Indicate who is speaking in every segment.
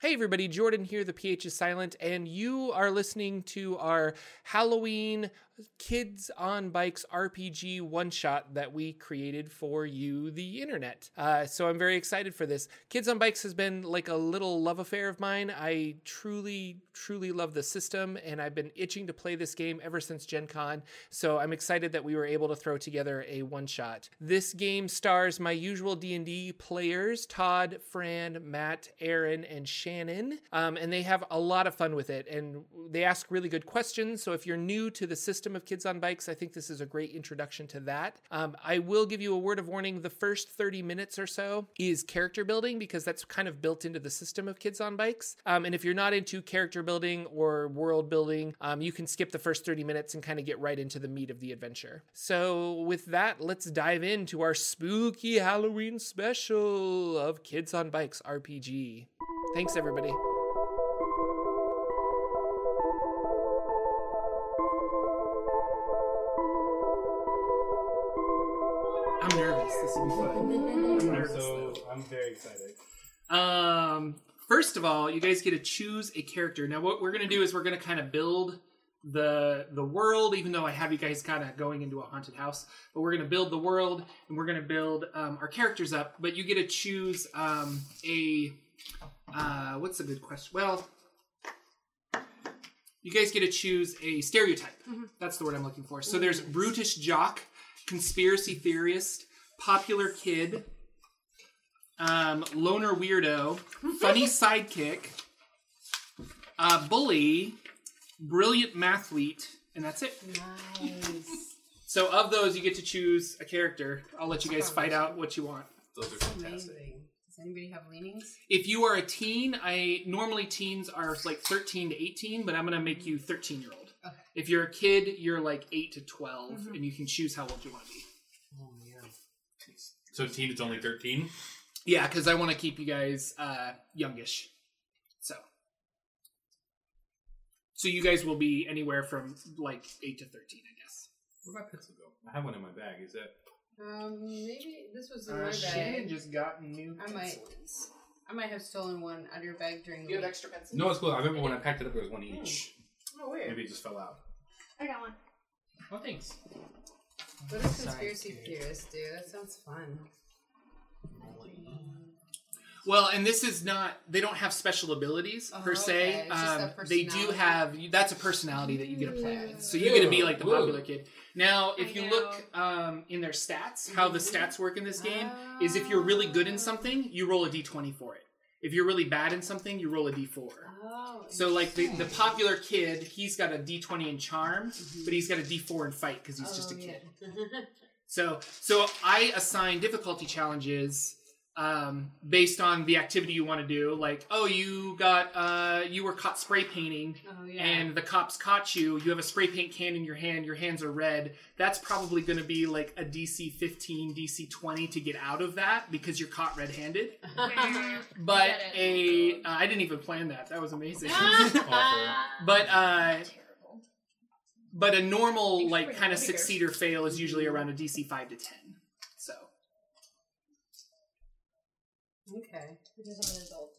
Speaker 1: Hey, everybody, Jordan here. The PH is silent, and you are listening to our Halloween Kids on Bikes RPG one shot that we created for you, the internet. Uh, so I'm very excited for this. Kids on Bikes has been like a little love affair of mine. I truly, truly love the system, and I've been itching to play this game ever since Gen Con. So I'm excited that we were able to throw together a one shot. This game stars my usual D&D players, Todd, Fran, Matt, Aaron, and Shannon, um, and they have a lot of fun with it. And they ask really good questions. So if you're new to the system of Kids on Bikes, I think this is a great introduction to that. Um, I will give you a word of warning: the first 30 minutes or so is character building because that's kind of built into the system of Kids on Bikes. Um, and if you're not into character building or world building, um, you can skip the first 30 minutes and kind of get right into the meat of the adventure. So with that, let's dive into our spooky Halloween special of Kids on Bikes RPG. Thanks, everybody. I'm nervous. This will be fun. I'm nervous.
Speaker 2: So
Speaker 1: though.
Speaker 2: I'm very excited.
Speaker 1: Um, first of all, you guys get to choose a character. Now, what we're gonna do is we're gonna kind of build the the world. Even though I have you guys kind of going into a haunted house, but we're gonna build the world and we're gonna build um, our characters up. But you get to choose um, a uh, what's a good question? Well. You guys get to choose a stereotype. That's the word I'm looking for. So there's brutish jock, conspiracy theorist, popular kid, um, loner weirdo, funny sidekick, uh, bully, brilliant mathlete, and that's it.
Speaker 3: Nice.
Speaker 1: So of those, you get to choose a character. I'll let you guys fight out what you want.
Speaker 2: Those are fantastic.
Speaker 3: Amazing. Does anybody have leanings?
Speaker 1: If you are a teen, I normally teens are like 13 to 18, but I'm gonna make you 13 year old.
Speaker 3: Okay.
Speaker 1: If you're a kid, you're like 8 to 12,
Speaker 3: Mhm.
Speaker 1: and you can choose how old you want to be.
Speaker 3: Oh yeah.
Speaker 2: So teen, it's only thirteen.
Speaker 1: Yeah, because I want to keep you guys uh, youngish. So, so you guys will be anywhere from like eight to thirteen, I guess.
Speaker 2: Where my pencil go? I have one in my bag. Is that?
Speaker 3: Um, maybe this was in
Speaker 1: Uh,
Speaker 3: my
Speaker 1: Shannon
Speaker 3: bag.
Speaker 1: just got new
Speaker 3: I might-
Speaker 1: pencils.
Speaker 3: I might have stolen one out of your bag during the
Speaker 1: You have
Speaker 3: week.
Speaker 1: extra pencils?
Speaker 2: No, it's cool. I remember when I packed it up, there was one each.
Speaker 3: Oh, weird.
Speaker 2: Maybe it just fell out.
Speaker 4: I got one.
Speaker 1: Oh, thanks.
Speaker 3: What does conspiracy theorists do? That sounds fun.
Speaker 1: Well, and this is not, they don't have special abilities
Speaker 3: Oh,
Speaker 1: per se.
Speaker 3: okay. It's just
Speaker 1: Um,
Speaker 3: their
Speaker 1: they do
Speaker 3: personality. Mm.
Speaker 1: have, that's a personality that you get to play with. So you
Speaker 2: Yeah.
Speaker 1: get to be like the
Speaker 2: Whoa.
Speaker 1: popular kid. Now, if
Speaker 4: I
Speaker 1: you
Speaker 4: know.
Speaker 1: look um, in their stats, how the
Speaker 3: Mhm.
Speaker 1: stats work in this game
Speaker 3: Ah.
Speaker 1: is if you're really good in something, you roll a d20 for it. If you're really bad in something, you roll a d4.
Speaker 3: Oh.
Speaker 1: So, like the, the popular kid, he's got a d20 in charm, but he's got a d4 in fight because he's
Speaker 3: Oh,
Speaker 1: just a kid. So so I assign difficulty challenges um, based on the activity you want to do. Like, oh, you got uh, you were caught spray painting.
Speaker 3: oh yeah.
Speaker 1: And the cops caught you. You have a spray paint can in your hand. Your hands are red. That's probably going to be like a DC 15, DC 20 to get out of that because you're caught red-handed. But
Speaker 4: Get
Speaker 1: a, uh,
Speaker 4: it.
Speaker 1: I didn't even plan that. That was amazing.
Speaker 2: Ah! Awful.
Speaker 1: but uh,
Speaker 4: Terrible.
Speaker 1: but a normal
Speaker 4: Thanks for
Speaker 1: like
Speaker 4: your
Speaker 1: kind of
Speaker 4: fingers.
Speaker 1: succeed or fail is usually around a DC five to ten. So
Speaker 3: okay.
Speaker 4: Because I'm an adult.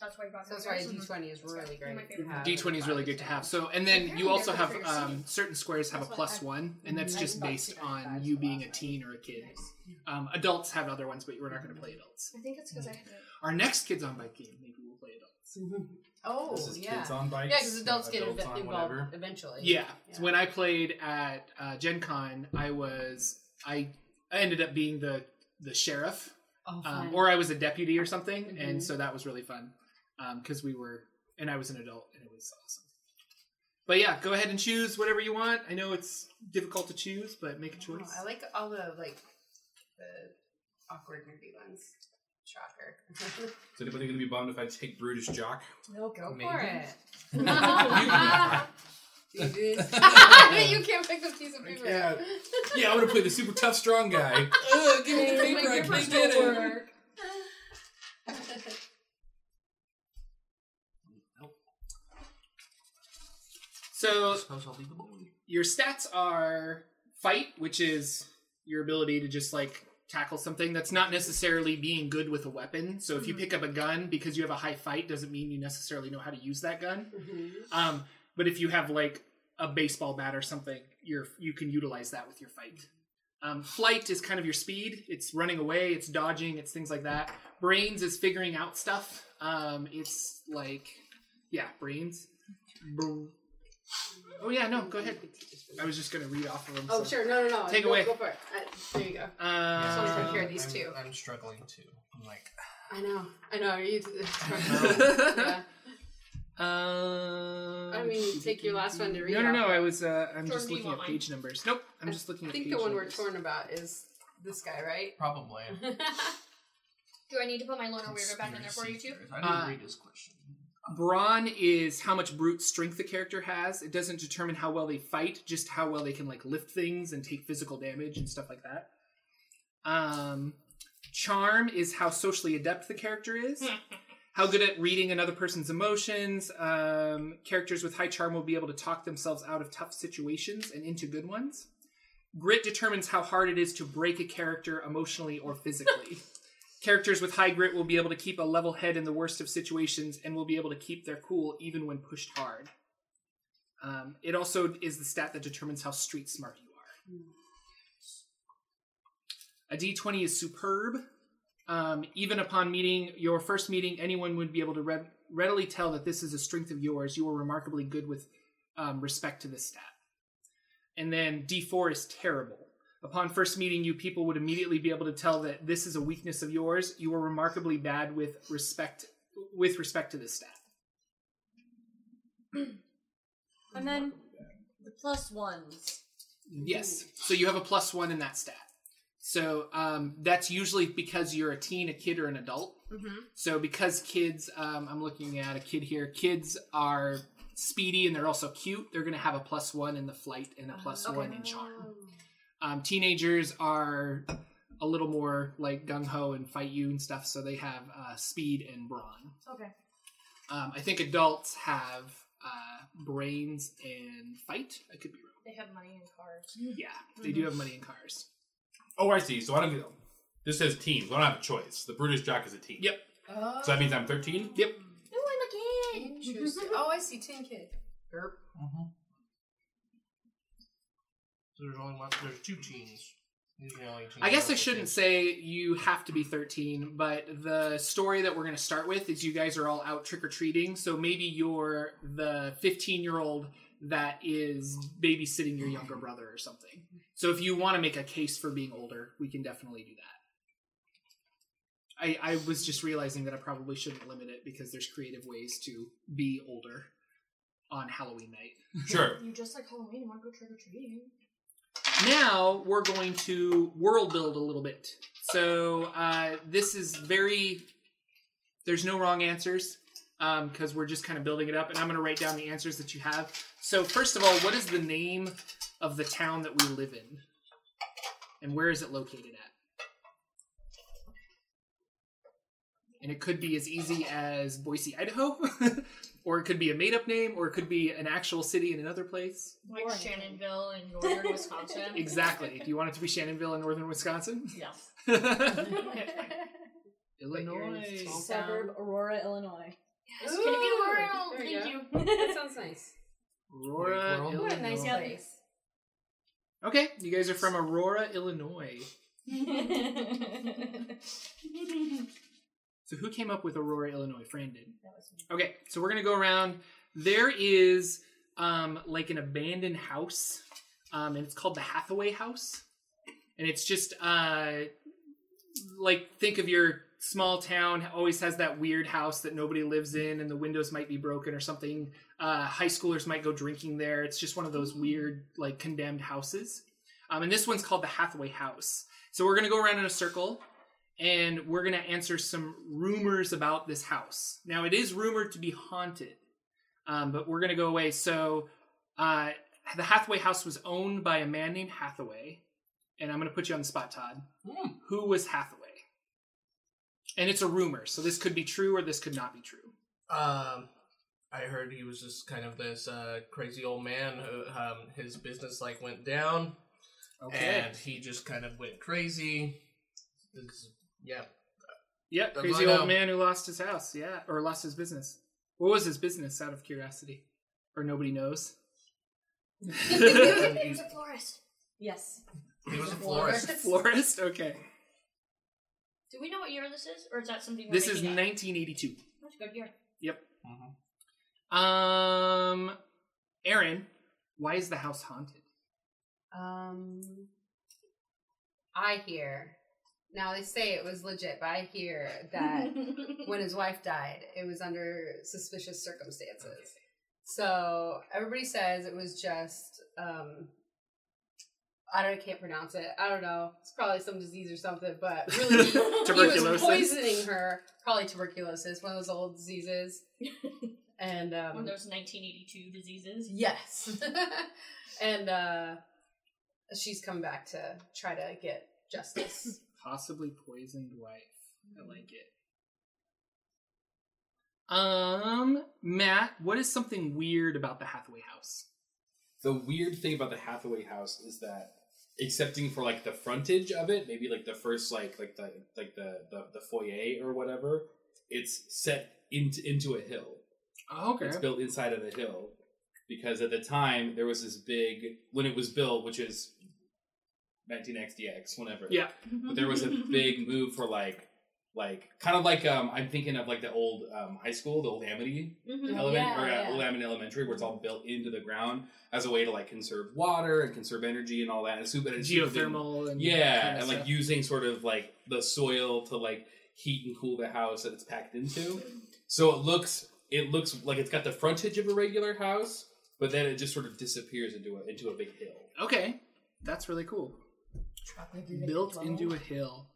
Speaker 4: That's why you brought
Speaker 3: So that's
Speaker 4: my
Speaker 3: why
Speaker 4: fingers in the-
Speaker 3: D20 is really
Speaker 4: They're my
Speaker 3: great. to
Speaker 4: favorite.
Speaker 3: have.
Speaker 1: D twenty is really good to have. So, and then you
Speaker 4: Yeah,
Speaker 1: also
Speaker 4: good
Speaker 1: have
Speaker 4: for your
Speaker 1: um, certain squares have a plus one, and that's
Speaker 3: I
Speaker 1: just
Speaker 3: bought
Speaker 1: based
Speaker 3: two
Speaker 1: on
Speaker 3: bags
Speaker 1: you
Speaker 3: for
Speaker 1: being
Speaker 3: last
Speaker 1: a
Speaker 3: night.
Speaker 1: teen or a kid. Um, adults have other ones, but we're not going to play adults.
Speaker 4: I think it's because I had to.
Speaker 1: Our next kids on bike game, maybe we'll play adults.
Speaker 3: Oh
Speaker 2: this is
Speaker 3: yeah.
Speaker 2: kids on bikes.
Speaker 3: yeah, because adults
Speaker 2: uh,
Speaker 3: get
Speaker 2: adults
Speaker 3: inv-
Speaker 2: on
Speaker 3: involved
Speaker 2: whatever.
Speaker 3: eventually.
Speaker 1: Yeah,
Speaker 3: Yeah.
Speaker 1: so when I played at uh, Gen Con, I was I I ended up being the the sheriff
Speaker 3: Oh, fun.
Speaker 1: um, or I was a deputy or something, and
Speaker 3: Mhm.
Speaker 1: so that was really fun because we were, and I was an adult, and it was awesome. But yeah, go ahead and choose whatever you want. I know it's difficult to choose, but make a
Speaker 3: Oh,
Speaker 1: choice.
Speaker 3: I like all the like the awkward nerdy ones. Shocker.
Speaker 2: Is anybody gonna be bummed if I take Brutish Jock?
Speaker 3: no, go
Speaker 1: Maybe.
Speaker 3: for it.
Speaker 2: You-
Speaker 3: Ah. you can't pick a piece of paper.
Speaker 2: Yeah. yeah, I'm gonna play the super tough strong guy. Ugh, give me the paper. I can't get it.
Speaker 1: So
Speaker 2: Suppose I'll leave the boy.
Speaker 1: your stats are fight, which is your ability to just like tackle something that's not necessarily being good with a weapon. So if you pick up a gun because you have a high fight, doesn't mean you necessarily know how to use that gun. Um, but if you have like a baseball bat or something, you're you can utilize that with your fight. Um, flight is kind of your speed. It's running away. It's dodging. It's things like that. Brains is figuring out stuff. Um, it's like, yeah, brains. Br- Oh yeah, no, go ahead. I was just gonna read off of them.
Speaker 3: Oh,
Speaker 1: so-
Speaker 3: sure. No, no, no.
Speaker 1: Take
Speaker 3: go,
Speaker 1: away.
Speaker 3: Go for it. Uh, there you go.
Speaker 1: Uh,
Speaker 5: Someone's gonna hear
Speaker 1: yeah,
Speaker 5: these
Speaker 6: I'm,
Speaker 5: two.
Speaker 6: I'm struggling too. I'm like,
Speaker 3: I know. I know. You, yeah.
Speaker 1: Um,
Speaker 3: I mean, take your last one to read
Speaker 1: No, no,
Speaker 3: off.
Speaker 1: no. I was. Uh, I'm
Speaker 4: Jordan,
Speaker 1: just
Speaker 4: do you
Speaker 1: looking at
Speaker 4: want
Speaker 1: page numbers. Nope. I'm just looking
Speaker 3: I
Speaker 1: at.
Speaker 3: think
Speaker 1: page
Speaker 3: the one we're
Speaker 1: numbers.
Speaker 3: torn about is this guy, right?
Speaker 6: probably.
Speaker 4: Do I need to put my Lorna Weirdo back in there for you
Speaker 6: Conspiracy
Speaker 4: too?
Speaker 6: theories. I didn't
Speaker 1: Uh,
Speaker 6: read his question.
Speaker 1: Brawn is how much brute strength the character has. It doesn't determine how well they fight, just how well they can like lift things and take physical damage and stuff like that. Um, charm is how socially adept the character is. How good at reading another person's emotions. Um, characters with high charm will be able to talk themselves out of tough situations and into good ones. Grit determines how hard it is to break a character emotionally or physically. Characters with high grit will be able to keep a level head in the worst of situations and will be able to keep their cool even when pushed hard. Um, it also is the stat that determines how street smart you are. A d20 is superb. Um, even upon meeting your first meeting, anyone would be able to re- readily tell that this is a strength of yours. You are remarkably good with um, respect to this stat. And then d4 is terrible. Upon first meeting you, people would immediately be able to tell that this is a weakness of yours. You were remarkably bad with respect with respect to this stat.
Speaker 7: And then the plus ones.
Speaker 1: Yes. So you have a plus one in that stat. So um, that's usually because you're a teen, a kid, or an adult.
Speaker 4: Mm-hmm.
Speaker 1: So because kids, um, I'm looking at a kid here. Kids are speedy and they're also cute. They're going to have a plus one in the flight and a plus
Speaker 7: okay.
Speaker 1: one in charm. Um, teenagers are a little more like gung ho and fight you and stuff. So they have uh, speed and brawn.
Speaker 7: Okay.
Speaker 1: Um, I think adults have uh, brains and fight. I could be wrong.
Speaker 4: They have money and cars.
Speaker 1: Yeah, they do have money in cars.
Speaker 2: Oh, I see. So I don't. This says teens. I don't have a choice. The British Jack is a teen.
Speaker 1: Yep.
Speaker 3: Oh.
Speaker 2: So that means I'm 13.
Speaker 1: Yep.
Speaker 7: Oh, I'm a kid.
Speaker 3: Interesting. oh, I see. Tin Kid. Erp.
Speaker 6: So there's only one. There's two teens. These are the only teens
Speaker 1: I guess I
Speaker 6: have
Speaker 1: shouldn't
Speaker 6: teens.
Speaker 1: say you have to be 13, but the story that we're going to start with is you guys are all out trick or treating. So maybe you're the 15 year old that is babysitting your younger brother or something. So if you want to make a case for being older, we can definitely do that. I, I was just realizing that I probably shouldn't limit it because there's creative ways to be older on Halloween night.
Speaker 2: Sure.
Speaker 4: You just like Halloween, want to go trick or treating?
Speaker 1: now we're going to world build a little bit. So uh, this is very. There's no wrong answers because we're just kind of building it up, and I'm going to write down the answers that you have. So first of all, what is the name of the town that we live in, and where is it located at? And it could be as easy as Boise, Idaho, or it could be a made-up name, or it could be an actual city in another place.
Speaker 4: Like
Speaker 7: Boring.
Speaker 4: Shannonville and northern Wisconsin.
Speaker 1: Exactly. Do you want it to be Shannonville in northern Wisconsin?
Speaker 4: Yes.
Speaker 1: Illinois.
Speaker 7: Suburb Aurora, Illinois.
Speaker 4: Yes, Can it be
Speaker 3: Ooh,
Speaker 4: world?
Speaker 3: there you
Speaker 4: Thank
Speaker 3: go.
Speaker 4: you.
Speaker 3: that sounds nice.
Speaker 1: Aurora,
Speaker 6: Wait,
Speaker 1: Illinois.
Speaker 3: What a nice
Speaker 7: Yeah.
Speaker 3: place.
Speaker 1: Okay, you guys are from Aurora, Illinois. So who came up with Aurora, Illinois? Fran did. Okay, so we're gonna go around. There is um, like an abandoned house, um, and it's called the Hathaway House, and it's just uh, like think of your small town always has that weird house that nobody lives in, and the windows might be broken or something. Uh, high schoolers might go drinking there. It's just one of those weird like condemned houses, um, and this one's called the Hathaway House. So we're gonna go around in a circle and we're going to answer some rumors about this house. Now, it is rumored to be haunted, um, but we're going to go away. So, uh, the Hathaway house was owned by a man named Hathaway, and I'm going to put you on the spot, Todd. Who was Hathaway? And it's a rumor, so this could be true or this could not be true.
Speaker 6: Um, I heard he was just kind of this uh, crazy old man. Who, um, his business like went down, and he just kind of went crazy. It's- yeah.
Speaker 1: Yep,
Speaker 6: That's
Speaker 1: crazy
Speaker 6: what I
Speaker 1: old
Speaker 6: know.
Speaker 1: man who lost his house. Yeah, or lost his business. What was his business? Out of curiosity, or nobody knows.
Speaker 4: it was a florist.
Speaker 8: Yes.
Speaker 6: He was a
Speaker 3: Florist.
Speaker 6: florist.
Speaker 1: Florist. Okay,
Speaker 4: Do we know what year this is, or is that something? We're
Speaker 1: this is
Speaker 4: making up?
Speaker 1: 1982.
Speaker 4: That's a good year.
Speaker 1: Um, Aaron, why is the house haunted?
Speaker 3: Um, I hear. Now they say it was legit, but I hear that when his wife died, it was under suspicious circumstances. So everybody says it was just um I don't I can't pronounce it. I don't know. It's probably some disease or something, but really he was
Speaker 1: Tuberculosis.
Speaker 3: poisoning her. Probably tuberculosis, one of those old diseases. And um
Speaker 4: One of those 1982 diseases.
Speaker 3: Yes. and uh she's come back to try to get justice.
Speaker 1: Possibly poisoned wife. I like it. Um, Matt, what is something weird about the Hathaway house?
Speaker 2: The weird thing about the Hathaway house is that, excepting for like the frontage of it, maybe like the first like like the like the the, the foyer or whatever, it's set into into a hill.
Speaker 1: Oh, okay.
Speaker 2: It's built inside of a hill because at the time there was this big when it was built, which is 19xdx, whenever.
Speaker 1: Yeah.
Speaker 2: But there was a big move for like like kind of like um I'm thinking of like the old um high school, the old Amity
Speaker 4: Mhm.
Speaker 2: element
Speaker 9: Mm, Yeah,
Speaker 2: or uh,
Speaker 9: yeah.
Speaker 2: old Amity Elementary, where it's all built into the ground as a way to like conserve water and conserve energy and all that. And super, and it's super big-
Speaker 1: Geothermal and
Speaker 2: yeah,
Speaker 1: kinda
Speaker 2: and like
Speaker 1: stuff.
Speaker 2: using sort of like the soil to like heat and cool the house that it's packed into. So it looks it looks like it's got the frontage of a regular house, but then it just sort of disappears into a into a big hill.
Speaker 1: Okay, that's really cool. Built into a hill.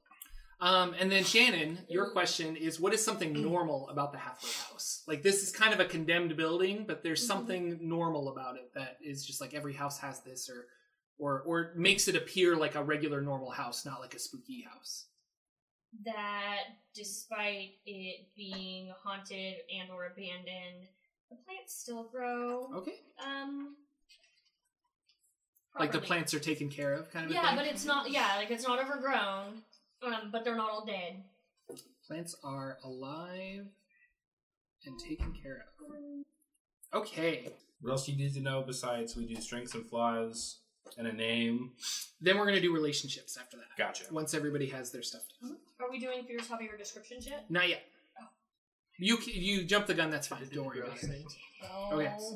Speaker 1: Um, and then Shannon, your question is: What is something
Speaker 4: Mm.
Speaker 1: normal about the halfway house? Like this is kind of a condemned building, but there's
Speaker 4: Mm-hmm.
Speaker 1: something normal about it that is just like every house has this, or or or makes it appear like a regular normal house, not like a spooky house.
Speaker 4: That despite it being haunted and or abandoned, the plants still grow.
Speaker 1: Okay,
Speaker 4: Um.
Speaker 1: like the
Speaker 4: properly.
Speaker 1: plants are taken care of, kind of. a
Speaker 4: Yeah,
Speaker 1: thing.
Speaker 4: but it's not. Yeah, like it's not overgrown. Um, but they're not all dead.
Speaker 1: plants are alive and taken care
Speaker 4: Um.
Speaker 1: of. Okay,
Speaker 2: What else you need to know besides we do strengths and flaws and a name?
Speaker 1: then we're gonna do relationships after that.
Speaker 2: Gotcha.
Speaker 1: Once everybody has their stuff down.
Speaker 4: Are we doing fierce hobby or descriptions yet?
Speaker 1: Not yet. You c- you jump the gun. That's fine. Don't worry about
Speaker 6: Gross
Speaker 1: it.
Speaker 6: thing.
Speaker 1: Oh yes.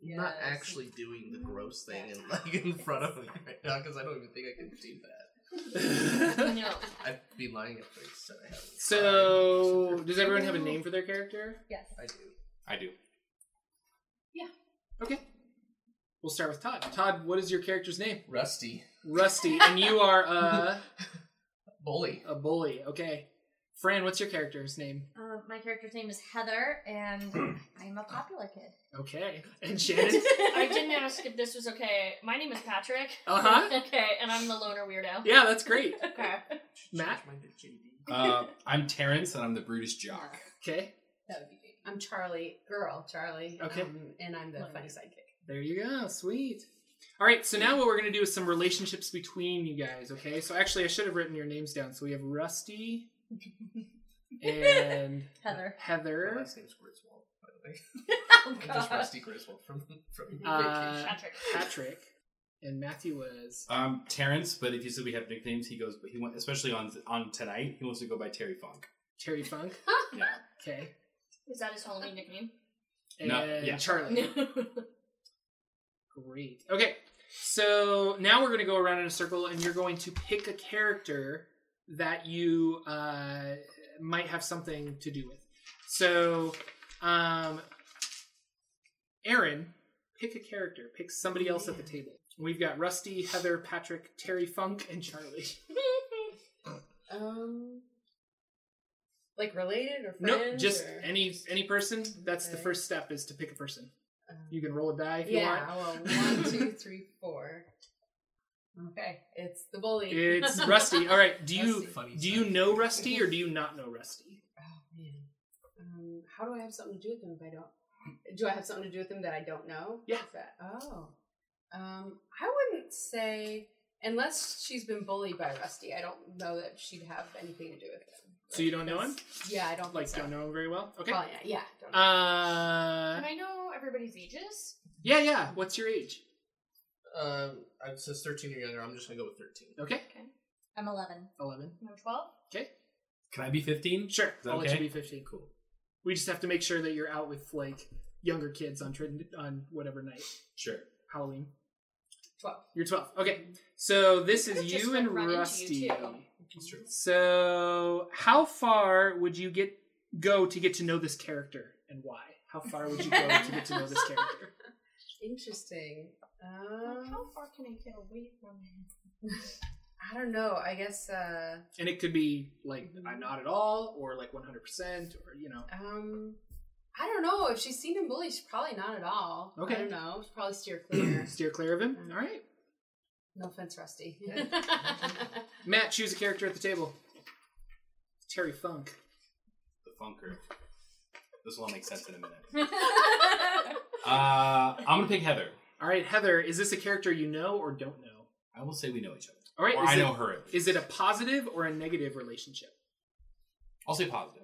Speaker 6: You're not
Speaker 3: Yes.
Speaker 6: actually doing the gross thing in, like in front of me right now because I don't even think I can do that.
Speaker 4: no.
Speaker 6: I've been lying at first, so I haven't.
Speaker 1: So does everyone have a name for their character?
Speaker 8: Yes.
Speaker 6: I do.
Speaker 2: I do.
Speaker 1: Okay. We'll start with Todd. Todd, what is your character's name?
Speaker 6: Rusty.
Speaker 1: Rusty, and you are uh,
Speaker 6: Bully.
Speaker 1: a bully. Okay. Fran, what's your character's name?
Speaker 8: Uh,
Speaker 4: Um,
Speaker 8: my character's name is Heather, and I'm a popular kid.
Speaker 1: Okay. And Shannon.
Speaker 4: I didn't ask if this was okay. My name is Patrick.
Speaker 1: Uh huh.
Speaker 4: Okay, and I'm the loner weirdo.
Speaker 1: Yeah, that's great.
Speaker 4: Okay.
Speaker 1: Matt?
Speaker 6: Change mine to JD.
Speaker 2: Uh, I'm Terrence and I'm the Brutus Jock.
Speaker 1: Okay.
Speaker 3: That would be great. I'm Charlie, girl Charlie.
Speaker 1: Okay.
Speaker 3: Um, and I'm the funny sidekick.
Speaker 1: There you go. Sweet. All right. So now what we're gonna do is some relationships between you guys. Okay. So actually, I should have written your names down. So we have Rusty and
Speaker 8: Heather.
Speaker 6: My
Speaker 1: Heather.
Speaker 6: last name's Griswold, by the way.
Speaker 8: Oh,
Speaker 6: I'm just Rusty Griswold from from
Speaker 1: Uh,
Speaker 4: Patrick.
Speaker 1: Patrick, and Matthew was
Speaker 2: Um, Terrence, but if you said we have nicknames, he goes. But he went, especially on on tonight. He wants to go by Terry Funk.
Speaker 1: Terry Funk.
Speaker 2: Yeah.
Speaker 1: Okay.
Speaker 4: Is that his Halloween nickname?
Speaker 1: And
Speaker 2: No, yeah.
Speaker 1: Charlie. Great. Okay. So now we're going to go around in a circle and you're going to pick a character that you uh, might have something to do with. So, um, Aaron, pick a character. Pick somebody else at the table. We've got Rusty, Heather, Patrick, Terry Funk, and Charlie.
Speaker 3: Um, like related or friends?
Speaker 1: Nope, just
Speaker 3: or-
Speaker 1: any any person. That's the
Speaker 3: Okay.
Speaker 1: first step is to pick a person.
Speaker 3: Um,
Speaker 1: You can roll a die if you want.
Speaker 3: yeah. Well, one, two, three, four. Okay, it's the bully.
Speaker 1: It's Rusty. All right. Do you
Speaker 3: Rusty.
Speaker 6: Funny
Speaker 1: do you
Speaker 6: stuff.
Speaker 1: know Rusty or do you not know Rusty?
Speaker 3: Oh man. Um, how do I have something to do with him if I don't? Do I have something to do with him that I don't know?
Speaker 1: Yeah.
Speaker 3: Is that- oh. Um, I wouldn't say
Speaker 5: Unless she's been bullied by Rusty, I don't know that she'd have anything to do with it.
Speaker 1: So you don't know him?
Speaker 5: Yeah, I don't
Speaker 1: Like,
Speaker 5: think so.
Speaker 1: don't know him very well? Okay.
Speaker 5: Probably not. Yeah. Don't know.
Speaker 1: Uh,
Speaker 4: Can I know everybody's ages?
Speaker 1: yeah, yeah. What's your age?
Speaker 6: Um, it says 13 or younger. I'm just gonna go with 13.
Speaker 1: Okay.
Speaker 7: I'm 11.
Speaker 1: 11.
Speaker 4: No, 12?
Speaker 1: Okay.
Speaker 2: Can I be 15?
Speaker 1: Sure.
Speaker 2: that
Speaker 1: I'll let
Speaker 2: okay?
Speaker 1: you be 15. Cool. We just have to make sure that you're out with, like, younger kids on, trend- on whatever night.
Speaker 2: Sure.
Speaker 1: Halloween.
Speaker 5: 12.
Speaker 1: You're 12. Okay. So this
Speaker 4: I
Speaker 1: is
Speaker 4: could've just,
Speaker 1: you
Speaker 4: like,
Speaker 1: and
Speaker 4: run into you,
Speaker 1: Rusty.
Speaker 4: too.
Speaker 6: That's true.
Speaker 1: So how far would you get go to get to know this character and why? How far would you go to get to know this character?
Speaker 5: Interesting.
Speaker 4: Like,
Speaker 5: Um,
Speaker 4: how far can I get away from him?
Speaker 5: I don't know. I guess. Uh,
Speaker 1: And it could be like I'm not at all or like 100% or you know.
Speaker 5: um, I don't know if she's seen him bullied. She's probably not at all.
Speaker 1: Okay.
Speaker 5: I don't know. She'd probably steer clear.
Speaker 1: Steer clear of him. All right.
Speaker 5: no offense, Rusty.
Speaker 1: Matt, choose a character at the table. Terry Funk.
Speaker 2: The Funker. This will all make sense in a minute. Uh, I'm gonna pick Heather.
Speaker 1: All right, Heather, is this a character you know or don't know?
Speaker 2: I will say we know each other.
Speaker 1: All right.
Speaker 2: Or
Speaker 1: is
Speaker 2: I
Speaker 1: it-
Speaker 2: know her.
Speaker 1: Is it a positive or a negative relationship?
Speaker 2: I'll say positive.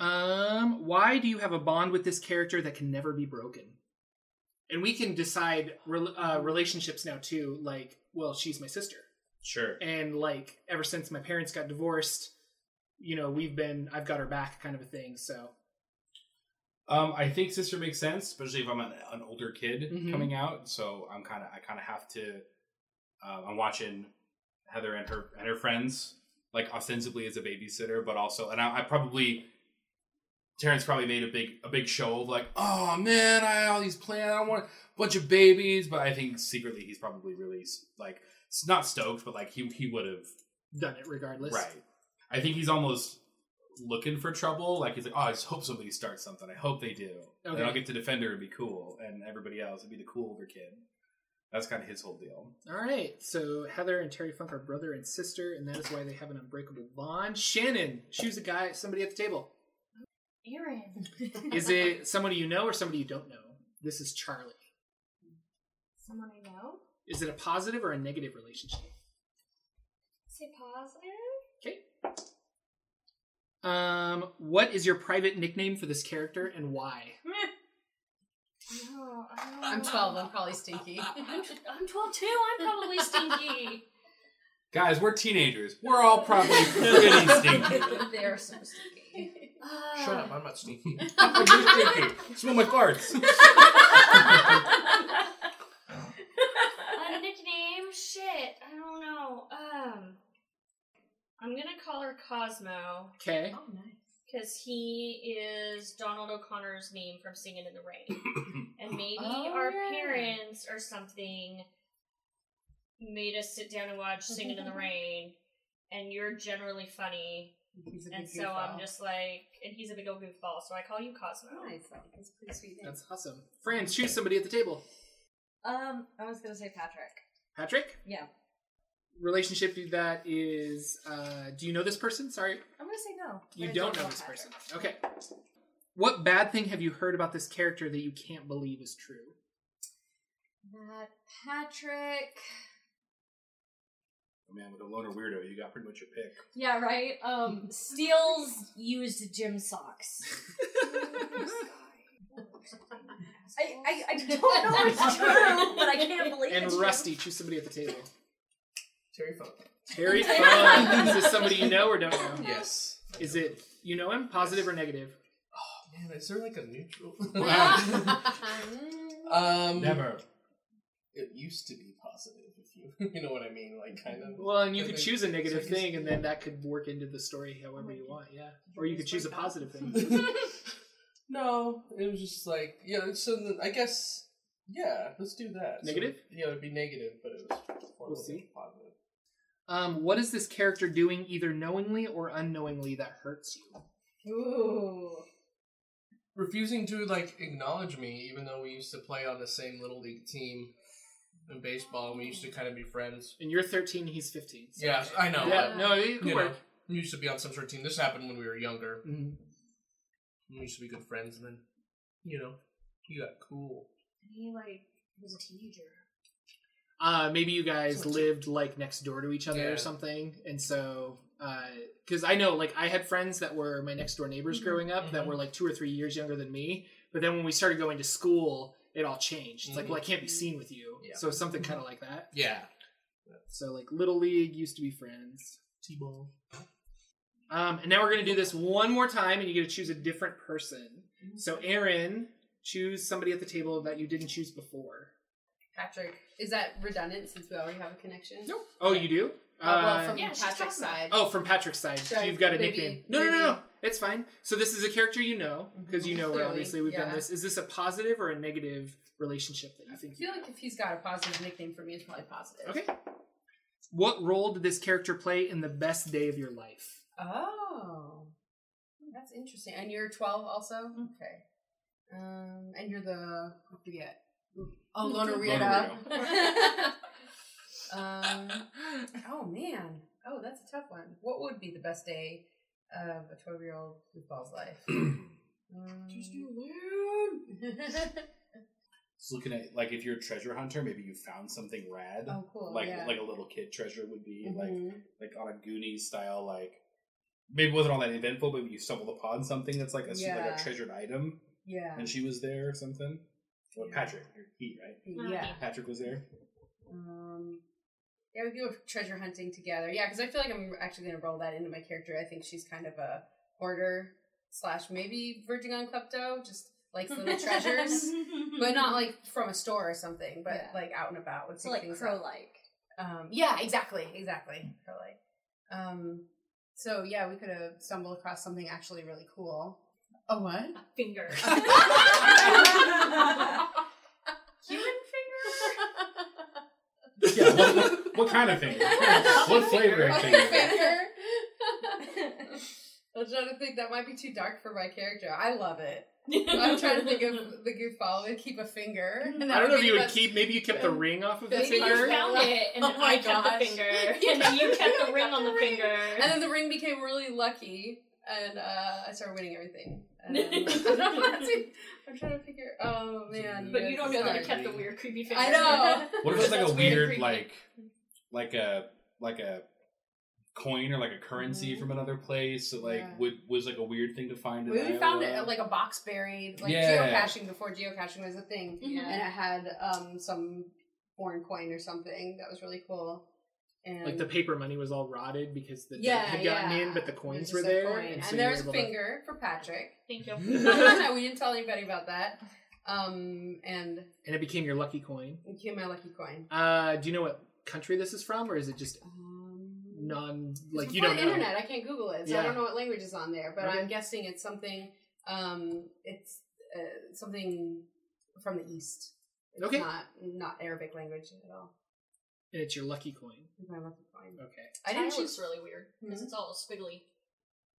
Speaker 1: Um, why do you have a bond with this character that can never be broken? And we can decide rel uh, relationships now too. Like, well, she's my sister,
Speaker 2: Sure.
Speaker 1: and like ever since my parents got divorced, you know, we've been I've got her back, kind of a thing. So,
Speaker 2: Um, I think sister makes sense, especially if I'm an, an older kid
Speaker 1: Mhm.
Speaker 2: coming out. So I'm kind of I kind of have to. Uh, I'm watching Heather and her and her friends, like ostensibly as a babysitter, but also, and I, I probably Terrence probably made a big a big show of like, oh man, I had all these plans. I want a bunch of babies, but I think secretly he's probably really like s- not stoked, but like he he would have
Speaker 1: done it regardless.
Speaker 2: Right. I think he's almost looking for trouble. Like he's like, oh, I just hope somebody starts something. I hope they do. And Then
Speaker 1: Okay.
Speaker 2: I'll get to defender and be cool, and everybody else would be the cool older kid. That's kind of his whole deal.
Speaker 1: All right. So Heather and Terry Funk are brother and sister, and that is why they have an unbreakable bond. Shannon, choose a guy, somebody at the table.
Speaker 4: Aaron.
Speaker 1: Is it somebody you know or somebody you don't know? This is Charlie.
Speaker 4: Someone I know?
Speaker 1: Is it a positive or a negative relationship?
Speaker 4: Say positive?
Speaker 1: Um, what is your private nickname for this character and why?
Speaker 4: No, I don't
Speaker 5: I'm
Speaker 4: know.
Speaker 5: 12. I'm probably stinky.
Speaker 4: I'm, I'm 12 too. I'm probably stinky.
Speaker 2: Guys, we're teenagers. We're all probably pretty stinky.
Speaker 5: They're so stinky.
Speaker 1: Ah.
Speaker 4: Uh,
Speaker 6: Shut up! I'm not sneaky.
Speaker 2: I'm just stinky. Smell my farts.
Speaker 4: A nickname? Shit. I don't know. Um, I'm gonna call her Cosmo
Speaker 1: Okay.
Speaker 5: Oh, nice.
Speaker 4: because he is Donald O'Connor's name from Singing in the Rain, and maybe
Speaker 5: Oh,
Speaker 4: our
Speaker 5: yeah.
Speaker 4: parents or something made us sit down and watch Singing in the Rain. And you're generally funny,
Speaker 5: He's a big
Speaker 4: and so I'm
Speaker 5: goofball.
Speaker 4: just like, and he's a big old goofball, so I call you Cosmo.
Speaker 5: Nice. That's pretty sweet. name.
Speaker 1: That's awesome. Fran, choose somebody at the table.
Speaker 7: um, I was gonna say Patrick.
Speaker 1: Patrick?
Speaker 7: Yeah.
Speaker 1: Relationship that is uh do you know this person? Sorry.
Speaker 7: I'm gonna say no. but
Speaker 1: You
Speaker 7: I
Speaker 1: don't know this
Speaker 7: Patrick.
Speaker 1: person. Okay. What bad thing have you heard about this character that you can't believe is true?
Speaker 7: That Patrick.
Speaker 2: Oh, Man, with a loner weirdo, you got pretty much your pick.
Speaker 7: Yeah, right. Um, steals used gym socks. I, I, I don't know it's true, but I can't believe
Speaker 1: And
Speaker 7: it's
Speaker 1: Rusty, choose somebody at the table.
Speaker 6: Terry Funk.
Speaker 1: Terry Fung. Is this somebody you know or don't know?
Speaker 6: Yes.
Speaker 1: Is it you know him? Positive or negative?
Speaker 6: Oh man, is there like a neutral?
Speaker 5: Mm.
Speaker 6: um,
Speaker 2: Never.
Speaker 6: It used to be positive, if you you know what I mean, like kind of.
Speaker 1: Well, and you
Speaker 6: Like,
Speaker 1: could choose a negative
Speaker 6: like,
Speaker 1: thing, and then that could work into the story however you want, yeah. Or you could choose a positive thing.
Speaker 6: no, it was just like yeah. So then I guess yeah, let's do that. So,
Speaker 1: Negative?
Speaker 6: yeah, it'd be negative, but it was formally
Speaker 1: We'll see.
Speaker 6: positive.
Speaker 1: Um, what is this character doing, either knowingly or unknowingly, that hurts you?
Speaker 7: Ooh.
Speaker 6: Refusing to like acknowledge me, even though we used to play on the same little league team in baseball, and we used to kind of be friends.
Speaker 1: And you're 13, he's 15. so-
Speaker 6: Yeah, I know.
Speaker 1: yeah, no, it could
Speaker 6: You know,
Speaker 1: work.
Speaker 6: we used to be on some sort of team. This happened when we were younger.
Speaker 1: Mhm.
Speaker 6: We used to be good friends, and then, you know, he got cool.
Speaker 4: And he like was a teenager.
Speaker 1: Uh, maybe you guys
Speaker 6: So it's-
Speaker 1: lived like next door to each other
Speaker 6: Yeah.
Speaker 1: or something, and so because I know like I had friends that were my next door neighbors growing up that
Speaker 6: Mhm.
Speaker 1: were like two or three years younger than me, but then when we started going to school, it all changed. It's like,
Speaker 6: Mhm.
Speaker 1: well, I can't be seen with you,
Speaker 6: Yeah.
Speaker 1: so something kind of like that.
Speaker 6: Yeah.
Speaker 1: So like little league used to be friends, t-ball. Um, and now we're gonna do this one more time, and you get to choose a different person. So Aaron, choose somebody at the table that you didn't choose before.
Speaker 3: Patrick, is that redundant since we already have a connection?
Speaker 1: Nope. Oh, you do.
Speaker 3: Uh, well, from
Speaker 4: Yeah, she's
Speaker 3: Patrick's
Speaker 4: talking about-
Speaker 3: side.
Speaker 1: Oh, from Patrick's side.
Speaker 3: Sorry,
Speaker 1: You've got a
Speaker 3: maybe-
Speaker 1: nickname. No, no, no, no. It's fine. So this is a character you know because you know.
Speaker 3: Clearly,
Speaker 1: obviously, we've done
Speaker 3: yeah.
Speaker 1: this. Is this a positive or a negative relationship that you
Speaker 3: I
Speaker 1: think?
Speaker 3: feel like if he's got a positive nickname for me, it's probably positive.
Speaker 1: Okay. What role did this character play in the best day of your life?
Speaker 3: Oh, that's interesting. And you're 12 also?
Speaker 2: Mm-hmm.
Speaker 3: Okay. Um, and you're the, I forget. Oh, Lona Rita. um, oh, man. Oh, that's a tough one. What would be the best day of a 12 year old goofball's life? Um,
Speaker 2: Just looking at like if you're a treasure hunter, maybe you found something rad,
Speaker 3: oh, cool.
Speaker 2: like
Speaker 3: yeah.
Speaker 2: like a little kid treasure would be, like
Speaker 3: Mhm.
Speaker 2: like on a Goonies style, like maybe it wasn't all that eventful, but you stumbled upon something that's like a
Speaker 3: Yeah.
Speaker 2: like a treasured item,
Speaker 3: yeah.
Speaker 2: and she was there or something. Or
Speaker 3: Yeah.
Speaker 2: Patrick, or he, right?
Speaker 3: Yeah.
Speaker 2: Patrick was there.
Speaker 3: Um, yeah, we go treasure hunting together. Yeah, because I feel like I'm actually going to roll that into my character. I think she's kind of a hoarder slash maybe verging on klepto, just likes little treasures, but not like from a store or something, but
Speaker 10: Yeah.
Speaker 3: like out and about with
Speaker 10: So like
Speaker 3: things.
Speaker 10: crow like.
Speaker 3: Um, yeah, exactly, exactly, Curly. Um, so yeah, we could have stumbled across something actually really cool. A what?
Speaker 4: Finger.
Speaker 3: Human
Speaker 2: yeah, what, what, what kind of thing? what flavor of thing?
Speaker 3: I'm trying to think. That might be too dark for my character. I love it. I'm trying to think of the goofball would keep a finger. and that
Speaker 1: I don't know if
Speaker 3: be
Speaker 1: you
Speaker 3: the
Speaker 1: would
Speaker 3: best-
Speaker 1: keep. Maybe you kept the ring off of the
Speaker 3: Maybe
Speaker 4: Maybe you
Speaker 1: finger.
Speaker 4: found it, and
Speaker 3: Oh my
Speaker 4: I kept
Speaker 3: gosh.
Speaker 4: the finger, and then you kept the ring on the finger.
Speaker 3: And then the ring became really lucky, and uh, I started winning everything. And I'm, trying to, I'm trying to figure. Oh man!
Speaker 4: but you don't know that I
Speaker 3: I
Speaker 4: kept the weird, creepy finger.
Speaker 3: I know.
Speaker 2: What if it's like
Speaker 4: That's
Speaker 2: a
Speaker 4: weird
Speaker 2: weird,
Speaker 4: and creepy.
Speaker 2: like, like a like a coin or like a currency from another place? So like,
Speaker 3: Mm-hmm. Yeah.
Speaker 2: would was like a weird thing to find. In
Speaker 3: We we found
Speaker 2: Iowa?
Speaker 3: it like a box buried, like
Speaker 2: Yeah.
Speaker 3: geocaching before geocaching was a thing. and
Speaker 10: Yeah.
Speaker 3: it had um some foreign coin or something that was really cool. And
Speaker 1: Like the paper money was all rotted because the
Speaker 3: Yeah,
Speaker 1: debt had gotten
Speaker 3: yeah.
Speaker 1: in, but the
Speaker 3: It was
Speaker 1: coins
Speaker 3: just
Speaker 1: were
Speaker 3: a
Speaker 1: there,
Speaker 3: coin.
Speaker 1: and,
Speaker 3: and,
Speaker 1: so you
Speaker 3: there
Speaker 1: were
Speaker 3: was a
Speaker 1: able to-
Speaker 3: finger for Patrick.
Speaker 4: Thank you.
Speaker 3: we didn't tell anybody about that. Um, and
Speaker 1: and it became your lucky coin.
Speaker 3: it became my lucky coin.
Speaker 1: Uh, do you know what country this is from, or is it just
Speaker 3: Um,
Speaker 1: non? Like
Speaker 3: it's
Speaker 1: you
Speaker 3: before
Speaker 1: don't
Speaker 3: the
Speaker 1: know.
Speaker 3: internet. I can't Google it, so I
Speaker 1: Yeah.
Speaker 3: don't know what language is on there. But
Speaker 1: Okay.
Speaker 3: I'm guessing it's something. Um, it's uh, something from the east. It's
Speaker 1: Okay.
Speaker 3: Not not Arabic language at all.
Speaker 1: And it's your lucky coin.
Speaker 3: It's my lucky coin.
Speaker 1: Okay.
Speaker 3: I didn't choose
Speaker 4: looks really weird because it's all squiggly.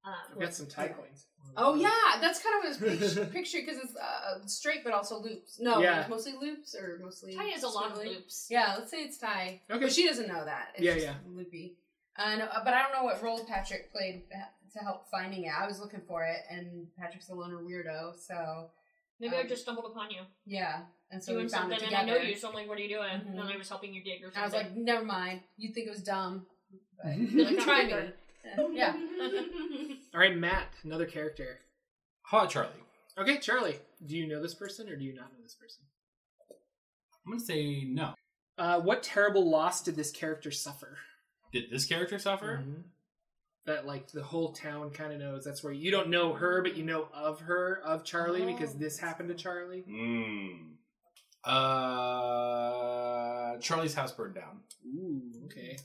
Speaker 1: I've
Speaker 4: Um,
Speaker 1: got some tie coins.
Speaker 3: Oh yeah, that's kind of what I was picture because it's uh, straight but also loops. No,
Speaker 1: Yeah.
Speaker 3: it's mostly loops or mostly.
Speaker 4: Ty has a lot of
Speaker 3: squiggly.
Speaker 4: loops.
Speaker 3: Yeah, let's say it's Ty.
Speaker 1: Okay.
Speaker 3: But she doesn't know that. It's
Speaker 1: Yeah,
Speaker 3: just
Speaker 1: yeah.
Speaker 3: Loopy. And uh, but I don't know what role Patrick played to help finding it. I was looking for it, and Patrick's a loner weirdo, so
Speaker 4: Maybe I
Speaker 3: Um,
Speaker 4: just stumbled upon you
Speaker 3: yeah. And so we
Speaker 4: doing
Speaker 3: found
Speaker 4: something,
Speaker 3: it
Speaker 4: and
Speaker 3: together.
Speaker 4: I know you. So I'm like, "What are you doing?"
Speaker 3: Mhm.
Speaker 4: And then I was helping you dig or
Speaker 3: And
Speaker 4: something.
Speaker 3: I was like, never mind. You think it was dumb?
Speaker 1: all
Speaker 4: You're like,
Speaker 3: Like,
Speaker 4: "I'm
Speaker 3: try
Speaker 4: bigger."
Speaker 3: me. yeah.
Speaker 1: right, Matt, another character.
Speaker 2: How about Charlie?
Speaker 1: Okay, Charlie. Do you know this person or do you not know this person?
Speaker 2: I'm gonna say no.
Speaker 1: Uh, what terrible loss did this character suffer?
Speaker 2: Did this character suffer?
Speaker 1: That like the whole town kind of knows. That's where you don't know her, but you know of her, of Charlie, because this happened to Charlie.
Speaker 2: Mm. Uh, Charlie's house burned down.
Speaker 1: Ooh, okay.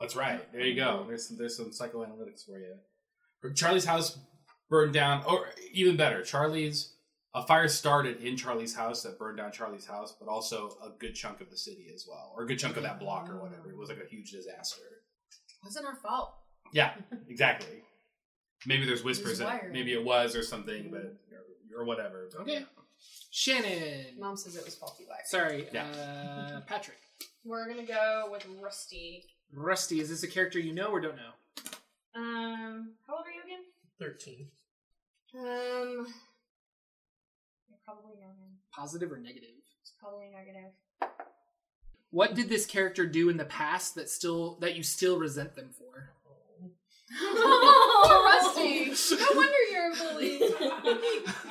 Speaker 2: That's right. There you go. There's some, there's some psychoanalytics for you. Charlie's house burned down, or even better, Charlie's a fire started in Charlie's house that burned down Charlie's house, but also a good chunk of the city as well, or a good chunk of that block or whatever. It was like a huge disaster.
Speaker 3: Wasn't our fault.
Speaker 2: Yeah, exactly. Maybe there's
Speaker 3: was
Speaker 2: whispers that
Speaker 3: wiring.
Speaker 2: maybe it was or something, but or whatever. but-
Speaker 1: Okay. Shannon.
Speaker 3: Mom says it was faulty wire.
Speaker 1: Sorry,
Speaker 2: Yeah.
Speaker 1: uh, Patrick.
Speaker 4: "We're gonna go with Rusty."
Speaker 1: Rusty, is this a character you know or don't know?
Speaker 4: Um, how old are you again?
Speaker 6: 13.
Speaker 4: Um, I probably know him.
Speaker 1: Positive or negative?
Speaker 4: It's probably negative.
Speaker 1: What did this character do in the past that still that you still resent them for?
Speaker 7: Rusty.
Speaker 3: No wonder you're a bully.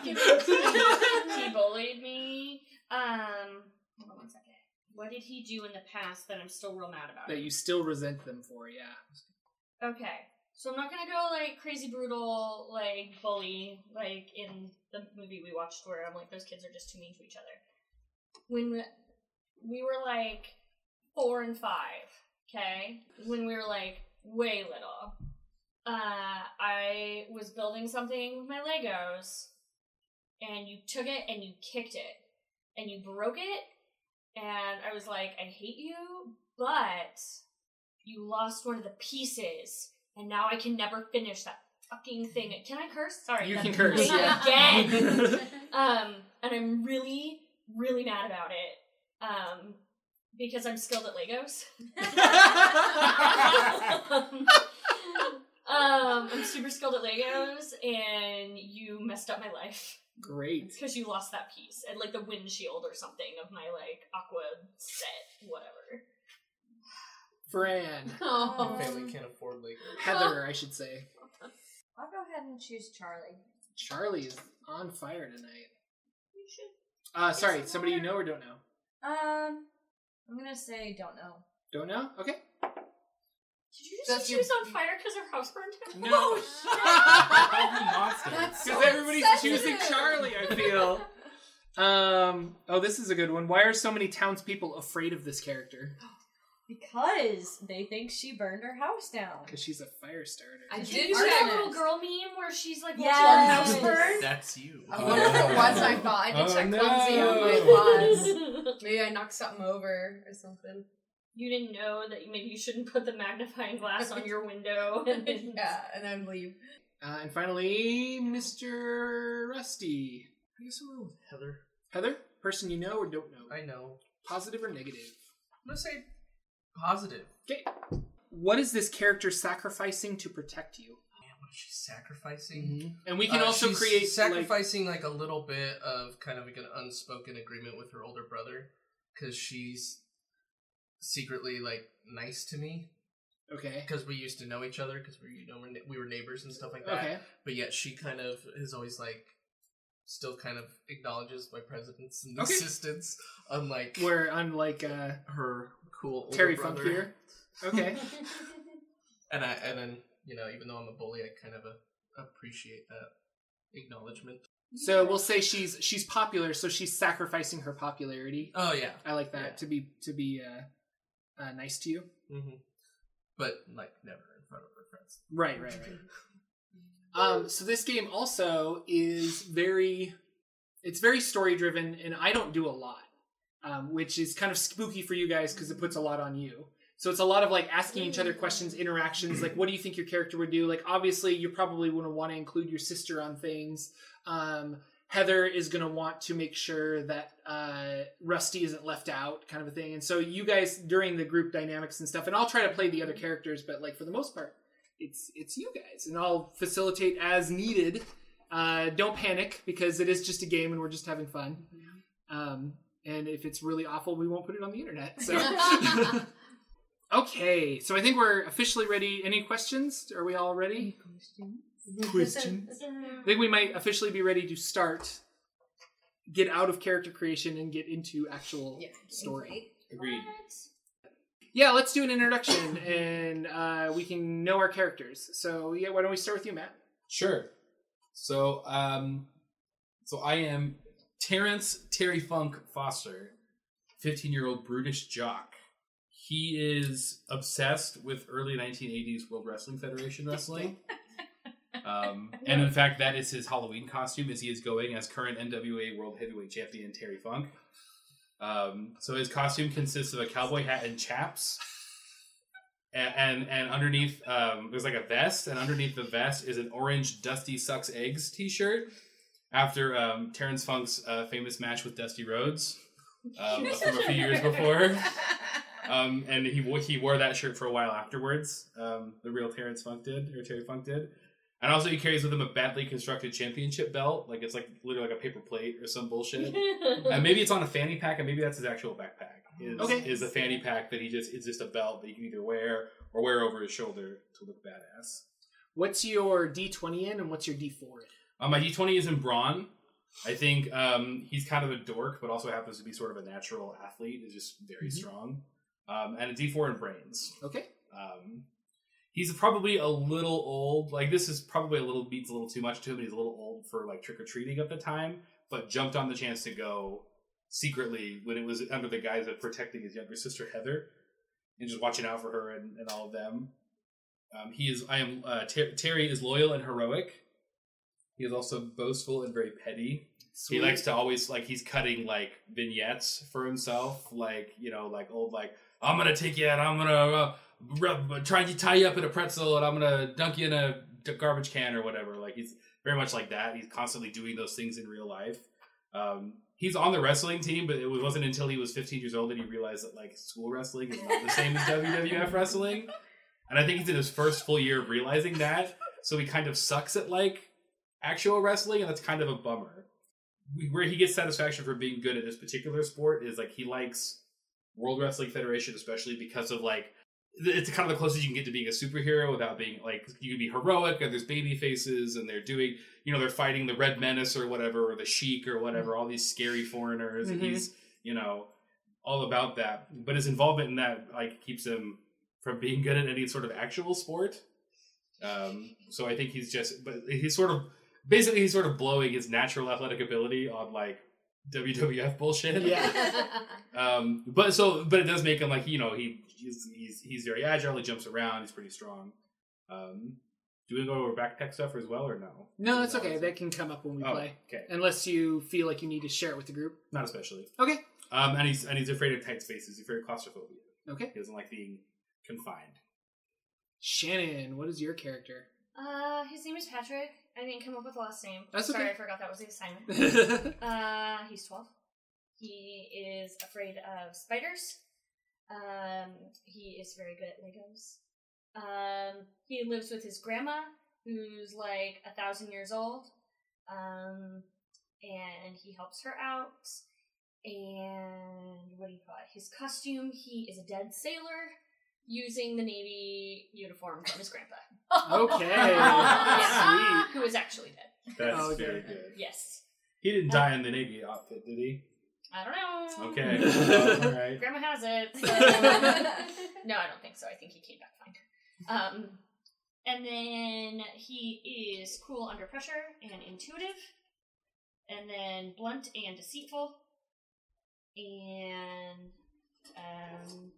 Speaker 4: he bullied me. Um, hold on one second. What did he do in the past that I'm still real mad about?
Speaker 1: That you still resent them for? Yeah.
Speaker 4: Okay. So I'm not gonna go like crazy brutal, like bully, like in the movie we watched where I'm like, those kids are just too mean to each other. When we were like four and five, okay? When we were like way little, uh, I was building something with my Legos, and you took it and you kicked it, and you broke it, and I was like, I hate you, but you lost one of the pieces, and now I can never finish that fucking thing. Can I curse? Sorry.
Speaker 1: You
Speaker 4: that
Speaker 1: can curse,
Speaker 4: thing
Speaker 1: yeah.
Speaker 4: Again. Um, and I'm really, really mad about it. Um, because I'm skilled at Legos. um, I'm super skilled at Legos, and you messed up my life
Speaker 1: Great.
Speaker 4: because you lost that piece and like the windshield or something of my like aqua set, whatever. Um,
Speaker 1: Fran,
Speaker 6: My
Speaker 7: Oh.
Speaker 6: family can't afford Legos.
Speaker 1: Heather, I should say.
Speaker 3: I'll go ahead and choose Charlie.
Speaker 1: Charlie is on fire tonight.
Speaker 3: You should.
Speaker 1: Uh, sorry,
Speaker 3: It's
Speaker 1: somebody you
Speaker 3: another-
Speaker 1: know or don't know?
Speaker 3: Um, I'm gonna say don't know.
Speaker 1: Don't know? Okay.
Speaker 4: Did you just
Speaker 5: That's
Speaker 4: she
Speaker 5: your-
Speaker 4: was on fire because her house burned down? Oh,
Speaker 1: No.
Speaker 2: Monster.
Speaker 7: That's
Speaker 1: Because
Speaker 7: so
Speaker 1: everybody's choosing
Speaker 7: sensitive.
Speaker 1: Charlie, I feel. Um. Oh, this is a good one. Why are so many townspeople afraid of this character?
Speaker 6: Oh.
Speaker 3: Because they think she burned her house down.
Speaker 1: Because she's a fire starter.
Speaker 5: I
Speaker 4: Did
Speaker 5: did
Speaker 4: you see
Speaker 3: Aren't
Speaker 4: that
Speaker 3: it?
Speaker 4: little girl meme where she's like, watching
Speaker 3: Yes.
Speaker 4: her house burn?
Speaker 6: That's you.
Speaker 5: I wonder if it was my fault. I did
Speaker 2: Oh,
Speaker 5: check
Speaker 2: no.
Speaker 5: clumsy on my paws. Maybe I knocked something over or something.
Speaker 4: you didn't know that maybe you shouldn't put the magnifying glass on your window.
Speaker 5: yeah, and then leave.
Speaker 1: Uh, and finally, Mr. Rusty.
Speaker 6: I guess I'm going with Heather.
Speaker 1: Heather, person you know or don't know,
Speaker 6: I know.
Speaker 1: positive or negative.
Speaker 6: I'm gonna say positive.
Speaker 1: Okay. What is this character sacrificing to protect you?
Speaker 6: Man, what is she sacrificing?
Speaker 1: And we can
Speaker 6: Uh,
Speaker 1: also
Speaker 6: she's
Speaker 1: create like,
Speaker 6: sacrificing like, a little bit of kind of like an unspoken agreement with her older brother because she's secretly like nice to me
Speaker 1: okay,
Speaker 6: because we used to know each other because we you know we're, ne- we were neighbors and stuff like that.
Speaker 1: okay,
Speaker 6: But yet she kind of is always like still kind of acknowledges my presence and
Speaker 1: Okay.
Speaker 6: assistance, unlike
Speaker 1: we're unlike uh,
Speaker 6: her cool older
Speaker 1: Terry
Speaker 6: brother.
Speaker 1: Funk here. Okay,
Speaker 6: And I and then you know even though I'm a bully, I kind of uh, appreciate that acknowledgement.
Speaker 1: so we'll say she's she's popular, so she's sacrificing her popularity.
Speaker 6: Oh yeah.
Speaker 1: I like that
Speaker 6: Yeah.
Speaker 1: to be to be uh, uh, nice to you.
Speaker 6: Mm-hmm. But like never in front of her friends.
Speaker 1: Right, right, right. Um, so this game also is very, it's very story driven, and I don't do a lot, um, which is kind of spooky for you guys because it puts a lot on you. So it's a lot of like asking each
Speaker 6: Mm.
Speaker 1: other questions, interactions, like what do you think your character would do? Like obviously you probably want to want to include your sister on things. Um, Heather is going to want to make sure that uh, Rusty isn't left out, kind of a thing. And so you guys during the group dynamics and stuff, and I'll try to play the other characters, but like for the most part, it's it's you guys, and I'll facilitate as needed. Uh, don't panic because it is just a game, and we're just having fun. Um, and if it's really awful, we won't put it on the internet. So. Okay, so I think we're officially ready. Any questions? Are we all ready?
Speaker 7: Questions.
Speaker 1: I think we might officially be ready to start, get out of character creation, and get into actual
Speaker 5: Yeah.
Speaker 1: story.
Speaker 2: Agreed.
Speaker 1: Yeah, let's do an introduction, and uh, we can know our characters. So yeah, why don't we start with you, Matt?
Speaker 2: Sure. So, um, so I am Terrence Terry Funk Foster, fifteen-year-old brutish jock. He is obsessed with early 1980s World Wrestling Federation wrestling. Um, and in fact, that is his Halloween costume as he is going as current NWA World Heavyweight Champion Terry Funk. Um, so his costume consists of a cowboy hat and chaps, and and, and underneath um, there's like a vest, and underneath the vest is an orange Dusty sucks eggs T-shirt after um, Terrence Funk's uh, famous match with Dusty Rhodes um, from a few years before. Um, and he wo- he wore that shirt for a while afterwards. Um, the real Terrence Funk did, or Terry Funk did. And also, he carries with him a badly constructed championship belt, like it's like literally like a paper plate or some bullshit. and maybe it's on a fanny pack, and maybe that's his actual backpack. is
Speaker 1: Okay.
Speaker 2: is a fanny pack that he just it's just a belt that you can either wear or wear over his shoulder to look badass.
Speaker 1: What's your D20 in and what's your D4 in?
Speaker 2: Um, my D twenty is in Braun. I think um, he's kind of a dork, but also happens to be sort of a natural athlete. Is just very
Speaker 1: Mhm.
Speaker 2: strong. Um, and a D four in brains.
Speaker 1: Okay.
Speaker 2: Um, he's probably a little old. Like this is probably a little beats a little too much to him. He's a little old for like trick or treating at the time, but jumped on the chance to go secretly when it was under the guise of protecting his younger sister Heather and just watching out for her and, and all of them. Um, he is. I am. Uh, Ter- Terry is loyal and heroic. He is also boastful and very petty. He likes to always like he's cutting like vignettes for himself, like you know, like old like I'm gonna take you out, I'm gonna uh, rub, try to tie you up in a pretzel, and I'm gonna dunk you in a d- garbage can or whatever. Like he's very much like that. He's constantly doing those things in real life. Um, he's on the wrestling team, but it wasn't until he was 15 years old that he realized that like school wrestling is not the same as WWF wrestling. And I think he's in his first full year of realizing that, so he kind of sucks at like actual wrestling, and that's kind of a bummer. We- Where he gets satisfaction for being good at this particular sport is like he likes World Wrestling Federation, especially because of like it's kind of the closest you can get to being a superhero without being like you can be heroic and there's baby faces and they're doing you know they're fighting the Red Menace or whatever or the Sheik or whatever all these scary foreigners and
Speaker 1: Mhm.
Speaker 2: he's you know all about that but his involvement in that like keeps him from being good at any sort of actual sport um, so I think he's just but he's sort of basically he's sort of blowing his natural athletic ability on like WWF bullshit
Speaker 1: Yeah.
Speaker 2: um, but so, but it does make him like you know he he's he's, he's very agile. He jumps around. He's pretty strong. Um, do we go over backpack stuff as well or no?
Speaker 1: No, that's okay. That can come up when we
Speaker 2: oh,
Speaker 1: play.
Speaker 2: okay,
Speaker 1: Unless you feel like you need to share it with the group.
Speaker 2: not especially.
Speaker 1: Okay.
Speaker 2: Um, and he's and he's afraid of tight spaces. He's very claustrophobic.
Speaker 1: Okay.
Speaker 2: He doesn't like being confined.
Speaker 1: Shannon, what is your character?
Speaker 4: Uh, his name is Patrick. I didn't come up with the last name.
Speaker 1: That's
Speaker 4: Sorry,
Speaker 1: okay.
Speaker 4: I forgot that was the assignment.
Speaker 1: okay.
Speaker 4: Uh, he's 12. He is afraid of spiders. Um, he is very good at Legos. Um, he lives with his grandma, who's like a thousand years old. Um, and he helps her out. And what do you call it? His costume, he is a dead sailor using the Navy uniform from his grandpa,
Speaker 1: Sweet.
Speaker 4: who is actually dead.
Speaker 2: That's
Speaker 1: Oh, Okay.
Speaker 2: very good.
Speaker 4: Yes.
Speaker 2: He didn't die in the navy outfit, did he?
Speaker 4: I don't know.
Speaker 2: Okay. Um, all right.
Speaker 4: Grandma has it. so- no, I don't think so. I think he came back fine. Um, and then he is cool under pressure and intuitive, and then blunt and deceitful, and um,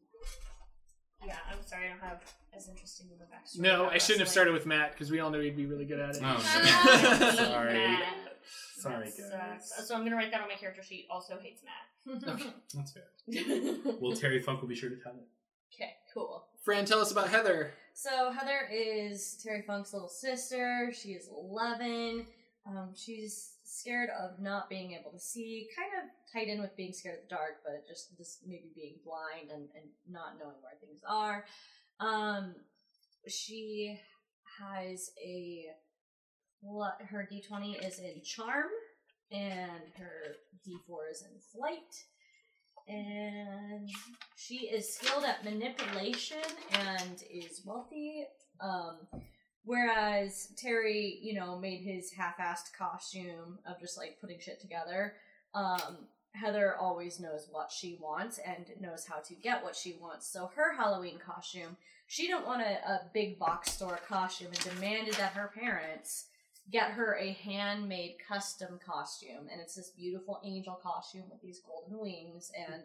Speaker 4: yeah. I'm sorry, I don't have as interesting of a backstory.
Speaker 1: No,
Speaker 4: about
Speaker 1: I shouldn't have
Speaker 4: wrestling.
Speaker 1: started with Matt because we all knew he'd be really good at it.
Speaker 2: Oh,
Speaker 4: I hate
Speaker 2: Sorry.
Speaker 4: Matt.
Speaker 2: Sorry,
Speaker 4: That
Speaker 2: guys.
Speaker 4: sucks. So I'm gonna write that on my character sheet. Also hates Matt.
Speaker 2: That's fair. Well, Terry Funk will be sure to tell it.
Speaker 4: okay, cool.
Speaker 1: Fran, tell us about Heather.
Speaker 7: So Heather is Terry Funk's little sister. She is 11. Um, she's scared of not being able to see, kind of tied in with being scared of the dark, but just this maybe being blind and, and not knowing where things are. Um, she has a what her d20 is in charm, and her d4 is in flight, and she is skilled at manipulation and is wealthy. Um, whereas Terry, you know, made his half-assed costume of just like putting shit together. Um, Heather always knows what she wants and knows how to get what she wants. So her Halloween costume, she didn't want a, a big box store costume and demanded that her parents get her a handmade custom costume. And it's this beautiful angel costume with these golden wings and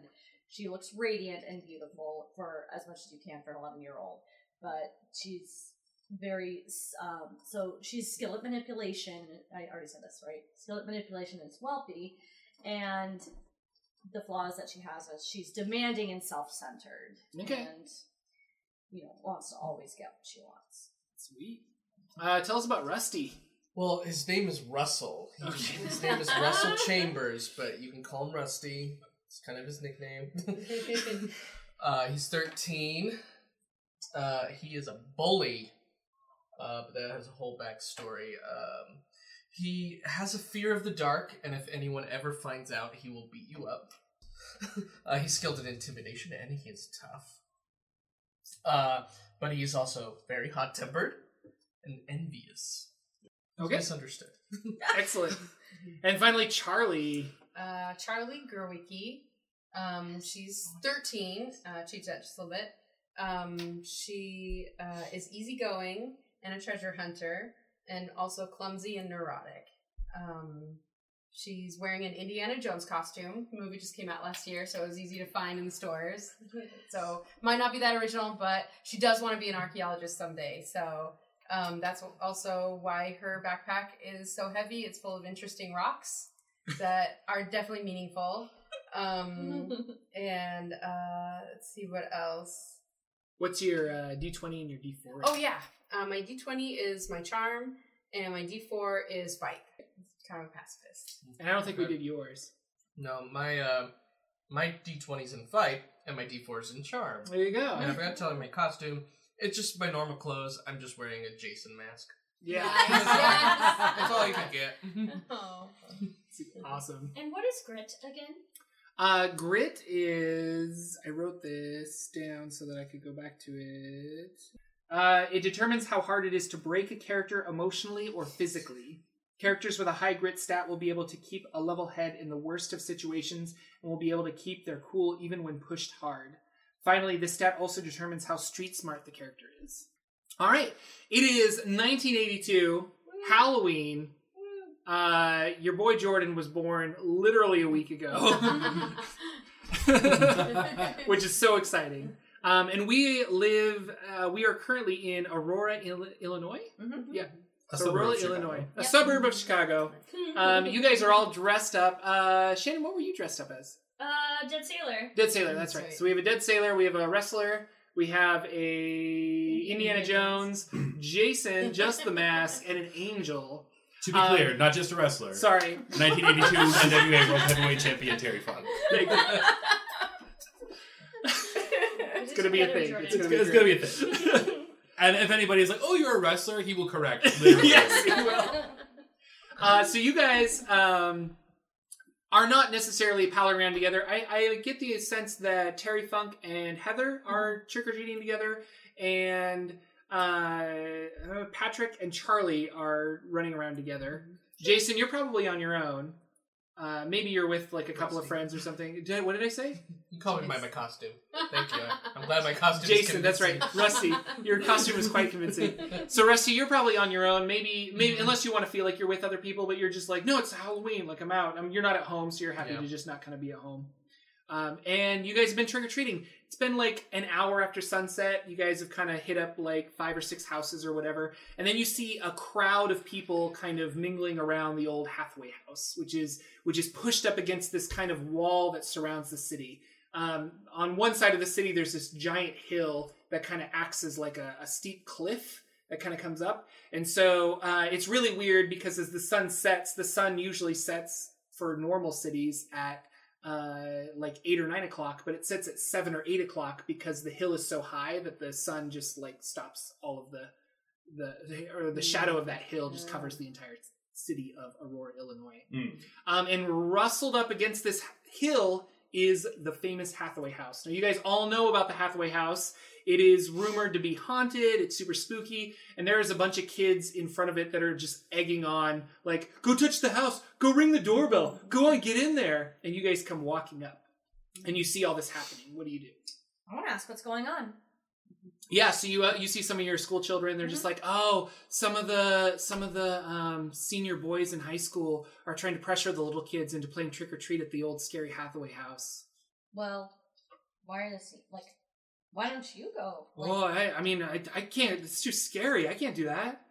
Speaker 7: she looks radiant and beautiful for as much as you can for an 11 year old but she's very um, so she's skilled at manipulation i already said this right skilled at manipulation and is wealthy and the flaws that she has is she's demanding and self-centered
Speaker 1: Okay.
Speaker 7: and you know wants to always get what she wants
Speaker 1: Sweet. Uh, tell us about Rusty.
Speaker 6: Well, his name is Russell. He-
Speaker 1: Okay.
Speaker 6: His name is Russell Chambers, but you can call him Rusty. It's kind of his nickname. uh, he's 13. Uh, he is a bully, uh, but that has a whole backstory. Um, he has a fear of the dark, and if anyone ever finds out, he will beat you up. uh, he's skilled in intimidation and he is tough. Uh, but he is also very hot tempered and envious. He's
Speaker 1: Okay.
Speaker 6: Misunderstood.
Speaker 1: Excellent. And finally, Charlie.
Speaker 5: Uh, Charlie Gerwicki. Um, she's 13. Uh, changed that just a little bit. Um, she uh, is easygoing and a treasure hunter, and also clumsy and neurotic. Um, she's wearing an Indiana Jones costume. The movie just came out last year, so it was easy to find in the stores. So might not be that original, but she does want to be an archaeologist someday. So um, that's also why her backpack is so heavy. It's full of interesting rocks that are definitely meaningful. Um, and uh, let's see what else.
Speaker 1: What's your uh, D20 and your D4?
Speaker 5: Oh yeah, uh, my D twenty is my charm, and my D four is fight. Kind of a pacifist.
Speaker 1: And I don't think we did yours.
Speaker 6: No, my uh, my D20 is in fight and my D4 is in charm.
Speaker 1: There you go.
Speaker 6: And I forgot to tell you my costume. It's just my normal clothes. I'm just wearing a Jason mask.
Speaker 1: Yeah.
Speaker 5: Nice.
Speaker 6: That's all you can get.
Speaker 1: Hmm.
Speaker 5: Oh,
Speaker 1: awesome.
Speaker 4: And what is grit again?
Speaker 1: Uh, grit is. I wrote this down so that I could go back to it. Uh, it determines how hard it is to break a character emotionally or physically. Characters with a high grit stat will be able to keep a level head in the worst of situations and will be able to keep their cool even when pushed hard. Finally, this stat also determines how street smart the character is. All right, it is 1982, Halloween. Uh, your boy Jordan was born literally a week ago. which is so exciting. Um, and we live, uh, we are currently in Aurora, Il- Illinois.
Speaker 2: A
Speaker 1: So
Speaker 2: suburb
Speaker 1: Aurora,
Speaker 2: of Chicago.
Speaker 1: Illinois, a
Speaker 4: Yep.
Speaker 1: suburb of Chicago. Um, you guys are all dressed up. Uh, Shannon, what were you dressed up as?
Speaker 4: Uh, dead sailor.
Speaker 1: Dead sailor. That's,
Speaker 5: That's
Speaker 1: right.
Speaker 5: right.
Speaker 1: So we have a dead sailor. We have a wrestler. We have a Indiana Jones, Jason, just the mask, and an angel.
Speaker 2: To be
Speaker 1: Um,
Speaker 2: clear, not just a wrestler.
Speaker 1: Sorry.
Speaker 2: 1982 NWA World Heavyweight Champion Terry Funk.
Speaker 1: It's gonna be a thing. It's
Speaker 2: It's,
Speaker 1: gonna be
Speaker 2: it's
Speaker 1: great.
Speaker 2: gonna be a thing. and if anybody's like, "Oh, you're a wrestler," he will correct. Literally.
Speaker 1: yes, he will. Uh, so you guys um, are not necessarily palling around together. I, I get the sense that Terry Funk and Heather are trick or treating together, and uh, uh, Patrick and Charlie are running around together. Jason, you're probably on your own. Uh, maybe you're with like a couple of friends or something. Did I- what did I say?
Speaker 6: You call me by my costume. Thank you. I'm glad my costume.
Speaker 1: Jason,
Speaker 6: is
Speaker 1: that's right.
Speaker 6: convincing.
Speaker 1: Rusty, your costume is quite convincing. So Rusty, you're probably on your own. Maybe, maybe
Speaker 6: Mhm.
Speaker 1: unless you want to feel like you're with other people, but you're just like, no, it's Halloween. Like I'm out. I mean, you're not at home, so you're happy
Speaker 6: Yeah.
Speaker 1: to just not kind of be at home. Um, and you guys have been trick or treating. It's been like an hour after sunset. You guys have kind of hit up like five or six houses or whatever, and then you see a crowd of people kind of mingling around the old Hathaway House, which is which is pushed up against this kind of wall that surrounds the city. Um, on one side of the city, there's this giant hill that kind of acts as like a, a steep cliff that kind of comes up. And so uh, it's really weird because as the sun sets, the sun usually sets for normal cities at uh, like eight or nine o'clock, but it sets at seven or eight o'clock because the hill is so high that the sun just like stops all of the the, the or the shadow of that hill just covers the entire city of Aurora, Illinois.
Speaker 2: Mm.
Speaker 1: Um, and rustled up against this hill is the famous Hathaway House. Now, you guys all know about the Hathaway House. It is rumored to be haunted. It's super spooky, and there is a bunch of kids in front of it that are just egging on, like, "Go touch the house! Go ring the doorbell! Go on, get in there!" And you guys come walking up, and you see all this happening. What do you do?
Speaker 7: I want to ask what's going on.
Speaker 1: Yeah, so you uh, you see some of your school children. They're just like, oh, some of the some of the um, senior boys in high school are trying to pressure the little kids into playing trick or treat at the old scary Hathaway house.
Speaker 7: Well, why are this like? Why don't you go? Like,
Speaker 1: oh, I, I mean, I, I can't. It's too scary. I can't do that.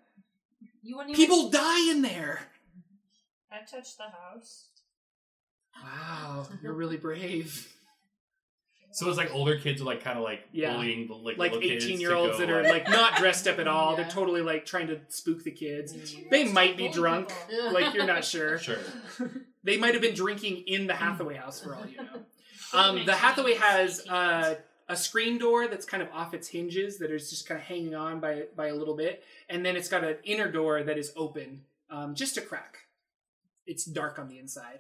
Speaker 7: you wouldn't even-
Speaker 1: People die in there.
Speaker 4: I touched the house.
Speaker 1: Wow, you're really brave.
Speaker 2: So it's like older kids are like kind of like
Speaker 1: Yeah.
Speaker 2: bullying the like,
Speaker 1: Like
Speaker 2: little kids to
Speaker 1: eighteen year olds
Speaker 2: go,
Speaker 1: that are like not dressed up at all.
Speaker 5: Yeah.
Speaker 1: They're totally like trying to spook the kids.
Speaker 4: She
Speaker 1: They
Speaker 4: really
Speaker 1: might be
Speaker 4: bullied
Speaker 1: drunk.
Speaker 4: people.
Speaker 1: Like you're not sure.
Speaker 2: sure.
Speaker 1: They might have been drinking in the Hathaway house for all you know.
Speaker 4: She
Speaker 1: Um,
Speaker 4: makes
Speaker 1: the
Speaker 4: me
Speaker 1: Hathaway has
Speaker 4: sneaky.
Speaker 1: uh, a screen door that's kind of off its hinges that is just kind of hanging on by by a little bit, and then it's got an inner door that is open, um, just a crack. It's dark on the inside,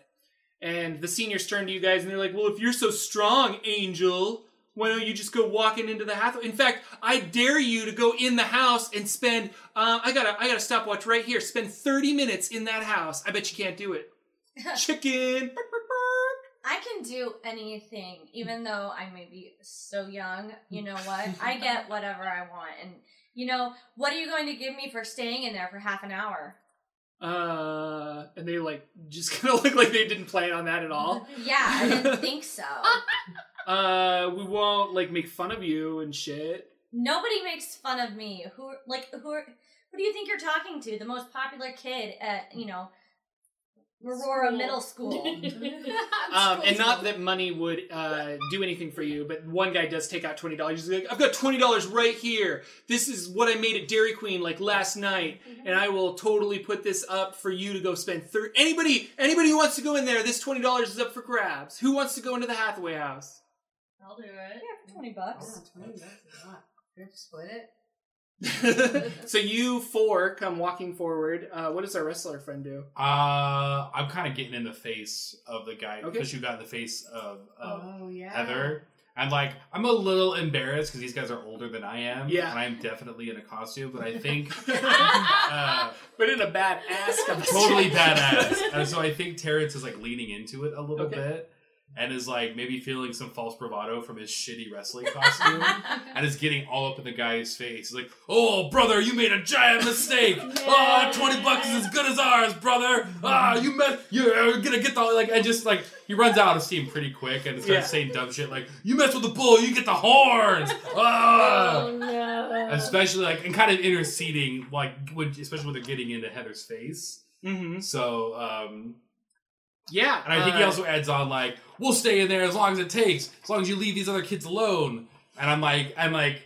Speaker 1: And the seniors turn to you guys and they're like, Well, if you're so strong, Angel, why don't you just go walking into the Hathaway? In fact, I dare you to go in the house and spend. Uh, I got a I got a stopwatch right here. Spend thirty minutes in that house. I bet you can't do it. Chicken.
Speaker 7: I can do anything, even though I may be so young. You know what? I get whatever I want. And, you know, what are you going to give me for staying in there for half an hour?
Speaker 1: Uh, and they like just kind of look like they didn't plan on that at all.
Speaker 7: Yeah, I didn't think so.
Speaker 1: Uh, we won't like make fun of you and shit.
Speaker 7: Nobody makes fun of me. Who, like, who are, who do you think you're talking to? The most popular kid at, you know, Aurora
Speaker 4: School.
Speaker 7: Middle School.
Speaker 1: Um, and not that money would uh, do anything for you, but one guy does take out twenty dollars. He's like, "I've got twenty dollars right here. This is what I made at Dairy Queen like last night, and I will totally put this up for you to go spend." Thir- anybody, anybody who wants to go in there, this twenty dollars is up for grabs. Who wants to go into the Hathaway house?
Speaker 4: I'll do it.
Speaker 7: Yeah, 20 bucks.
Speaker 5: You have to split it.
Speaker 1: so you four come walking forward. Uh, what does our wrestler friend do?
Speaker 2: Uh, I'm kind of getting in the face of the guy
Speaker 1: Okay.
Speaker 2: because you got in the face of,
Speaker 1: Uh,
Speaker 2: of
Speaker 5: oh yeah.
Speaker 2: Heather. And like, I'm a little embarrassed because these guys are older than I am.
Speaker 1: Yeah.
Speaker 2: And I'm definitely in a costume, but I think uh,
Speaker 1: But in a bad ass costume.
Speaker 2: totally badass. And so I think Terrence is like leaning into it a little
Speaker 1: Okay.
Speaker 2: bit and is like maybe feeling some false bravado from his shitty wrestling costume. and is getting all up in the guy's face. He's like, oh, brother, you made a giant mistake. Ah, 20 bucks is as good as ours, brother.
Speaker 1: Mm-hmm.
Speaker 2: Ah, you mess, you're gonna get the, like, and just like, he runs out of steam pretty quick and starts
Speaker 1: Yeah.
Speaker 2: saying dumb shit like, you mess with the bull, you get the horns.
Speaker 1: Oh,
Speaker 2: Ah.
Speaker 4: no.
Speaker 2: Especially like, and kind of interceding, like, when, especially when they're getting into Heather's face.
Speaker 1: Mm-hmm.
Speaker 2: So, um,
Speaker 1: Yeah,
Speaker 2: and I think he
Speaker 1: uh,
Speaker 2: also adds on like, "We'll stay in there as long as it takes, as long as you leave these other kids alone." And I'm like, I'm like,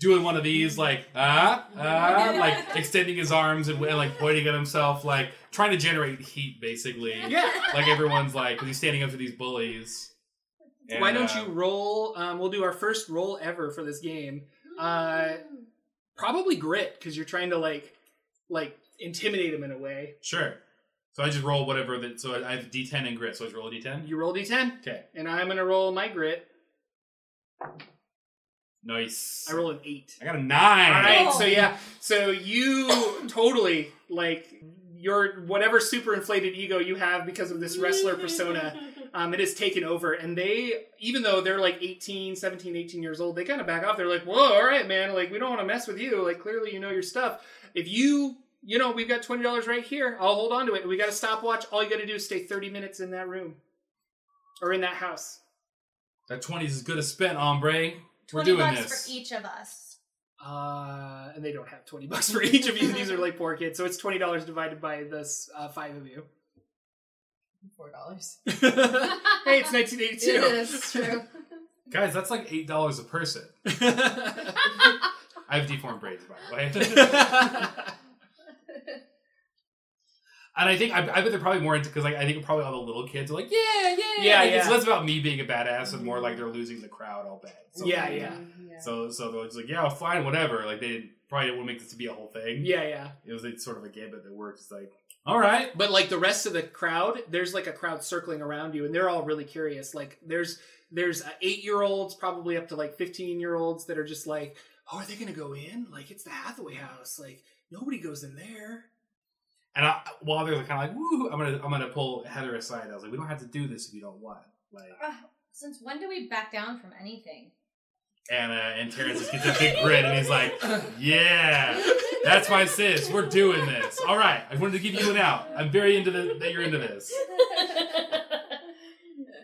Speaker 2: doing one of these like, ah, ah, like extending his arms and, and like pointing at himself, like trying to generate heat, basically.
Speaker 1: Yeah.
Speaker 2: Like everyone's like, 'cause he's standing up to these bullies. And,
Speaker 1: Why don't
Speaker 2: uh,
Speaker 1: you roll? Um, we'll do our first roll ever for this game. Uh, probably grit because you're trying to like, like intimidate him in a way.
Speaker 2: Sure. So I just roll whatever that. So I I have D10 and grit. So I just roll a D10.
Speaker 1: You roll d10,
Speaker 2: Okay.
Speaker 1: and I'm gonna roll my grit.
Speaker 2: Nice.
Speaker 1: I roll an eight.
Speaker 2: I got a nine.
Speaker 1: All right,
Speaker 7: Oh.
Speaker 1: so yeah, so you totally like your whatever super inflated ego you have because of this wrestler persona. Um, it has taken over, and they, even though they're like 18, 17, 18 years old, they kind of back off. They're like, "Whoa, all right, man. Like, we don't want to mess with you. Like, clearly, you know your stuff. If you, you know, we've got twenty dollars right here. I'll hold on to it. We got a stopwatch. All you got to do is stay thirty minutes in that room, or in that house.
Speaker 2: That 20 is as good as spent, hombre. We're
Speaker 7: 20
Speaker 2: doing
Speaker 7: bucks
Speaker 2: this.
Speaker 7: for each of us.
Speaker 1: Uh, and they don't have 20 bucks for each of you. These are like poor kids. So it's $20 divided by this uh, five of you.
Speaker 3: Four dollars.
Speaker 1: hey, it's 1982.
Speaker 3: Yes, true.
Speaker 2: Guys, that's like eight dollars a person. I have deformed braids, by the way, and I think I, I bet they're probably more into because like, I think probably all the little kids are like, yeah, yeah,
Speaker 1: Yeah,
Speaker 2: Like, It's
Speaker 1: yeah.
Speaker 2: less about me being a badass and more like they're losing the crowd. I'll bet. So,
Speaker 1: Yeah, yeah.
Speaker 2: So so they're just like, yeah, fine, whatever. Like they probably didn't want to make this to be a whole thing.
Speaker 1: yeah, yeah.
Speaker 2: it was it's sort of a gambit that worked. It's like, all right,
Speaker 1: But like the rest of the crowd, there's like a crowd circling around you, and they're all really curious. Like there's there's uh, eight year olds, probably up to like 15 year olds that are just like, oh, are they gonna go in? Like it's the Hathaway house. Like nobody goes in there.
Speaker 2: and I, while they're kind of like, woo, I'm gonna I'm gonna pull Heather aside. I was like, we don't have to do this if you don't want. Like,
Speaker 7: Ugh, since when do we back down from anything?
Speaker 2: and uh, and Terrence just gets a big grin and he's like, yeah. That's my sis. We're doing this. All right. I wanted to give you an out. I'm very into the, that you're into this.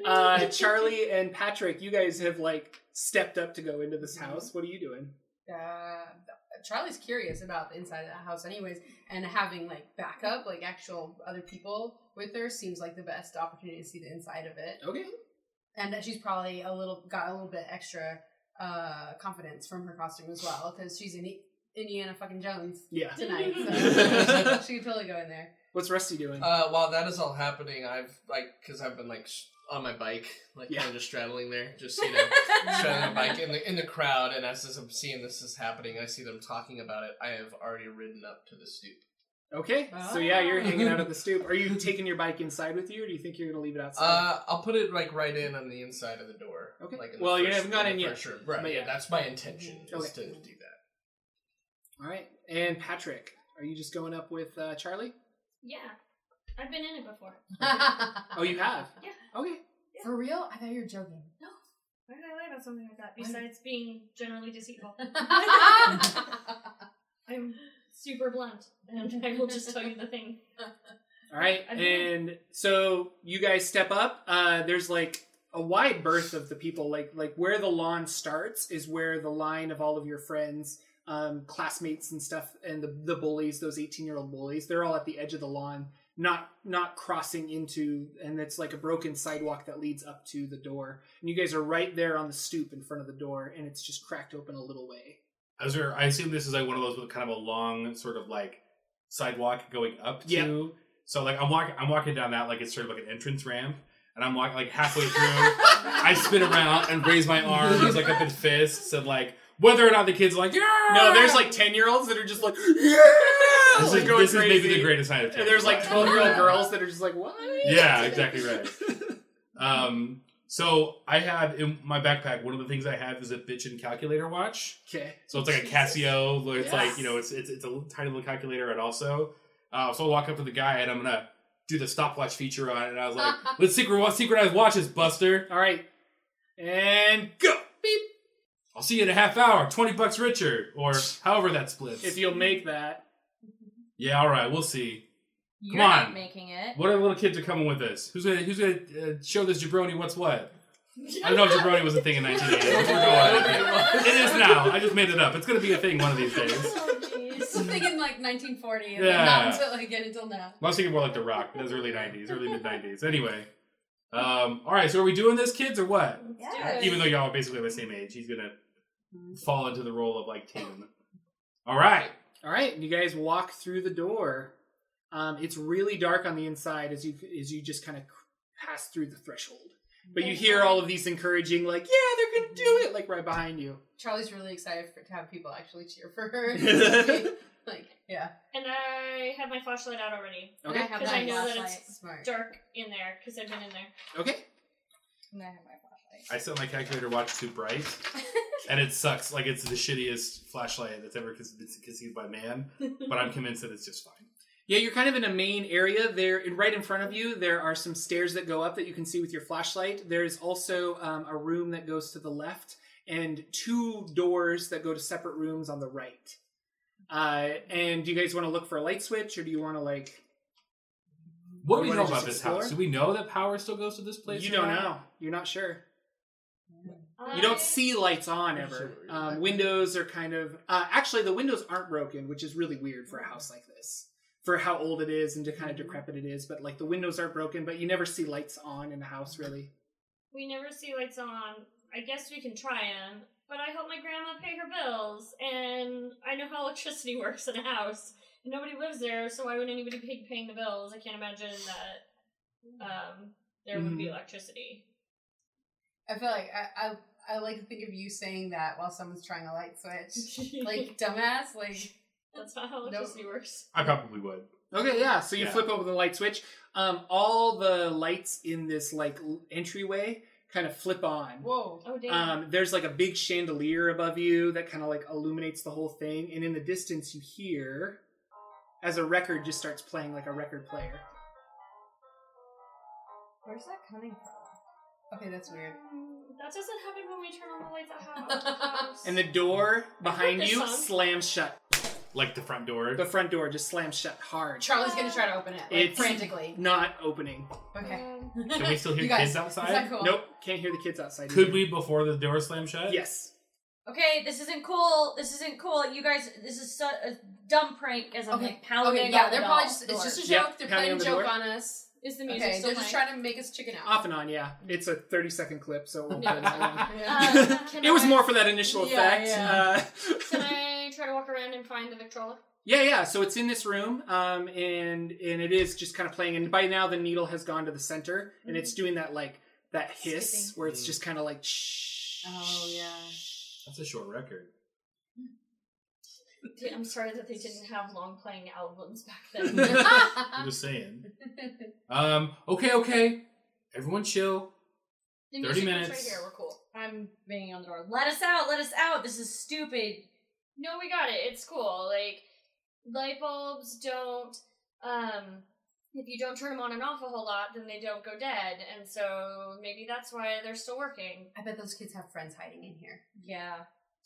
Speaker 1: Uh, Charlie and Patrick, you guys have like stepped up to go into this
Speaker 6: Mm-hmm.
Speaker 1: house. What are you doing?
Speaker 3: Uh, Charlie's curious about the inside of the house, anyways, and having like backup, like actual other people with her, seems like the best opportunity to see the inside of it.
Speaker 1: Okay.
Speaker 3: and that she's probably a little got a little bit extra uh confidence from her costume as well because she's in Indiana fucking Jones
Speaker 1: Yeah.
Speaker 3: tonight. So she could totally go in there.
Speaker 1: What's Rusty doing?
Speaker 6: Uh, while that is all happening, I've like because I've been like sh- on my bike, like
Speaker 1: Yeah.
Speaker 6: kind of just straddling there, just you know, straddling a bike in the in the crowd. And as I'm seeing this is happening, I see them talking about it. I have already ridden up to the stoop.
Speaker 1: Okay. So yeah,
Speaker 6: ah.
Speaker 1: you're hanging out at the stoop. Are you taking your bike inside with you, or do you think you're gonna leave it outside?
Speaker 6: Uh, I'll put it like right in on the inside of the door.
Speaker 1: Okay.
Speaker 6: Like in
Speaker 1: Well,
Speaker 6: the
Speaker 1: you
Speaker 6: first,
Speaker 1: haven't gone
Speaker 6: the
Speaker 1: in yet,
Speaker 6: first room. Right.
Speaker 1: but
Speaker 6: yeah,
Speaker 1: yeah.
Speaker 6: that's my intention is
Speaker 1: Okay.
Speaker 6: to do that.
Speaker 1: All right. And Patrick, are you just going up with uh, Charlie?
Speaker 4: Yeah. I've been in it before.
Speaker 1: Oh, you have.
Speaker 4: Yeah.
Speaker 1: Okay.
Speaker 3: For real? I thought you were joking.
Speaker 4: Why did I lie about something like that? Besides being generally deceitful. I'm super blunt, and I will just tell you the thing.
Speaker 1: All right,
Speaker 4: I'm
Speaker 1: and so you guys step up. Uh, there's like a wide berth of the people. Like like where the lawn starts is where the line of all of your friends, um, classmates, and stuff, and the the bullies, those 18 year old bullies, they're all at the edge of the lawn, not not crossing into, and it's like a broken sidewalk that leads up to the door. And you guys are right there on the stoop in front of the door, and it's just cracked open a little way.
Speaker 2: As there, I assume this is like one of those with kind of a long sort of like sidewalk going up to.
Speaker 1: Yeah.
Speaker 2: So like I'm walking, I'm walking down that like it's sort of like an entrance ramp, and I'm walking like halfway through. I spin around and raise my arms like up in fists and like whether or not the kids are like yeah.
Speaker 1: No, there's like 10 year olds that are just like yeah,
Speaker 2: this,
Speaker 1: like
Speaker 2: is,
Speaker 1: going
Speaker 2: this is maybe
Speaker 1: crazy.
Speaker 2: the greatest sign of terror.
Speaker 1: And there's like
Speaker 2: Right.
Speaker 1: 12 year old girls that are just like, what?
Speaker 2: Yeah, exactly right. Um, so I had in my backpack one of the things I have is a bitchin' calculator watch.
Speaker 1: Okay.
Speaker 2: So it's like a Casio. Where it's like you know,
Speaker 1: Yes.
Speaker 2: it's it's it's a little, tiny little calculator, and also, uh, so I walk up to the guy and I'm gonna do the stopwatch feature on it, and I was like, "Let's synchro- synchronize watches, Buster.
Speaker 1: All right. And go. Beep.
Speaker 2: I'll see you in a half hour. Twenty bucks richer, or however that splits."
Speaker 1: If you'll make that.
Speaker 2: yeah, all right, we'll see.
Speaker 7: You're
Speaker 2: Come
Speaker 7: not
Speaker 2: on.
Speaker 7: making it.
Speaker 2: What are the little kids are coming with us? Who's gonna who's gonna uh, show this jabroni what's what? I don't know if jabroni was a thing in 1980. We're going on.
Speaker 6: I don't think
Speaker 2: It is now. I just made it up. It's gonna be a thing one of these days.
Speaker 7: Oh, jeez.
Speaker 3: Something in like 1940, and
Speaker 2: Yeah.
Speaker 3: then not until again until now.
Speaker 2: I was thinking more like the Rock, but it was early '90s, early mid '90s. Anyway, um, all right. So are we doing this, kids, or what?
Speaker 7: Yeah.
Speaker 2: Even though y'all are basically the same age, he's gonna fall into the role of like Tatum. All right.
Speaker 1: All right. And you guys walk through the door. Um, it's really dark on the inside as you as you just kind of pass through the threshold. But you hear all of these encouraging, like, yeah, they're gonna do it, like right behind you.
Speaker 3: Charlie's really excited for, to have people actually cheer for her. like, yeah.
Speaker 4: And I have my flashlight out already.
Speaker 3: And I
Speaker 1: Okay.
Speaker 3: have
Speaker 4: 'Cause
Speaker 3: my
Speaker 4: I know that
Speaker 3: flashlight.
Speaker 4: it's
Speaker 3: smart.
Speaker 4: Dark in there, because I've been in there.
Speaker 1: Okay.
Speaker 7: And I have my flashlight.
Speaker 2: I set my calculator watch too bright, and it sucks. Like it's the shittiest flashlight that's ever con- it's conceived by man. But I'm convinced that it's just fine.
Speaker 1: Yeah, you're kind of in a main area. There, right in front of you, there are some stairs that go up that you can see with your flashlight. There is also um, a room that goes to the left and two doors that go to separate rooms on the right. Uh, and do you guys want to look for a light switch, or do you want to like?
Speaker 2: What do
Speaker 1: You
Speaker 2: we
Speaker 1: wanna
Speaker 2: know about
Speaker 1: just
Speaker 2: this
Speaker 1: explore?
Speaker 2: house? Do we know that power still goes to this place?
Speaker 1: you
Speaker 2: or
Speaker 1: don't
Speaker 2: not?
Speaker 1: know. You're not sure. You don't see lights on ever. Um, windows are kind of uh, actually the windows aren't broken, which is really weird for a house like this, for how old it is and to kind of decrepit it is. But like the windows aren't broken, but you never see lights on in a house really.
Speaker 4: We never see lights on. I guess we can try them, but I help my grandma pay her bills, and I know how electricity works in a house. And nobody lives there, so why would anybody be paying the bills? I can't imagine that um, there would be
Speaker 1: Mhm.
Speaker 4: electricity.
Speaker 3: I feel like I, I I like to think of you saying that while someone's trying a light switch. Like dumbass, like
Speaker 4: that's not how
Speaker 3: Nope.
Speaker 4: electricity works.
Speaker 2: I probably would.
Speaker 1: Okay, yeah. So you
Speaker 2: Yeah.
Speaker 1: flip over the light switch. Um, all the lights in this like l- entryway kind of flip on.
Speaker 3: whoa.
Speaker 4: Oh damn!
Speaker 1: Um, there's like a big chandelier above you that kind of like illuminates the whole thing, and in the distance you hear as a record just starts playing like a record player.
Speaker 7: Where's that coming from?
Speaker 3: Okay, that's weird.
Speaker 4: that doesn't happen when we turn on the lights at house.
Speaker 1: And the door behind
Speaker 4: this
Speaker 1: you
Speaker 4: song.
Speaker 1: slams shut.
Speaker 2: Like the front door.
Speaker 1: The front door just slams shut hard,
Speaker 3: Charlie's gonna try to open it like,
Speaker 1: It's-
Speaker 3: frantically.
Speaker 1: not opening.
Speaker 3: Okay.
Speaker 4: Um,
Speaker 2: Can we still hear
Speaker 3: You guys,
Speaker 2: kids
Speaker 3: Is that
Speaker 2: outside?
Speaker 3: cool?
Speaker 1: Nope, can't hear the kids outside.
Speaker 2: Could
Speaker 1: either.
Speaker 2: we before the door slam shut?
Speaker 1: Yes.
Speaker 7: Okay, this isn't cool. This isn't cool. You guys, this is so, a dumb prank. As I'm
Speaker 3: Okay.
Speaker 7: like pounding.
Speaker 3: okay, yeah,
Speaker 7: on
Speaker 3: they're
Speaker 7: the
Speaker 3: probably
Speaker 7: doll-
Speaker 3: just
Speaker 7: door.
Speaker 3: it's just a joke.
Speaker 1: Yep, pounding
Speaker 3: They're playing
Speaker 1: on
Speaker 3: a
Speaker 1: the
Speaker 3: joke
Speaker 1: door.
Speaker 3: on us.
Speaker 4: is the music
Speaker 3: Okay,
Speaker 4: still
Speaker 3: they're just
Speaker 4: playing?
Speaker 3: trying to make us chicken out.
Speaker 1: Off and on, yeah. It's a 30 second clip, so it won't
Speaker 3: Yeah.
Speaker 1: play that long.
Speaker 3: Yeah.
Speaker 7: Um,
Speaker 4: Uh, can
Speaker 1: it was
Speaker 4: I-
Speaker 1: more for that initial
Speaker 3: Yeah,
Speaker 1: effect.
Speaker 3: yeah.
Speaker 1: Uh,
Speaker 4: Can I try to walk around and find the Victrola?
Speaker 1: yeah, yeah. So it's in this room, um, and and it is just kind of playing. And by now, the needle has gone to the center, and it's doing that like that hiss
Speaker 3: Mm. Skipping.
Speaker 1: where
Speaker 2: Mm.
Speaker 1: it's just kind of like shh.
Speaker 3: Oh yeah.
Speaker 2: That's a short record.
Speaker 4: I'm sorry that they didn't have long playing albums back then.
Speaker 2: I'm just saying. Um, okay, okay. Everyone chill.
Speaker 4: The
Speaker 2: 30
Speaker 4: music was
Speaker 2: minutes.
Speaker 4: Right here, we're cool.
Speaker 7: I'm banging on the door. Let us out! Let us out! This is stupid.
Speaker 4: No, we got it. It's cool. Like light bulbs don't. Um, if you don't turn them on and off a whole lot, then they don't go dead, and so maybe that's why they're still working.
Speaker 3: I bet those kids have friends hiding in here.
Speaker 7: Yeah.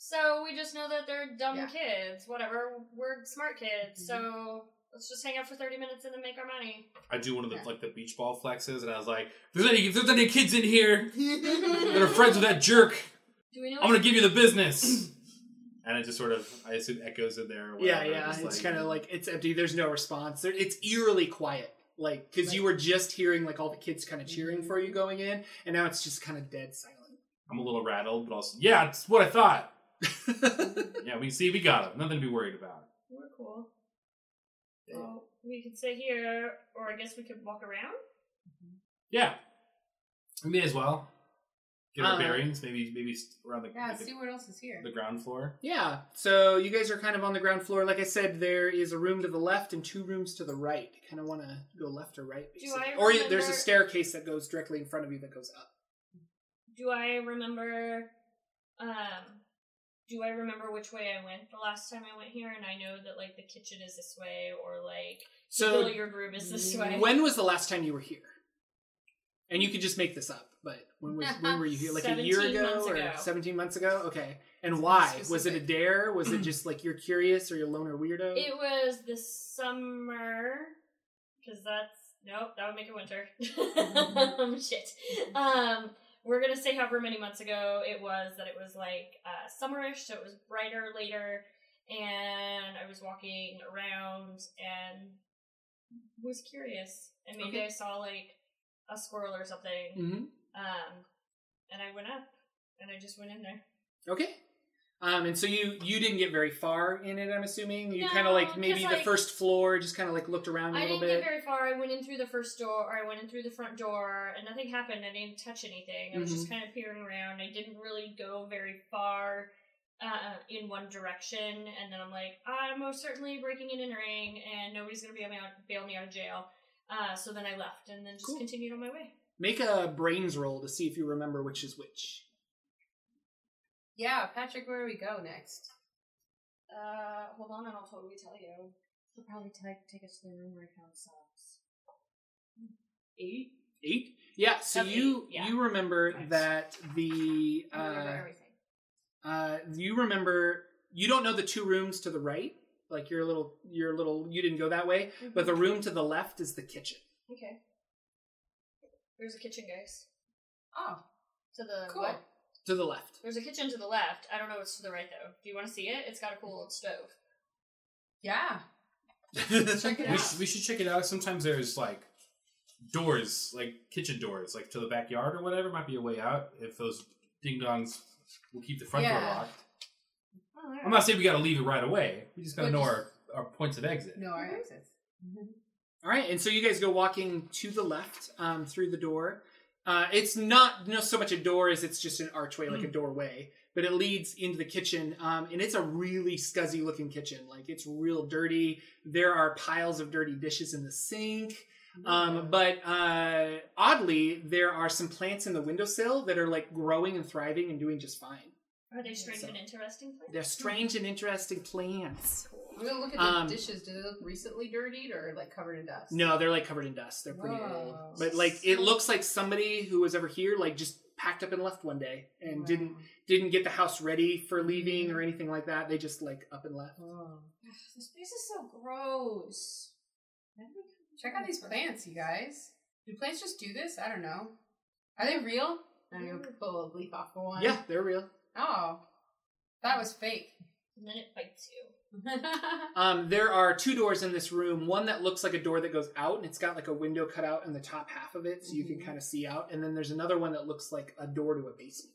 Speaker 4: So we just know that they're dumb
Speaker 3: Yeah.
Speaker 4: kids. Whatever, we're smart kids.
Speaker 7: Mm-hmm.
Speaker 4: So let's just hang out for thirty minutes and then make our money.
Speaker 2: I do one of the
Speaker 3: Yeah.
Speaker 2: like the beach ball flexes, and I was like, "If there's any, if there's any kids in here that are friends with that jerk,
Speaker 4: Do we know?
Speaker 2: I'm gonna give you the business." And it just sort of, I assume, echoes in there. or
Speaker 1: Yeah,
Speaker 2: whatever,
Speaker 1: yeah.
Speaker 2: just
Speaker 1: It's
Speaker 2: like-
Speaker 1: kind of like it's empty. There's no response. There, it's eerily quiet. Like because you were just hearing like all the kids kind of cheering for you going in, and now it's just kind of dead
Speaker 2: I'm a little rattled, but also, yeah, it's what I thought.
Speaker 1: silent.
Speaker 2: Yeah, we see, we got him. Nothing to be worried about.
Speaker 4: We're cool. Well, we could stay here, or I guess we could walk around.
Speaker 2: Yeah, we may as well get our
Speaker 1: Uh,
Speaker 2: bearings. Maybe, maybe around the
Speaker 3: Yeah,
Speaker 2: the,
Speaker 3: see what else is here.
Speaker 2: the ground floor.
Speaker 1: yeah. So you guys are kind of on the ground floor. Like I said, there is a room to the left and two rooms to the right. Kind of want to go left or right,
Speaker 4: Do
Speaker 1: basically.
Speaker 4: I
Speaker 1: or you- there's a
Speaker 4: remember-
Speaker 1: staircase that goes directly in front of you that goes up.
Speaker 4: Do I remember? Um, do I remember which way I went the last time I went here? And I know that like the kitchen is this way, or like the
Speaker 1: So
Speaker 4: billiard room is this way.
Speaker 1: when was the last time you were here? And you could just make this up, but when was when were you here? Like a year
Speaker 4: 17
Speaker 1: ago
Speaker 4: months
Speaker 1: or
Speaker 4: ago.
Speaker 1: seventeen months ago? Okay. And why? Was it a
Speaker 3: Specific.
Speaker 1: dare? Was it just like you're curious or you're loner weirdo?
Speaker 4: Mm. it was the summer, because that's nope. That would make it winter. Shit. Um, we're gonna say however many months ago it was that it was like uh, summerish, so it was brighter later. And I was walking around and was curious, and maybe
Speaker 3: Okay.
Speaker 4: I saw like a squirrel or something.
Speaker 1: hmm
Speaker 4: Um, and I went up, and I just went in there.
Speaker 1: Okay. Um, and so you you didn't get very far in it, I'm assuming. You kind
Speaker 4: No,
Speaker 1: of like maybe
Speaker 4: 'cause,
Speaker 1: the
Speaker 4: like,
Speaker 1: first floor, just kind of like looked around a
Speaker 4: I
Speaker 1: little
Speaker 4: didn't
Speaker 1: bit.
Speaker 4: get very far. I went in through the first door, or I went in through the front door, and nothing happened. I didn't touch anything. I was
Speaker 1: Mm-hmm.
Speaker 4: just kind of peering around. I didn't really go very far uh, in one direction, and then I'm like, I'm most certainly breaking and entering, and nobody's gonna be able to bail me out of jail. Uh, so then I left, and then just
Speaker 1: Cool.
Speaker 4: continued on my way.
Speaker 1: Make a brains roll to see if you remember which is which.
Speaker 3: Yeah, Patrick, where do we go next?
Speaker 4: Uh, hold on, and I'll totally tell you.
Speaker 7: They'll probably t- take us to the room where I found socks.
Speaker 1: Eight. Eight. Yeah. So
Speaker 4: Of
Speaker 1: you
Speaker 4: eight, yeah.
Speaker 1: you remember
Speaker 4: Nice.
Speaker 1: that the
Speaker 4: I remember
Speaker 1: uh,
Speaker 4: everything.
Speaker 1: uh, you remember you don't know the two rooms to the right. Like you're a little you're a little you didn't go that way, but the room to the left is the kitchen.
Speaker 4: Mm-hmm. Okay. There's a kitchen, guys.
Speaker 3: Oh,
Speaker 4: To the
Speaker 3: cool.
Speaker 4: what?
Speaker 1: To the left.
Speaker 4: There's a kitchen to the left. I don't know what's to the right though. Do you want to see it? It's got a cool old stove.
Speaker 3: Yeah.
Speaker 2: check we,
Speaker 3: it out.
Speaker 2: sh- we should check it out. Sometimes there's like doors, like kitchen doors, like to the backyard or whatever. Might be a way out if those ding dongs will keep the front door
Speaker 3: Yeah.
Speaker 2: locked. I'm not saying we got to leave it right away. We just got to
Speaker 3: But
Speaker 2: know
Speaker 3: just-
Speaker 2: our, our points of exit.
Speaker 3: No, our exits.
Speaker 1: All right, and so you guys go walking to the left um, through the door. Uh, it's not no so much a door as it's just an archway, like a doorway, but it leads into the kitchen, um, and it's a really scuzzy looking kitchen. Like it's real dirty. There are piles of dirty dishes in the sink. Um, but uh, oddly, there are some plants in the windowsill that are like growing and thriving and doing just fine.
Speaker 4: Are they strange
Speaker 1: So-
Speaker 4: and interesting? Oh Place?
Speaker 1: They're strange and interesting plants.
Speaker 3: I'm gonna look at the
Speaker 1: Um,
Speaker 3: dishes. Do they look recently dirtied or like covered in dust?
Speaker 1: No, they're like covered in dust. They're pretty old.
Speaker 3: Whoa.
Speaker 1: But like it looks like somebody who was ever here like just packed up and left one day and didn't didn't get the house ready for leaving or anything like that. They just like up and left.
Speaker 3: Oh.
Speaker 7: Ugh, this place is so gross. Where did we come
Speaker 3: Check
Speaker 7: from
Speaker 3: out these
Speaker 7: first?
Speaker 3: plants, you guys. Do plants just do this? I don't know. Are they real? I'm gonna pull a leaf off of one.
Speaker 1: Yeah, they're real.
Speaker 3: Oh, that was fake.
Speaker 4: And then it bites you.
Speaker 1: Um, there are two doors in this room. One that looks like a door that goes out, and it's got like a window cut out in the top half of it, so you can
Speaker 3: Mhm.
Speaker 1: kind of see out. And then there's another one that looks like a door to a basement.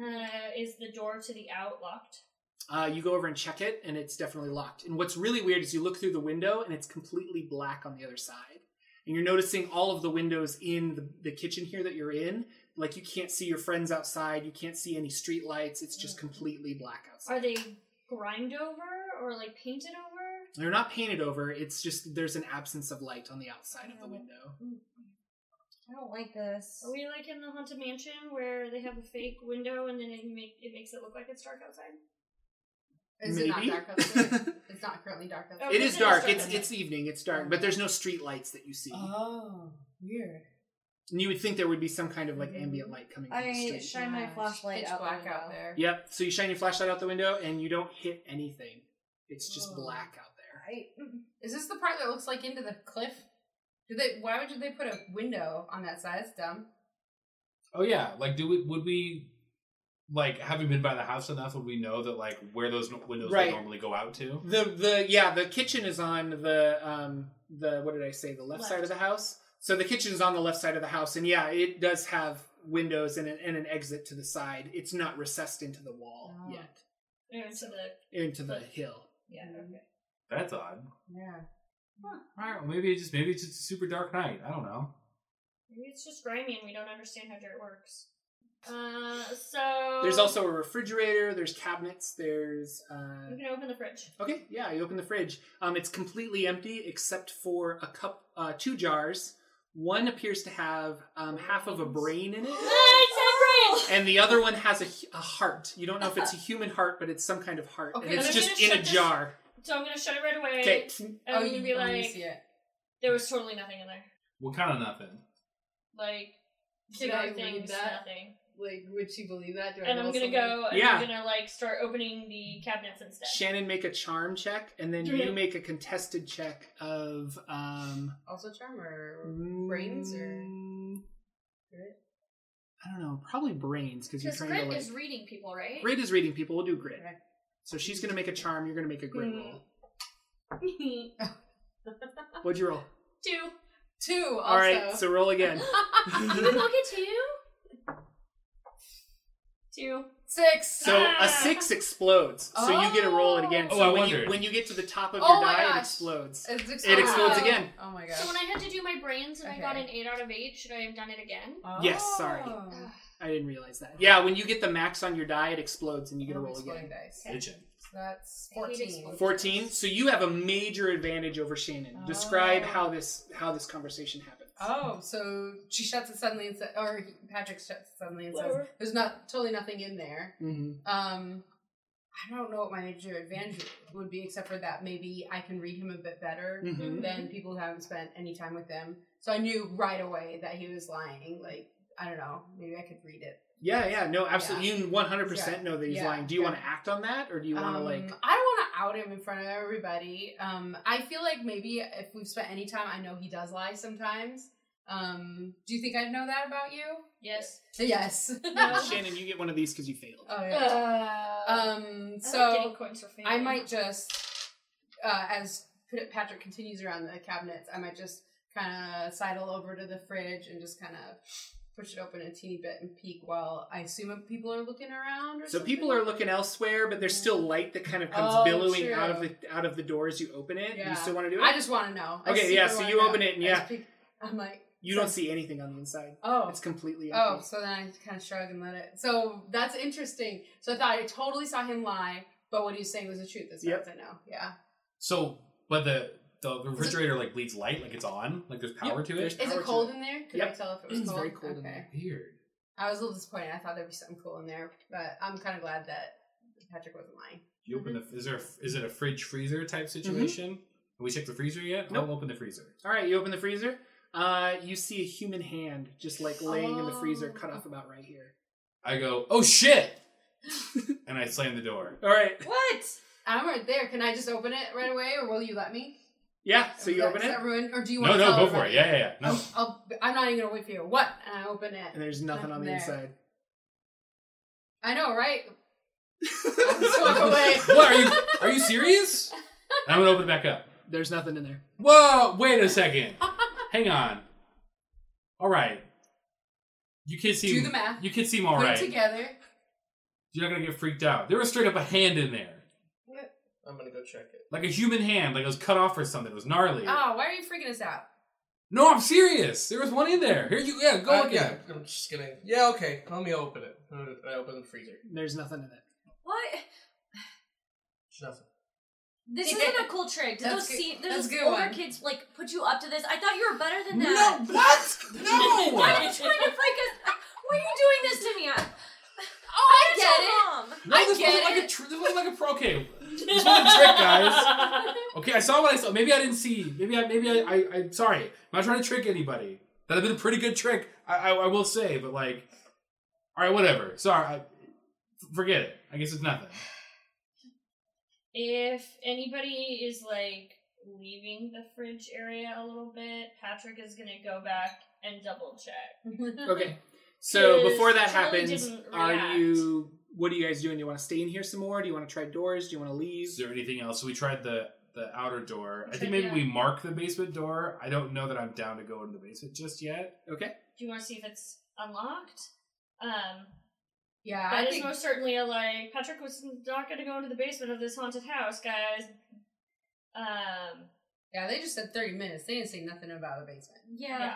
Speaker 4: Uh, is the door to the out locked?
Speaker 1: Uh, you go over and check it, and it's definitely locked. And what's really weird is you look through the window, and it's completely black on the other side. And you're noticing all of the windows in the, the kitchen here that you're in. Like you can't see your friends outside, you can't see any street lights. It's just completely black outside.
Speaker 4: Are they grimed over or like painted over?
Speaker 1: They're not painted over. It's just there's an absence of light on the outside of the window.
Speaker 7: I don't like this.
Speaker 4: Are we like in the haunted mansion where they have a fake window and then it make it makes it look like it's dark outside?
Speaker 3: Is it not
Speaker 1: Maybe.
Speaker 3: dark outside? it's not currently dark
Speaker 4: Oh,
Speaker 3: outside.
Speaker 1: It is dark. It's
Speaker 4: isn't it?
Speaker 1: it's evening. It's dark,
Speaker 3: Mm-hmm.
Speaker 1: but there's no street lights that you see.
Speaker 3: Oh, weird.
Speaker 1: And you would think there would be some kind of like ambient light coming from
Speaker 7: I
Speaker 1: the street.
Speaker 7: shine my
Speaker 3: Mm-hmm. Oh, Yeah,
Speaker 7: flashlight
Speaker 3: pitch
Speaker 7: out,
Speaker 3: black
Speaker 7: the
Speaker 3: out
Speaker 7: window.
Speaker 3: there.
Speaker 1: Yep. So you shine your flashlight out the window and you don't hit anything. It's just
Speaker 3: Oh.
Speaker 1: black out there.
Speaker 3: Right. Is this the part that looks like into the cliff? Did they? Why would they put a window on that side? That's dumb.
Speaker 2: Oh yeah, like do we would we like having been by the house enough would we know that like where those no- windows
Speaker 1: Right.
Speaker 2: would normally go out to?
Speaker 1: The the yeah, the kitchen is on the um the what did I say, the left, side of the house. So the kitchen is on the left side of the house and yeah, it does have windows and an, and an exit to the side. It's not recessed into the wall
Speaker 3: Oh.
Speaker 1: yet.
Speaker 4: Or into the
Speaker 1: Into the hill.
Speaker 4: yeah.
Speaker 3: Mm-hmm.
Speaker 2: That's odd.
Speaker 3: Yeah.
Speaker 2: All right, well, maybe it's just maybe it's just a super dark night. I don't know.
Speaker 4: Maybe it's just grimy and we don't understand how dirt works. Uh,
Speaker 3: Oh.
Speaker 4: so
Speaker 1: There's also a refrigerator, there's cabinets, there's uh
Speaker 4: we can open the fridge.
Speaker 1: Okay, yeah, you open the fridge. Um, it's completely empty except for a cup, uh, two jars. One appears to have um, half of a brain in it, and the other one has a, hu- a heart. You don't know if it's a human heart, but it's some kind of heart,
Speaker 3: Okay,
Speaker 1: and it's
Speaker 4: I'm
Speaker 1: just
Speaker 4: gonna
Speaker 1: in a
Speaker 4: shut this-
Speaker 1: jar.
Speaker 4: So I'm gonna shut it right away.
Speaker 1: Okay,
Speaker 4: And I'm gonna be
Speaker 3: oh,
Speaker 4: like,
Speaker 3: see it.
Speaker 4: there was totally nothing in there.
Speaker 2: What kind of nothing?
Speaker 4: Like
Speaker 3: Can
Speaker 4: zero
Speaker 3: I read
Speaker 4: things,
Speaker 3: that?
Speaker 4: nothing.
Speaker 3: Like, would she believe that? Do I
Speaker 4: And
Speaker 3: roll
Speaker 4: I'm gonna
Speaker 3: something?
Speaker 4: go and
Speaker 1: Yeah.
Speaker 4: I'm gonna like start opening the cabinets instead.
Speaker 1: Shannon, make a charm check, and then
Speaker 4: Yeah.
Speaker 1: you make a contested check of um,
Speaker 3: Also, charm or Brains or-
Speaker 1: mm,
Speaker 3: Grit?
Speaker 1: I don't know, probably brains because you're
Speaker 4: Because
Speaker 1: trying to
Speaker 4: Grit
Speaker 1: like.
Speaker 4: is reading people, right?
Speaker 1: Grit is reading people. We'll do grit.
Speaker 3: Okay. Mm.
Speaker 1: So she's gonna make a charm. You're gonna make a grit
Speaker 4: Hmm.
Speaker 1: roll.
Speaker 4: Two.
Speaker 1: What'd you roll?
Speaker 3: two. Also.
Speaker 1: All right, so roll again.
Speaker 4: Did we all get two? Two.
Speaker 3: Six.
Speaker 1: So
Speaker 4: Ah.
Speaker 1: a six explodes, so you get to roll it again.
Speaker 2: Oh,
Speaker 1: So
Speaker 2: I
Speaker 1: when
Speaker 2: wondered.
Speaker 1: you when you get to the top of
Speaker 3: Oh
Speaker 1: your
Speaker 3: my
Speaker 1: die, it
Speaker 3: gosh.
Speaker 1: explodes.
Speaker 3: It's
Speaker 1: It explodes
Speaker 4: Wow.
Speaker 1: again.
Speaker 3: Oh my gosh.
Speaker 4: So when I had to do my brains and I got an
Speaker 3: Okay.
Speaker 4: eight out of eight, should I have done it again?
Speaker 1: Yes, sorry.
Speaker 3: Oh.
Speaker 1: I didn't realize that. Yeah, when you get the max on your die, it explodes, and you get to
Speaker 3: I'm
Speaker 1: roll
Speaker 3: exploding
Speaker 1: again.
Speaker 3: dice.
Speaker 2: Kitchen.
Speaker 3: So that's
Speaker 4: I hate
Speaker 3: fourteen.
Speaker 4: exploding.
Speaker 1: Fourteen. So you have a major advantage over Shannon. Describe
Speaker 3: Oh.
Speaker 1: how this how this conversation happens.
Speaker 3: Oh, so she shuts it suddenly, and sa- or he- Patrick shuts it suddenly and says,
Speaker 4: Whatever.
Speaker 3: "There's not totally nothing in there."
Speaker 1: hmm
Speaker 3: Um, I don't know what my major advantage would be, except for that maybe I can read him a bit better
Speaker 1: Mhm.
Speaker 3: than people who haven't spent any time with him. So I knew right away that he was lying. Like I don't know, maybe I could read it.
Speaker 1: Yeah, yeah. No, absolutely. You one hundred
Speaker 3: Yeah.
Speaker 1: percent know that he's
Speaker 3: Yeah.
Speaker 1: lying. Do you
Speaker 3: Yeah.
Speaker 1: want to act on that, or do you want to
Speaker 3: Um,
Speaker 1: like?
Speaker 3: I don't want to out him in front of everybody. Um, I feel like maybe if we've spent any time, I know he does lie sometimes. Um, do you think I'd know that about you?
Speaker 4: Yes.
Speaker 3: Yes.
Speaker 4: No.
Speaker 1: Shannon, you get one of these because you failed.
Speaker 3: Oh yeah.
Speaker 4: Uh,
Speaker 3: Um.
Speaker 4: I like getting
Speaker 3: So
Speaker 4: coins for failing.
Speaker 3: I might just, uh, as P- Patrick continues around the cabinets, I might just kind of sidle over to the fridge and just kind of push it open a teeny bit and peek while I assume people are looking around. Or
Speaker 1: So people are
Speaker 3: something?
Speaker 1: looking elsewhere, but there's still light that kind of comes
Speaker 3: Oh,
Speaker 1: billowing
Speaker 3: true.
Speaker 1: out of the out of the door as you open it.
Speaker 3: Yeah.
Speaker 1: You still want to do it?
Speaker 3: I just want to know. I
Speaker 1: Okay,
Speaker 3: super
Speaker 1: yeah, so
Speaker 3: wanna
Speaker 1: you
Speaker 3: know.
Speaker 1: open it and
Speaker 3: I
Speaker 1: yeah.
Speaker 3: just peek- I'm like,
Speaker 1: you don't see anything on the inside.
Speaker 3: oh,
Speaker 1: It's completely
Speaker 3: Oh,
Speaker 1: empty.
Speaker 3: so then I kind of shrug and let it. So that's interesting. So I thought I totally saw him lie, but what he was saying was the truth. As far
Speaker 1: Yep.
Speaker 3: as I know. Yeah.
Speaker 2: So, but the the refrigerator like bleeds light, like it's on, like there's power
Speaker 1: Yep,
Speaker 2: to
Speaker 1: there's
Speaker 2: it.
Speaker 3: Is
Speaker 1: Power
Speaker 3: it
Speaker 1: to
Speaker 3: cold
Speaker 1: it.
Speaker 3: in there? Could I
Speaker 1: Yep.
Speaker 3: tell if it was
Speaker 1: It's
Speaker 3: cold?
Speaker 1: very cold in
Speaker 3: okay.
Speaker 1: there.
Speaker 2: Weird.
Speaker 3: I was a little disappointed. I thought there'd be something cool in there, but I'm kind of glad that Patrick wasn't lying.
Speaker 2: You open the
Speaker 3: Mm-hmm.
Speaker 2: is there a- is it a fridge freezer type situation? Have we checked the freezer yet?
Speaker 1: Nope.
Speaker 2: I'll open the freezer.
Speaker 1: All right, you open the freezer. Uh, you see a human hand just like laying in the freezer,
Speaker 3: Oh.
Speaker 1: cut off about right here.
Speaker 2: I go, oh shit, and I slam the door.
Speaker 1: All right,
Speaker 7: What?
Speaker 3: I'm right there. Can I just open it right away, or will you let me?
Speaker 1: yeah. So you
Speaker 3: Does
Speaker 1: open
Speaker 3: that
Speaker 1: it,
Speaker 3: ruin- or do you
Speaker 2: No,
Speaker 3: want to
Speaker 2: no,
Speaker 3: tell
Speaker 2: go for
Speaker 3: everybody?
Speaker 2: it. Yeah, yeah, yeah. No,
Speaker 3: I'll, I'm not even gonna wait for you. What? And I open
Speaker 1: and
Speaker 3: it.
Speaker 1: there's nothing on the inside.
Speaker 3: Nothing I know, right? I'm just walk away.
Speaker 2: what are you? Are you serious? And I'm gonna open it back up.
Speaker 1: There's nothing in there.
Speaker 2: Whoa! Wait a second. Hang on. All right. You kids seem
Speaker 3: Do the math.
Speaker 2: you kids seem
Speaker 3: Put
Speaker 2: all
Speaker 3: it
Speaker 2: right.
Speaker 3: together.
Speaker 2: You're not gonna get freaked out. There was straight up a hand in there,
Speaker 6: I'm gonna go check it.
Speaker 2: like a human hand, like it was cut off or something. It was gnarly.
Speaker 3: Oh, why are you freaking us out?
Speaker 2: No, I'm serious. There was one in there. Here you, yeah, go
Speaker 6: Uh,
Speaker 2: again.
Speaker 6: yeah, I'm just gonna. Yeah, okay. Let me open it. I open the freezer.
Speaker 1: There's nothing in it.
Speaker 7: What?
Speaker 6: There's nothing.
Speaker 7: This isn't a cool trick. Did
Speaker 3: That's
Speaker 7: those
Speaker 3: good-
Speaker 7: see
Speaker 3: that's
Speaker 7: those
Speaker 3: a good
Speaker 7: older
Speaker 3: one.
Speaker 7: kids like put you up to this? I thought you were better than that.
Speaker 6: No, what? No!
Speaker 7: Why are you trying to like us? Why are you doing this to me? I, oh, I
Speaker 3: get
Speaker 7: get it.
Speaker 2: No,
Speaker 3: I
Speaker 2: this
Speaker 3: get
Speaker 2: wasn't like a
Speaker 3: it.
Speaker 2: tr- this wasn't like a pro. Okay, this wasn't a trick, guys. Okay, I saw what I saw. Maybe I didn't see. Maybe I. Maybe I. I I'm sorry. I'm not trying to trick anybody. That'd have been a pretty good trick. I. I, I will say, but like, all right, whatever. Sorry. I, forget it. I guess it's nothing.
Speaker 4: If anybody is like leaving the fridge area a little bit, Patrick is gonna go back and double check.
Speaker 1: Okay. So
Speaker 4: Because
Speaker 1: before that
Speaker 4: Charlie
Speaker 1: happens,
Speaker 4: didn't
Speaker 1: are
Speaker 4: react.
Speaker 1: you? What are you guys doing? Do you want to stay in here some more? Do you want to try doors? Do you want to leave?
Speaker 2: Is there anything else? So we tried the the outer door. I think
Speaker 4: Check
Speaker 2: maybe
Speaker 4: it
Speaker 2: we mark the basement door. I don't know that I'm down to go into the basement just yet.
Speaker 1: Okay.
Speaker 4: Do you want to see if it's unlocked? Um,
Speaker 3: Yeah, I
Speaker 4: that is
Speaker 3: think
Speaker 4: most certainly a like Patrick was not gonna go into the basement of this haunted house, guys. Um,
Speaker 3: yeah, they just said thirty minutes. They didn't say nothing about a basement.
Speaker 4: yeah.
Speaker 7: Yeah.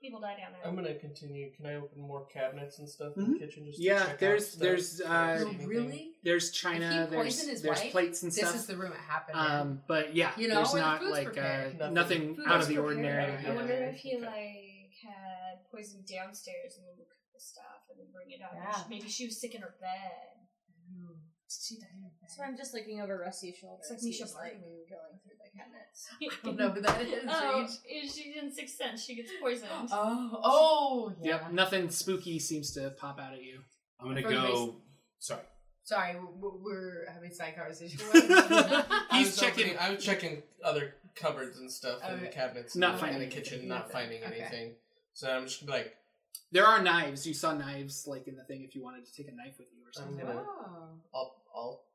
Speaker 4: People die down there.
Speaker 6: I'm gonna continue. Can I open more cabinets and stuff in the
Speaker 1: Mhm.
Speaker 6: kitchen? Just to
Speaker 1: Yeah,
Speaker 6: check out
Speaker 1: there's-
Speaker 6: stuff?
Speaker 1: there's,
Speaker 6: If I
Speaker 1: uh,
Speaker 6: see
Speaker 3: No,
Speaker 6: anything.
Speaker 3: Oh, really?
Speaker 1: There's
Speaker 3: If
Speaker 1: china.
Speaker 3: he
Speaker 1: There's
Speaker 3: poisoned his
Speaker 1: there's
Speaker 3: wife,
Speaker 1: plates and
Speaker 3: This
Speaker 1: stuff.
Speaker 3: is the room it happened in.
Speaker 1: um, but yeah,
Speaker 3: You know,
Speaker 1: there's
Speaker 3: where the
Speaker 1: not
Speaker 3: food's
Speaker 1: like uh,
Speaker 3: prepared.
Speaker 6: Nothing.
Speaker 1: nothing
Speaker 3: Food
Speaker 1: out
Speaker 3: was
Speaker 1: of the
Speaker 3: prepared.
Speaker 1: ordinary.
Speaker 4: I wonder
Speaker 6: Yeah,
Speaker 4: if he
Speaker 6: okay.
Speaker 4: like had poison downstairs and then would cook the stuff and then bring it up.
Speaker 3: Yeah.
Speaker 4: Maybe she was sick in her bed.
Speaker 7: So I'm just looking over Rusty's shoulder.
Speaker 4: It's like
Speaker 7: as
Speaker 4: Misha
Speaker 7: he's, like
Speaker 4: Barton.
Speaker 7: going through the cabinets.
Speaker 3: I don't know who that is.
Speaker 4: oh,
Speaker 3: Reach.
Speaker 4: if she's in Sixth Sense. She gets poisoned.
Speaker 3: Oh, oh, yeah.
Speaker 1: Yep, nothing spooky seems to pop out at you.
Speaker 2: I'm gonna
Speaker 3: For the
Speaker 2: go. Sorry.
Speaker 3: Sorry, w- w- we're having side conversation.
Speaker 6: I
Speaker 1: He's
Speaker 6: was
Speaker 1: checking-
Speaker 6: opening- I was checking other cupboards and stuff and
Speaker 3: Okay.
Speaker 6: cabinets.
Speaker 1: Not
Speaker 6: and
Speaker 1: finding
Speaker 6: in the kitchen, not
Speaker 3: anything.
Speaker 6: finding
Speaker 3: Okay.
Speaker 6: anything. So I'm just gonna be like,
Speaker 1: There are knives. You saw knives like in the thing if you wanted to take a knife with you or something.
Speaker 6: gonna-
Speaker 3: oh.
Speaker 6: I'll, I'll.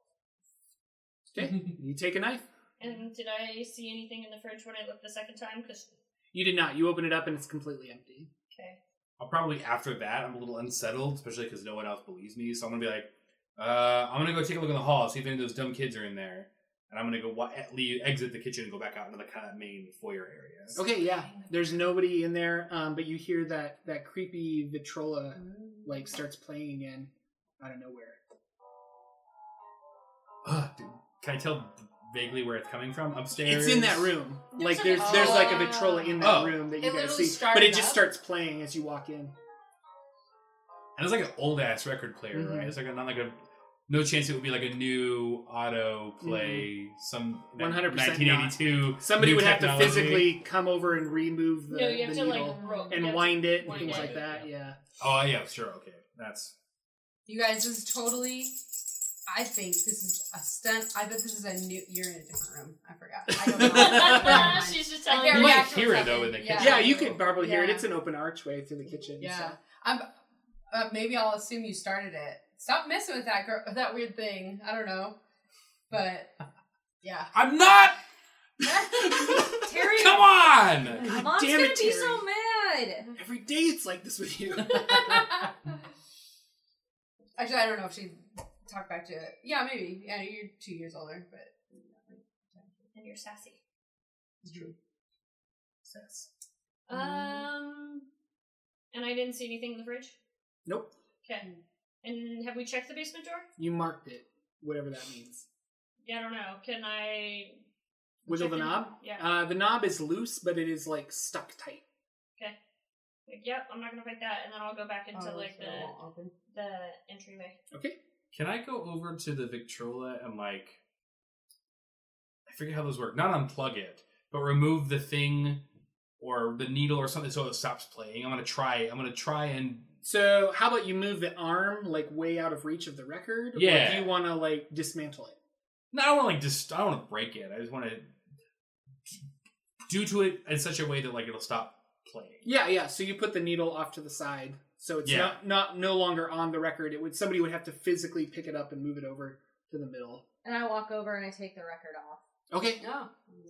Speaker 1: Okay, you take a knife.
Speaker 4: and did I see anything in the fridge when I looked the second time? Because
Speaker 1: You did not. You open it up and it's completely empty.
Speaker 4: okay,
Speaker 2: I'll probably after that. I'm a little unsettled, especially because no one else believes me. So I'm gonna be like, uh, I'm gonna go take a look in the hall, see if any of those dumb kids are in there, and I'm gonna go wa- at- leave, exit the kitchen, and go back out into the kind of main foyer area.
Speaker 1: Okay, yeah. There's nobody in there, um, but you hear that that creepy vitrola like starts playing again out of nowhere.
Speaker 2: Ugh, dude, can I tell vaguely where it's coming from? Upstairs.
Speaker 1: It's in that room. Like
Speaker 4: There's
Speaker 1: there's
Speaker 4: a
Speaker 1: there's like a
Speaker 3: vitrola.
Speaker 1: vitrola in that
Speaker 2: Oh.
Speaker 1: room that you
Speaker 3: It
Speaker 1: guys
Speaker 3: literally
Speaker 1: see, but
Speaker 3: started
Speaker 1: it just
Speaker 3: up.
Speaker 1: starts playing as you walk in.
Speaker 2: And it's like an old ass record player,
Speaker 1: Mhm.
Speaker 2: right? It's like a, not like a. No chance it would be like a new auto
Speaker 1: Mm-hmm.
Speaker 2: play, some
Speaker 1: 100%
Speaker 2: 1982.
Speaker 1: Somebody
Speaker 2: new
Speaker 1: would have
Speaker 2: technology.
Speaker 1: to physically come over and remove the,
Speaker 4: no, you have
Speaker 1: the
Speaker 4: to
Speaker 1: needle
Speaker 4: like roll you have
Speaker 1: and
Speaker 4: to
Speaker 1: wind it and
Speaker 4: wind
Speaker 1: things
Speaker 4: it.
Speaker 1: like that. Yeah.
Speaker 2: Oh yeah, sure, okay. That's
Speaker 3: You guys, this is totally. I think this is a stunt. I bet this is a new. You're in a different room. I forgot. I don't know.
Speaker 4: She's just
Speaker 3: I
Speaker 4: telling
Speaker 2: You
Speaker 3: can't
Speaker 4: me.
Speaker 2: might
Speaker 3: react to
Speaker 2: hear
Speaker 3: what's
Speaker 2: it, though, in
Speaker 3: happening.
Speaker 2: the kitchen.
Speaker 1: Yeah, you could probably hear it.
Speaker 3: Yeah.
Speaker 1: It's an open archway through the kitchen.
Speaker 3: Yeah.
Speaker 1: so.
Speaker 3: I'm, uh, maybe I'll assume you started it. Stop messing with that girl, that weird thing. I don't know, but yeah.
Speaker 2: I'm not
Speaker 7: Terry,
Speaker 2: Come on!
Speaker 1: God
Speaker 7: mom's
Speaker 1: damn
Speaker 7: gonna
Speaker 1: it, Terry.
Speaker 7: be so mad.
Speaker 1: Every day it's like this with you.
Speaker 3: Actually, I don't know if she talked back to it. Yeah, maybe. Yeah, you're two years older, but
Speaker 4: And you're sassy.
Speaker 3: it's true.
Speaker 4: Um, and I didn't see anything in the fridge.
Speaker 1: Nope.
Speaker 4: Okay. And have we checked the basement door?
Speaker 1: You marked it, whatever that means.
Speaker 4: Yeah, I don't know. Can I
Speaker 1: Wiggle
Speaker 4: check
Speaker 1: the
Speaker 4: in-
Speaker 1: knob.
Speaker 4: Yeah.
Speaker 1: Uh, the knob is loose, but it is like stuck tight.
Speaker 4: Like, yep, I'm not gonna fight that, and then I'll go back into
Speaker 3: Oh,
Speaker 4: like
Speaker 3: so it won't open.
Speaker 4: the the entryway.
Speaker 2: Can I go over to the Victrola and like I forget how those work. Not unplug it, but remove the thing or the needle or something so it stops playing. I'm gonna try I'm gonna try and
Speaker 1: So how about you move the arm like way out of reach of the record? Or
Speaker 2: Yeah.
Speaker 1: do you want to like dismantle it?
Speaker 2: no, I don't wanna like just I don't wanna break it. I just wanna do to it in such a way that like it'll stop playing.
Speaker 1: Yeah, yeah. So you put the needle off to the side, so it's
Speaker 2: Yeah.
Speaker 1: not not no longer on the record. It would somebody would have to physically pick it up and move it over to the middle.
Speaker 7: And I walk over and I take the record off.
Speaker 1: Okay.
Speaker 3: No.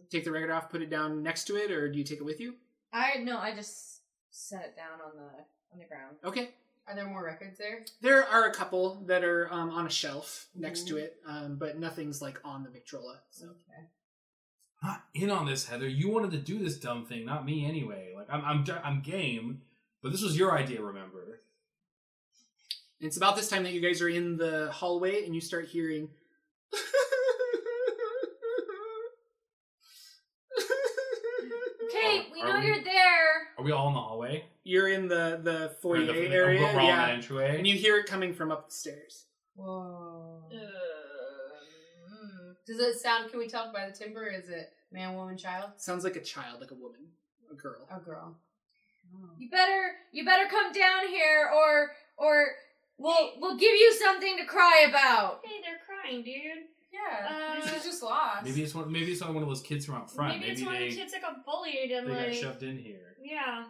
Speaker 1: Take the record off, put it down next to it, or do you take it with you?
Speaker 7: I no, I just set it down on the on the ground.
Speaker 1: Okay.
Speaker 3: Are there more records there?
Speaker 1: There are a couple that are um, on a shelf next to it, um, but nothing's like on the Victrola. So.
Speaker 2: I'm not in on this, Heather. You wanted to do this dumb thing, not me anyway. Like I'm I'm I'm game, but this was your idea, remember?
Speaker 1: It's about this time that you guys are in the hallway and you start hearing
Speaker 4: we
Speaker 2: Are
Speaker 4: know
Speaker 2: we-
Speaker 4: you're there.
Speaker 2: Are we all in the hallway?
Speaker 1: You're in the the
Speaker 2: Or
Speaker 1: foyer
Speaker 2: the- the-
Speaker 1: area,
Speaker 2: We're all in that
Speaker 1: yeah,
Speaker 2: entryway.
Speaker 1: and you hear it coming from up the stairs.
Speaker 3: Whoa.
Speaker 4: Um,
Speaker 3: Does it sound? Can we tell by the timbre? Is it man, woman, child,
Speaker 1: Sounds like a child, like a woman, a girl.
Speaker 3: or girl? Oh.
Speaker 4: you better, you better come down here, or, or we'll, we'll give you something to cry about. Hey, they're crying, dude.
Speaker 3: Yeah,
Speaker 4: Uh,
Speaker 3: she's just lost.
Speaker 2: Maybe it's one. Maybe it's not one of those kids from out front.
Speaker 4: Maybe, it's one of the
Speaker 2: they
Speaker 4: kids that got bullied and
Speaker 2: they
Speaker 4: like,
Speaker 2: got shoved in here.
Speaker 4: yeah.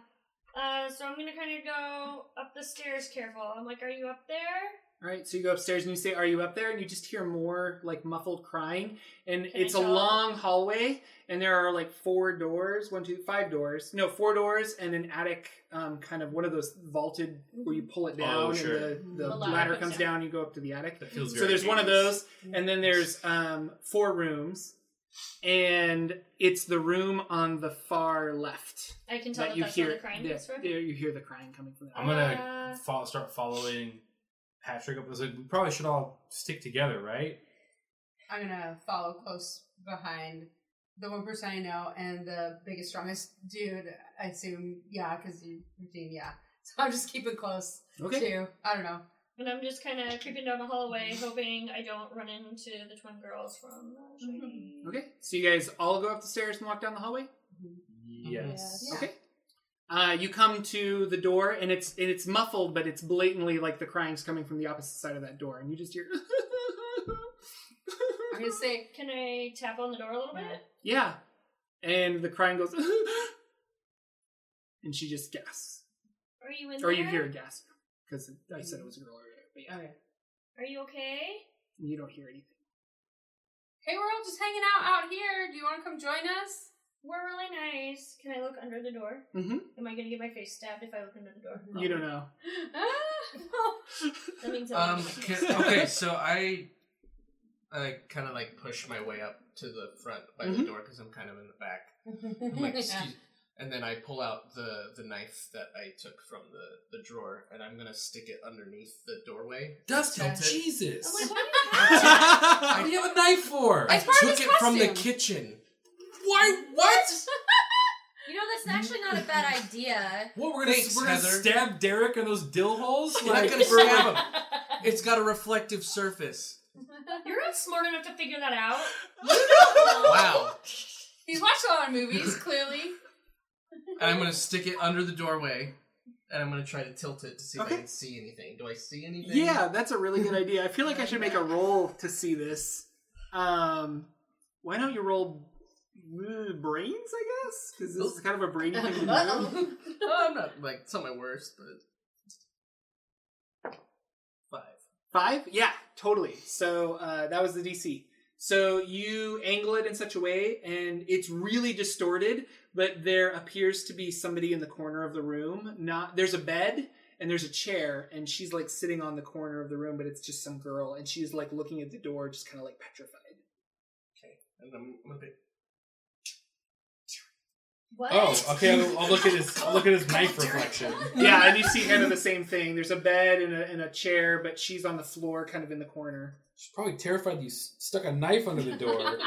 Speaker 4: Uh, so I'm gonna kind of go up the stairs, careful. I'm like, are you up there?
Speaker 1: All right, so you go upstairs and you say, "Are you up there?" And you just hear more like muffled crying, and
Speaker 4: Can I
Speaker 1: it's a
Speaker 4: tell?
Speaker 1: long hallway, and there are like four doors, one, two, five doors, no, four doors, and an attic, um, kind of one of those vaulted where you pull it down
Speaker 2: Oh, sure.
Speaker 1: and the, the,
Speaker 4: The
Speaker 1: ladder,
Speaker 4: ladder comes
Speaker 1: comes down.
Speaker 4: down.
Speaker 1: you go up to the attic.
Speaker 2: That feels
Speaker 1: So
Speaker 2: very.
Speaker 1: there's one of
Speaker 2: dangerous.
Speaker 1: those, and then there's um four rooms, and it's the room on the far left
Speaker 4: I can tell that,
Speaker 1: you
Speaker 4: that's
Speaker 1: hear
Speaker 4: where Uh, the crying
Speaker 1: yeah,
Speaker 4: is from.
Speaker 1: there you hear the crying coming from. the
Speaker 2: I'm gonna fo- start following Patrick up. I said, we probably should all stick together, right?
Speaker 3: I'm gonna follow close behind the one person I know and the biggest, strongest dude. I assume, yeah, because you routine, yeah. So I'm just keeping close
Speaker 1: Okay.
Speaker 3: to. I don't know.
Speaker 4: And I'm just kind of creeping down the hallway, hoping I don't run into the twin girls from. Uh, Shiny.
Speaker 1: Mm-hmm. Okay, so you guys all go up the stairs and walk down the hallway.
Speaker 2: Yes.
Speaker 1: Okay. Uh, you come to the door and it's and it's muffled, but it's blatantly like the crying's coming from the opposite side of that door, and you just hear.
Speaker 3: I'm gonna say,
Speaker 4: Can I tap on the door a little bit?
Speaker 1: yeah, and the crying goes, and she just gasps,
Speaker 4: Are you in
Speaker 1: or
Speaker 4: there?
Speaker 1: you hear a gasp because I said it was a girl earlier, but yeah,
Speaker 3: okay.
Speaker 4: Are you okay?
Speaker 1: you don't hear anything.
Speaker 3: Hey, we're all just hanging out out here. Do you want to come join us?
Speaker 4: We're really nice. Can I look under the door?
Speaker 1: Mhm.
Speaker 4: Am I gonna get my face stabbed if I look under the door?
Speaker 1: You don't know.
Speaker 4: That means
Speaker 1: Uh,
Speaker 4: I'm
Speaker 6: Um. can- okay, so I, I kind of like push my way up to the front by the
Speaker 1: Mhm.
Speaker 6: door because I'm kind of in the back. I'm like, excuse. And then I pull out the the knife that I took from the the drawer, and I'm gonna stick it underneath the doorway.
Speaker 2: Dustin,
Speaker 6: Tilt
Speaker 4: I'm
Speaker 6: it.
Speaker 4: like,
Speaker 2: Jesus!
Speaker 4: what do you have?
Speaker 2: What do you have a knife for?
Speaker 6: I
Speaker 3: Oh It's part of
Speaker 6: took
Speaker 3: his
Speaker 6: it from the
Speaker 3: costume.
Speaker 6: kitchen. Why? What?
Speaker 7: You know, that's actually not a bad idea.
Speaker 2: What we're gonna
Speaker 6: Thanks,
Speaker 2: we're gonna
Speaker 6: Heather.
Speaker 2: stab Derek and those dill holes?
Speaker 6: You're not
Speaker 2: Like,
Speaker 6: gonna stab him. It's got a reflective surface.
Speaker 4: You're not smart enough to figure that out.
Speaker 1: Oh.
Speaker 6: Wow.
Speaker 3: He's watched a lot of movies, clearly.
Speaker 6: And I'm gonna stick it under the doorway, and I'm gonna try to tilt it to see if
Speaker 1: Okay.
Speaker 6: I can see anything. Do I see anything?
Speaker 1: Yeah, that's a really good idea. I feel like I should make a roll to see this. Um, why don't you roll uh, brains? I guess because this is kind of a brainy thing to do.
Speaker 3: Uh-oh.
Speaker 6: Oh, I'm not like it's not my worst, but five.
Speaker 1: Five? Yeah, totally. So uh, that was the DC. So you angle it in such a way, and it's really distorted. But there appears to be somebody in the corner of the room. Not there's a bed and there's a chair, and she's like sitting on the corner of the room, but it's just some girl, and she's like looking at the door, just kind of like petrified.
Speaker 6: And I'm, I'm a bit.
Speaker 4: What?
Speaker 2: oh, okay. I'll, I'll look at his. I'll look at his knife reflection.
Speaker 1: yeah, and you see kind of the same thing. There's a bed and a, and a chair, but she's on the floor, kind of in the corner.
Speaker 2: She's probably terrified you s- stuck a knife under the door. and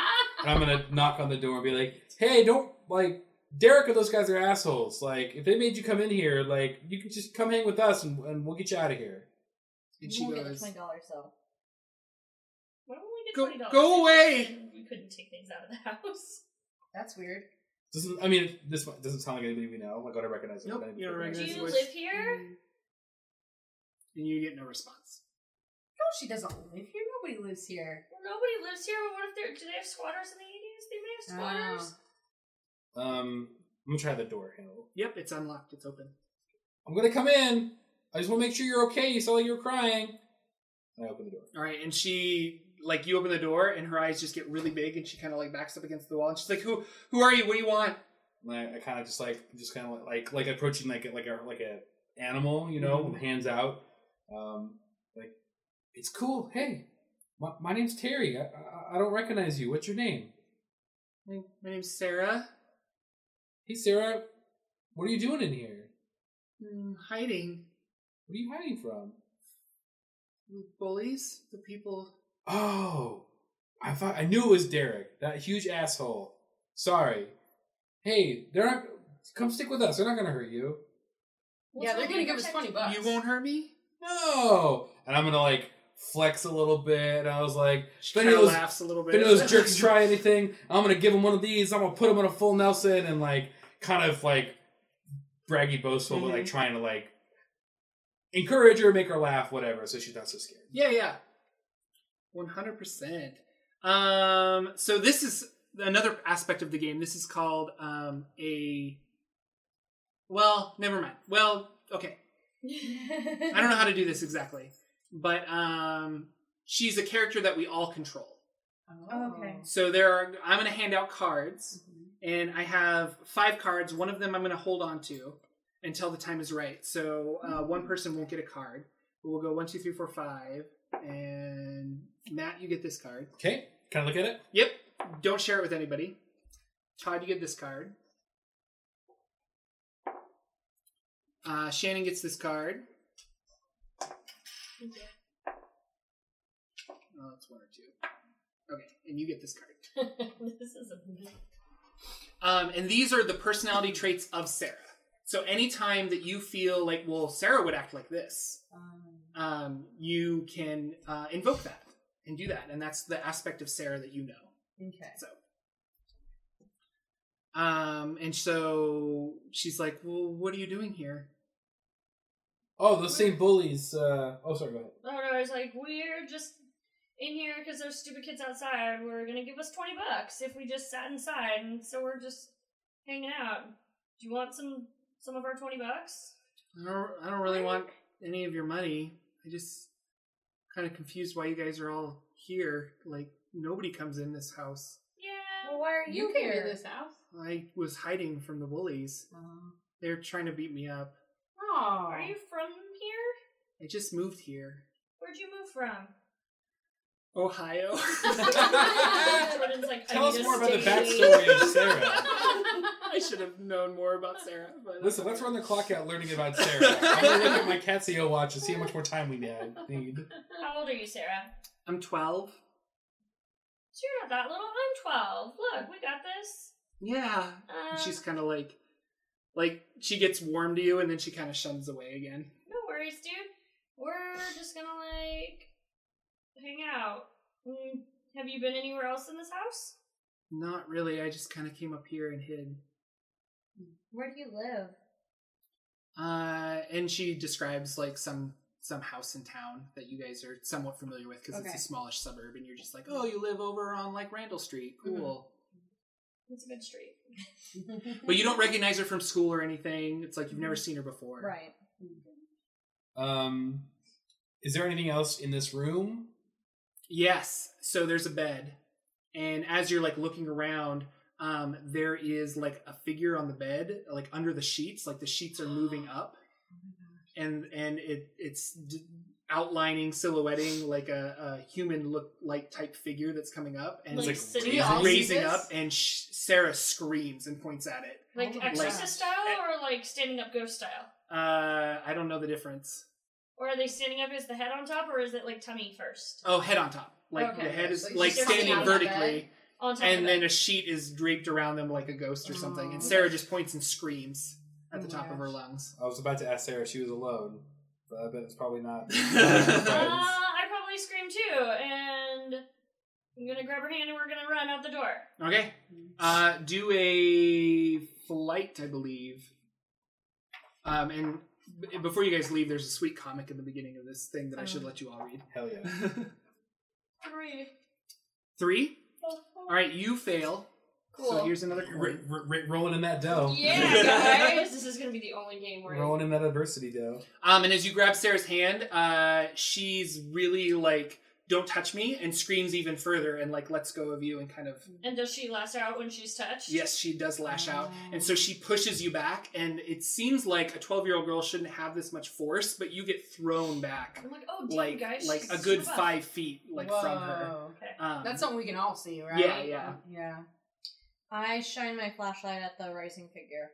Speaker 2: I'm gonna knock on the door and be like, "Hey, don't like Derek and those guys are assholes. Like, if they made you come in here, like, you can just come hang with us and, and we'll get you out of here."
Speaker 1: And she
Speaker 7: won't get the
Speaker 1: goes,
Speaker 7: twenty dollars though.
Speaker 4: Why don't we get
Speaker 1: Go-
Speaker 4: $20?
Speaker 1: go away!
Speaker 4: And We couldn't take things out of the house.
Speaker 3: That's weird.
Speaker 2: Doesn't I mean this one doesn't sound like anybody we know. Like, I don't recognize
Speaker 1: Nope,
Speaker 2: anybody.
Speaker 1: you don't
Speaker 4: Do
Speaker 1: recognize
Speaker 4: you
Speaker 1: what-
Speaker 4: live
Speaker 3: Mm.
Speaker 4: here?
Speaker 1: and you get no response.
Speaker 3: No, she doesn't live here. Nobody lives here.
Speaker 4: Well, nobody lives here. But what if they're? Do they have squatters in the eighties? They may have
Speaker 1: Oh.
Speaker 4: squatters.
Speaker 2: Um, I'm gonna try the door handle.
Speaker 1: Yep, it's unlocked. It's open.
Speaker 2: I'm gonna come in. I just want to make sure you're okay. You sound like you were crying. And I open the door.
Speaker 1: All right, and she like you open the door, and her eyes just get really big, and she kind of like backs up against the wall, and she's like, "Who? Who are you? What do you want?"
Speaker 2: And I, I kind of just like, just kind of like, like approaching like a, like a like a animal, you know,
Speaker 1: Mhm.
Speaker 2: with hands out. Um, like it's cool. Hey, my, my name's Terry. I, I I don't recognize you. What's your name?
Speaker 1: My, my name's Sarah.
Speaker 2: Hey, Sarah. What are you doing in here?
Speaker 1: I'm hiding
Speaker 2: What are you hiding from?
Speaker 1: the bullies, the people.
Speaker 2: Oh, I thought I knew it was Derek, that huge asshole. Sorry. Hey, they're not. Come stick with us. They're not gonna hurt you.
Speaker 3: yeah, they're gonna give us twenty bucks.
Speaker 1: You won't hurt me?
Speaker 2: No. And I'm gonna like flex a little bit. And I was like,
Speaker 1: She
Speaker 2: Benny
Speaker 1: kind of
Speaker 2: was-
Speaker 1: laughs a little
Speaker 2: if
Speaker 1: bit.
Speaker 2: any of those jerks try anything, I'm gonna give them one of these. I'm gonna put them in a full Nelson and like kind of like braggy boastful, but like trying to like encourage her, make her laugh, whatever. So she's not so scared.
Speaker 1: Yeah, yeah. 100%. Um, so this is another aspect of the game. This is called um, a. Well, never mind. Well, okay. I don't know how to do this exactly. But um, she's a character that we all control.
Speaker 3: Oh,
Speaker 4: Okay.
Speaker 1: So there are. I'm going to hand out cards, and I have five cards. One of them I'm going to hold on to until the time is right. So uh, one person won't get a card. We'll go one, two, three, four, five, and Matt, you get this card.
Speaker 2: Okay, can I look at it?
Speaker 1: Yep. Don't share it with anybody. Todd, you get this card. Uh, Shannon gets this card. Oh, it's one or two. Okay, and you get this card.
Speaker 4: this is a
Speaker 1: Um, and these are the personality traits of Sarah. So anytime that you feel like, well, Sarah would act like this,
Speaker 3: Oh,
Speaker 1: um, you can uh, invoke that and do that. And that's the aspect of Sarah that you know.
Speaker 3: Okay.
Speaker 1: So, um, and so she's like, well, what are you doing here?
Speaker 2: Oh, those same bullies. Uh, oh, sorry, go ahead.
Speaker 4: Oh no, it's like we're just in here because there's stupid kids outside. We're gonna give us twenty bucks if we just sat inside, and so we're just hanging out. Do you want some some of our twenty bucks?
Speaker 1: I don't, I don't really want any of your money. I just kind of confused why you guys are all here. Like nobody comes in this house.
Speaker 4: Yeah.
Speaker 7: Well, why are
Speaker 3: You
Speaker 7: you,
Speaker 3: came in
Speaker 7: here?
Speaker 3: this house.
Speaker 1: I was hiding from the bullies.
Speaker 3: Uh-huh.
Speaker 1: They're trying to beat me up.
Speaker 3: Oh.
Speaker 4: Are you from here?
Speaker 1: I just moved here.
Speaker 4: Where'd you move from?
Speaker 1: Ohio.
Speaker 4: Jordan's like, I
Speaker 2: Tell us
Speaker 4: need a
Speaker 2: more about the
Speaker 4: state.
Speaker 2: backstory of Sarah.
Speaker 1: I should have known more about Sarah. But
Speaker 2: Listen, let's run the clock out learning about Sarah. I'm gonna look at my Casio watch and see how much more time we need. need.
Speaker 4: How old are you, Sarah?
Speaker 1: I'm 12.
Speaker 4: So you're not that little. I'm twelve. Look, we got this.
Speaker 1: Yeah.
Speaker 4: Um,
Speaker 1: And she's kind of like, like she gets warm to you and then she kind of shuns away again.
Speaker 4: No worries, dude. We're just gonna like hang out. Mm, Have you been anywhere else in this house?
Speaker 1: Not really. I just kind of came up here and hid.
Speaker 7: Where do you live?
Speaker 1: Uh, and she describes like some some house in town that you guys are somewhat familiar with because
Speaker 3: Okay.
Speaker 1: it's a smallish suburb, and you're just like, oh, you live over on like Randall Street. Cool.
Speaker 4: It's a good street.
Speaker 1: But you don't recognize her from school or anything. It's like you've never seen her before.
Speaker 7: Right.
Speaker 2: Um, is there anything else in this room?
Speaker 1: Yes. So there's a bed, and as you're like looking around, um, there is like a figure on the bed, like under the sheets. Like the sheets are moving up, and and it it's d- outlining, silhouetting like a, a human look like type figure that's coming up, and
Speaker 4: Like,
Speaker 2: like
Speaker 4: sitting
Speaker 2: raising-
Speaker 4: all-
Speaker 1: raising
Speaker 3: this?
Speaker 1: up. And sh- Sarah screams and points at it.
Speaker 4: Like
Speaker 3: Oh my
Speaker 4: exorcist
Speaker 3: gosh.
Speaker 4: style or like standing up ghost style?
Speaker 1: Uh, I don't know the difference.
Speaker 4: Or are they standing up as the head on top or is it like tummy first?
Speaker 1: Oh, head on top. Like
Speaker 4: Okay.
Speaker 1: the head is
Speaker 3: So
Speaker 1: like
Speaker 4: just
Speaker 1: standing
Speaker 4: sitting on the
Speaker 1: vertically.
Speaker 4: On top
Speaker 1: and
Speaker 4: of
Speaker 1: then
Speaker 4: it.
Speaker 1: a sheet is draped around them like a ghost or something. And
Speaker 3: Oh.
Speaker 1: Sarah just points and screams at
Speaker 3: Oh
Speaker 1: the
Speaker 3: my
Speaker 1: top of her
Speaker 3: gosh.
Speaker 1: lungs.
Speaker 2: I was about to ask Sarah if she was alone, but I bet it's probably not.
Speaker 4: uh,
Speaker 2: Friends.
Speaker 4: I probably scream too, and I'm gonna grab her hand and we're gonna run out the door.
Speaker 1: Okay. Uh, do a flight, I believe. Um, and b- before you guys leave, there's a sweet comic in the beginning of this thing that I should let you all read.
Speaker 2: Hell yeah.
Speaker 4: Three.
Speaker 1: Three. All right, you fail. So here's another
Speaker 2: R-
Speaker 1: coin.
Speaker 2: r- r- rolling in that dough.
Speaker 4: Yeah, guys, this is gonna be the only game where
Speaker 2: rolling in that adversity dough.
Speaker 1: Um, and as you grab Sarah's hand, uh, she's really like, "Don't touch me!" and screams even further and like lets go of you and kind of
Speaker 4: And does she lash out when she's touched?
Speaker 1: Yes, she does lash out. And
Speaker 3: Oh.
Speaker 1: so she pushes you back, and it seems like a 12 year old girl shouldn't have this much force, but you get thrown back.
Speaker 4: I'm like, oh, damn,
Speaker 1: Like,
Speaker 4: guys.
Speaker 1: like
Speaker 4: she's
Speaker 1: a good
Speaker 4: super buff.
Speaker 1: five feet, like
Speaker 3: Whoa.
Speaker 1: from her. Um,
Speaker 3: That's something we can all see, right?
Speaker 1: Yeah, yeah.
Speaker 3: Yeah.
Speaker 7: I shine my flashlight at the rising figure.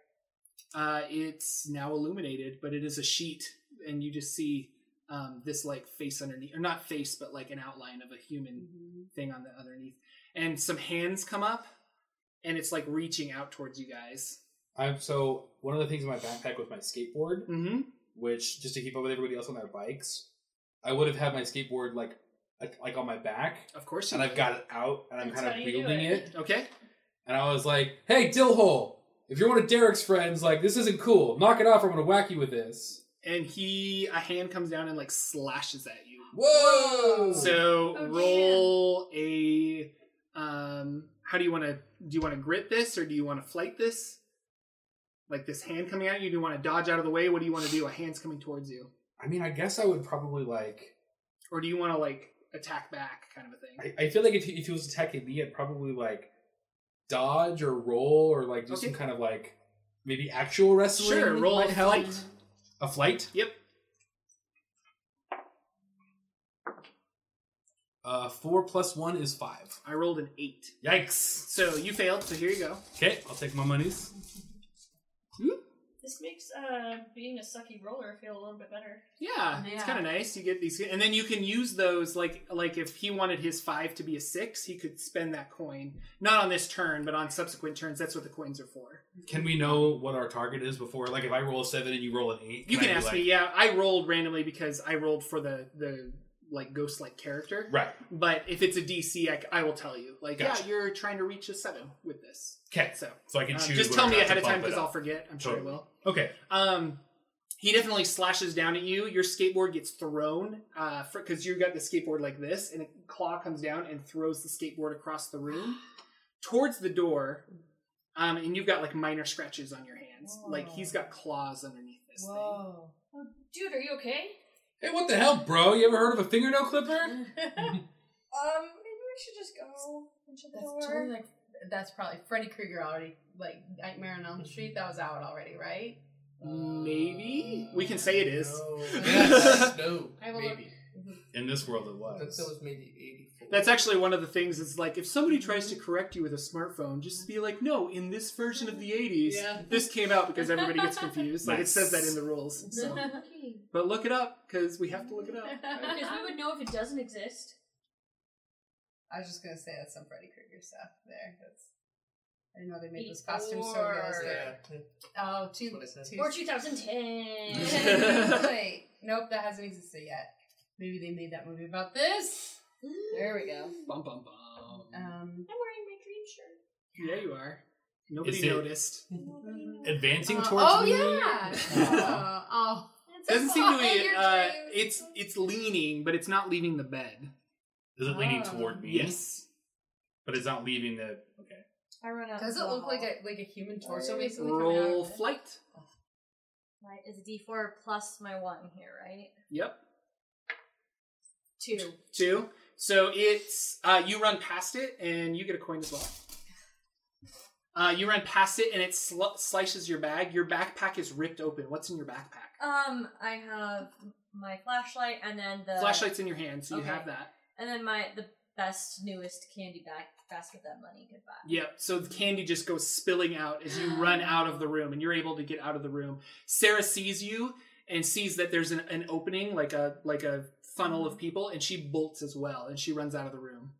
Speaker 1: uh, it's now illuminated, but it is a sheet, and you just see um, this like face underneath, or not face, but like an outline of a human
Speaker 3: Mm-hmm.
Speaker 1: thing on the underneath, and some hands come up, and it's like reaching out towards you guys.
Speaker 2: I'm so one of the things in my backpack was my skateboard,
Speaker 1: Mm-hmm.
Speaker 2: which just to keep up with everybody else on their bikes, I would have had my skateboard like like- like on my back,
Speaker 1: Of course. you
Speaker 2: and I've
Speaker 1: do.
Speaker 2: got it out, and I'm
Speaker 4: That's
Speaker 2: kind
Speaker 4: how
Speaker 2: of
Speaker 4: you do
Speaker 2: wielding it.
Speaker 4: it.
Speaker 1: Okay.
Speaker 2: And I was like, "Hey, Dillhole, if you're one of Derek's friends, like this isn't cool. Knock it off. I'm gonna whack you with this."
Speaker 1: And he, a hand comes down and like slashes at you.
Speaker 6: Whoa!
Speaker 1: So
Speaker 4: Oh,
Speaker 1: roll a. Um, how do you want to? Do you want to grit this or do you want to flight this? Like this hand coming at you? Do you want to dodge out of the way? What do you want to do? A hand's coming towards you,
Speaker 2: I mean, I guess I would probably like.
Speaker 1: or do you want to like attack back, kind of a thing?
Speaker 2: I, I feel like if he, if he was attacking me, I'd probably like dodge or roll or like do some
Speaker 1: Okay.
Speaker 2: kind of like maybe actual wrestling.
Speaker 1: Sure. Roll a
Speaker 2: might help.
Speaker 1: flight.
Speaker 2: A flight.
Speaker 1: Yep.
Speaker 2: Uh, four plus one is five.
Speaker 1: I rolled an eight,
Speaker 2: Yikes.
Speaker 1: so you failed. So here you go.
Speaker 2: Okay, I'll take my monies.
Speaker 4: This makes uh, being a sucky roller feel a little bit better.
Speaker 1: Yeah, it's
Speaker 3: Yeah.
Speaker 1: kind of nice. You get these, and then you can use those like like if he wanted his five to be a six, he could spend that coin. Not on this turn, but on subsequent turns. That's what the coins are for.
Speaker 2: Can we know what our target is before? Like, if I roll a seven and you roll an eight,
Speaker 1: You
Speaker 2: I
Speaker 1: can
Speaker 2: be
Speaker 1: ask
Speaker 2: like-
Speaker 1: me. Yeah, I rolled randomly because I rolled for the the like ghost like character.
Speaker 2: Right.
Speaker 1: But if it's a DC, I, c- I will tell you. Like,
Speaker 2: Gotcha.
Speaker 1: yeah, you're trying to reach a seven with this.
Speaker 2: Okay.
Speaker 1: So
Speaker 2: So I can
Speaker 1: um,
Speaker 2: choose.
Speaker 1: just
Speaker 2: whether
Speaker 1: tell
Speaker 2: or
Speaker 1: me
Speaker 2: not to
Speaker 1: ahead of time
Speaker 2: bump it
Speaker 1: because I'll
Speaker 2: up.
Speaker 1: forget. I'm sure I
Speaker 2: Totally.
Speaker 1: will.
Speaker 2: Okay.
Speaker 1: Um, he definitely slashes down at you. Your skateboard gets thrown because you got the skateboard like this, and a claw comes down and throws the skateboard across the room towards the door. Um, and you've got like minor scratches on your hands. Like he's got claws underneath this
Speaker 3: Whoa.
Speaker 4: Dude, are you okay?
Speaker 2: Hey, what the hell, bro? You ever heard of a fingernail clipper?
Speaker 7: Um, maybe we should just go and shut the
Speaker 3: That's
Speaker 7: door.
Speaker 3: totally like that's probably Freddy Krueger already like Nightmare on Elm Street. That was out already, right?
Speaker 1: Maybe? We can say it is.
Speaker 6: No, Yes, no
Speaker 3: I will
Speaker 6: maybe.
Speaker 2: In this world, it
Speaker 6: I think that
Speaker 2: was.
Speaker 6: was maybe eighty-four.
Speaker 1: thing. That's actually one of the things. Is like if somebody
Speaker 6: Mm-hmm.
Speaker 1: tries to correct you with a smartphone, just be like, "No, in this version of the '80s,
Speaker 6: Yeah.
Speaker 1: this came out because everybody gets confused. Like it
Speaker 2: Nice.
Speaker 1: says that in the rules. So. But look it up because we have to look it up.
Speaker 4: Because we would know if it doesn't exist.
Speaker 3: I was just gonna say that's some Freddy Krueger stuff there. That's I didn't know they made this costume so realistic.
Speaker 6: Yeah.
Speaker 3: Oh,
Speaker 6: That's
Speaker 3: too,
Speaker 6: what I said.
Speaker 3: too
Speaker 4: Or 2010.
Speaker 3: Wait, nope, that hasn't existed yet. Maybe they made that movie about this. There we go.
Speaker 1: Bum bum bum.
Speaker 3: Um,
Speaker 4: I'm wearing my dream shirt.
Speaker 1: yeah, you are. Nobody
Speaker 2: Is it-
Speaker 1: noticed.
Speaker 2: Advancing
Speaker 3: uh,
Speaker 2: towards
Speaker 3: oh
Speaker 2: me.
Speaker 3: yeah. Uh, oh,
Speaker 4: It's
Speaker 1: Doesn't seem to
Speaker 4: in
Speaker 1: be.
Speaker 4: your
Speaker 1: Uh,
Speaker 4: dreams.
Speaker 1: it's it's leaning, but it's not leaving the bed.
Speaker 2: Is it leaning
Speaker 3: Oh.
Speaker 2: toward me?
Speaker 1: Yes.
Speaker 2: But it's not leaving the. Okay.
Speaker 7: I run out.
Speaker 3: does it
Speaker 7: into the
Speaker 3: look like
Speaker 7: hall.
Speaker 3: a like a human torso basically coming out?
Speaker 1: Roll
Speaker 3: of it?
Speaker 1: flight.
Speaker 7: Right, is D four plus my one here, right?
Speaker 1: Yep.
Speaker 7: Two.
Speaker 1: Two. So it's uh, you run past it, and you get a coin as well. Uh, you run past it, and it sl- slices your bag. Your backpack is ripped open. What's in your backpack?
Speaker 7: Um, I have my flashlight and then
Speaker 3: Uh,
Speaker 7: the
Speaker 1: Flashlight's in your hand, so you
Speaker 7: okay.
Speaker 1: have that.
Speaker 7: and then my the best newest candy bag basket that money could buy.
Speaker 1: Yep. So the candy just goes spilling out as you run out of the room, and you're able to get out of the room. Sarah sees you and sees that there's an, an opening, like a like a funnel
Speaker 3: Mm-hmm.
Speaker 1: of people, and she bolts as well, and she runs out of the room.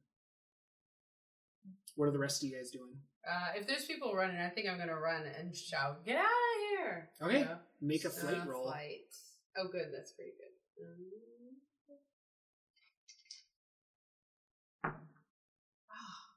Speaker 1: What are the rest of you guys doing?
Speaker 3: Uh, if there's people running, I think I'm gonna run and shout, "Get out of here!"
Speaker 1: Okay.
Speaker 3: Yeah.
Speaker 1: Make a flight
Speaker 3: Uh,
Speaker 1: roll.
Speaker 3: flight. Oh, good. That's pretty good. Um,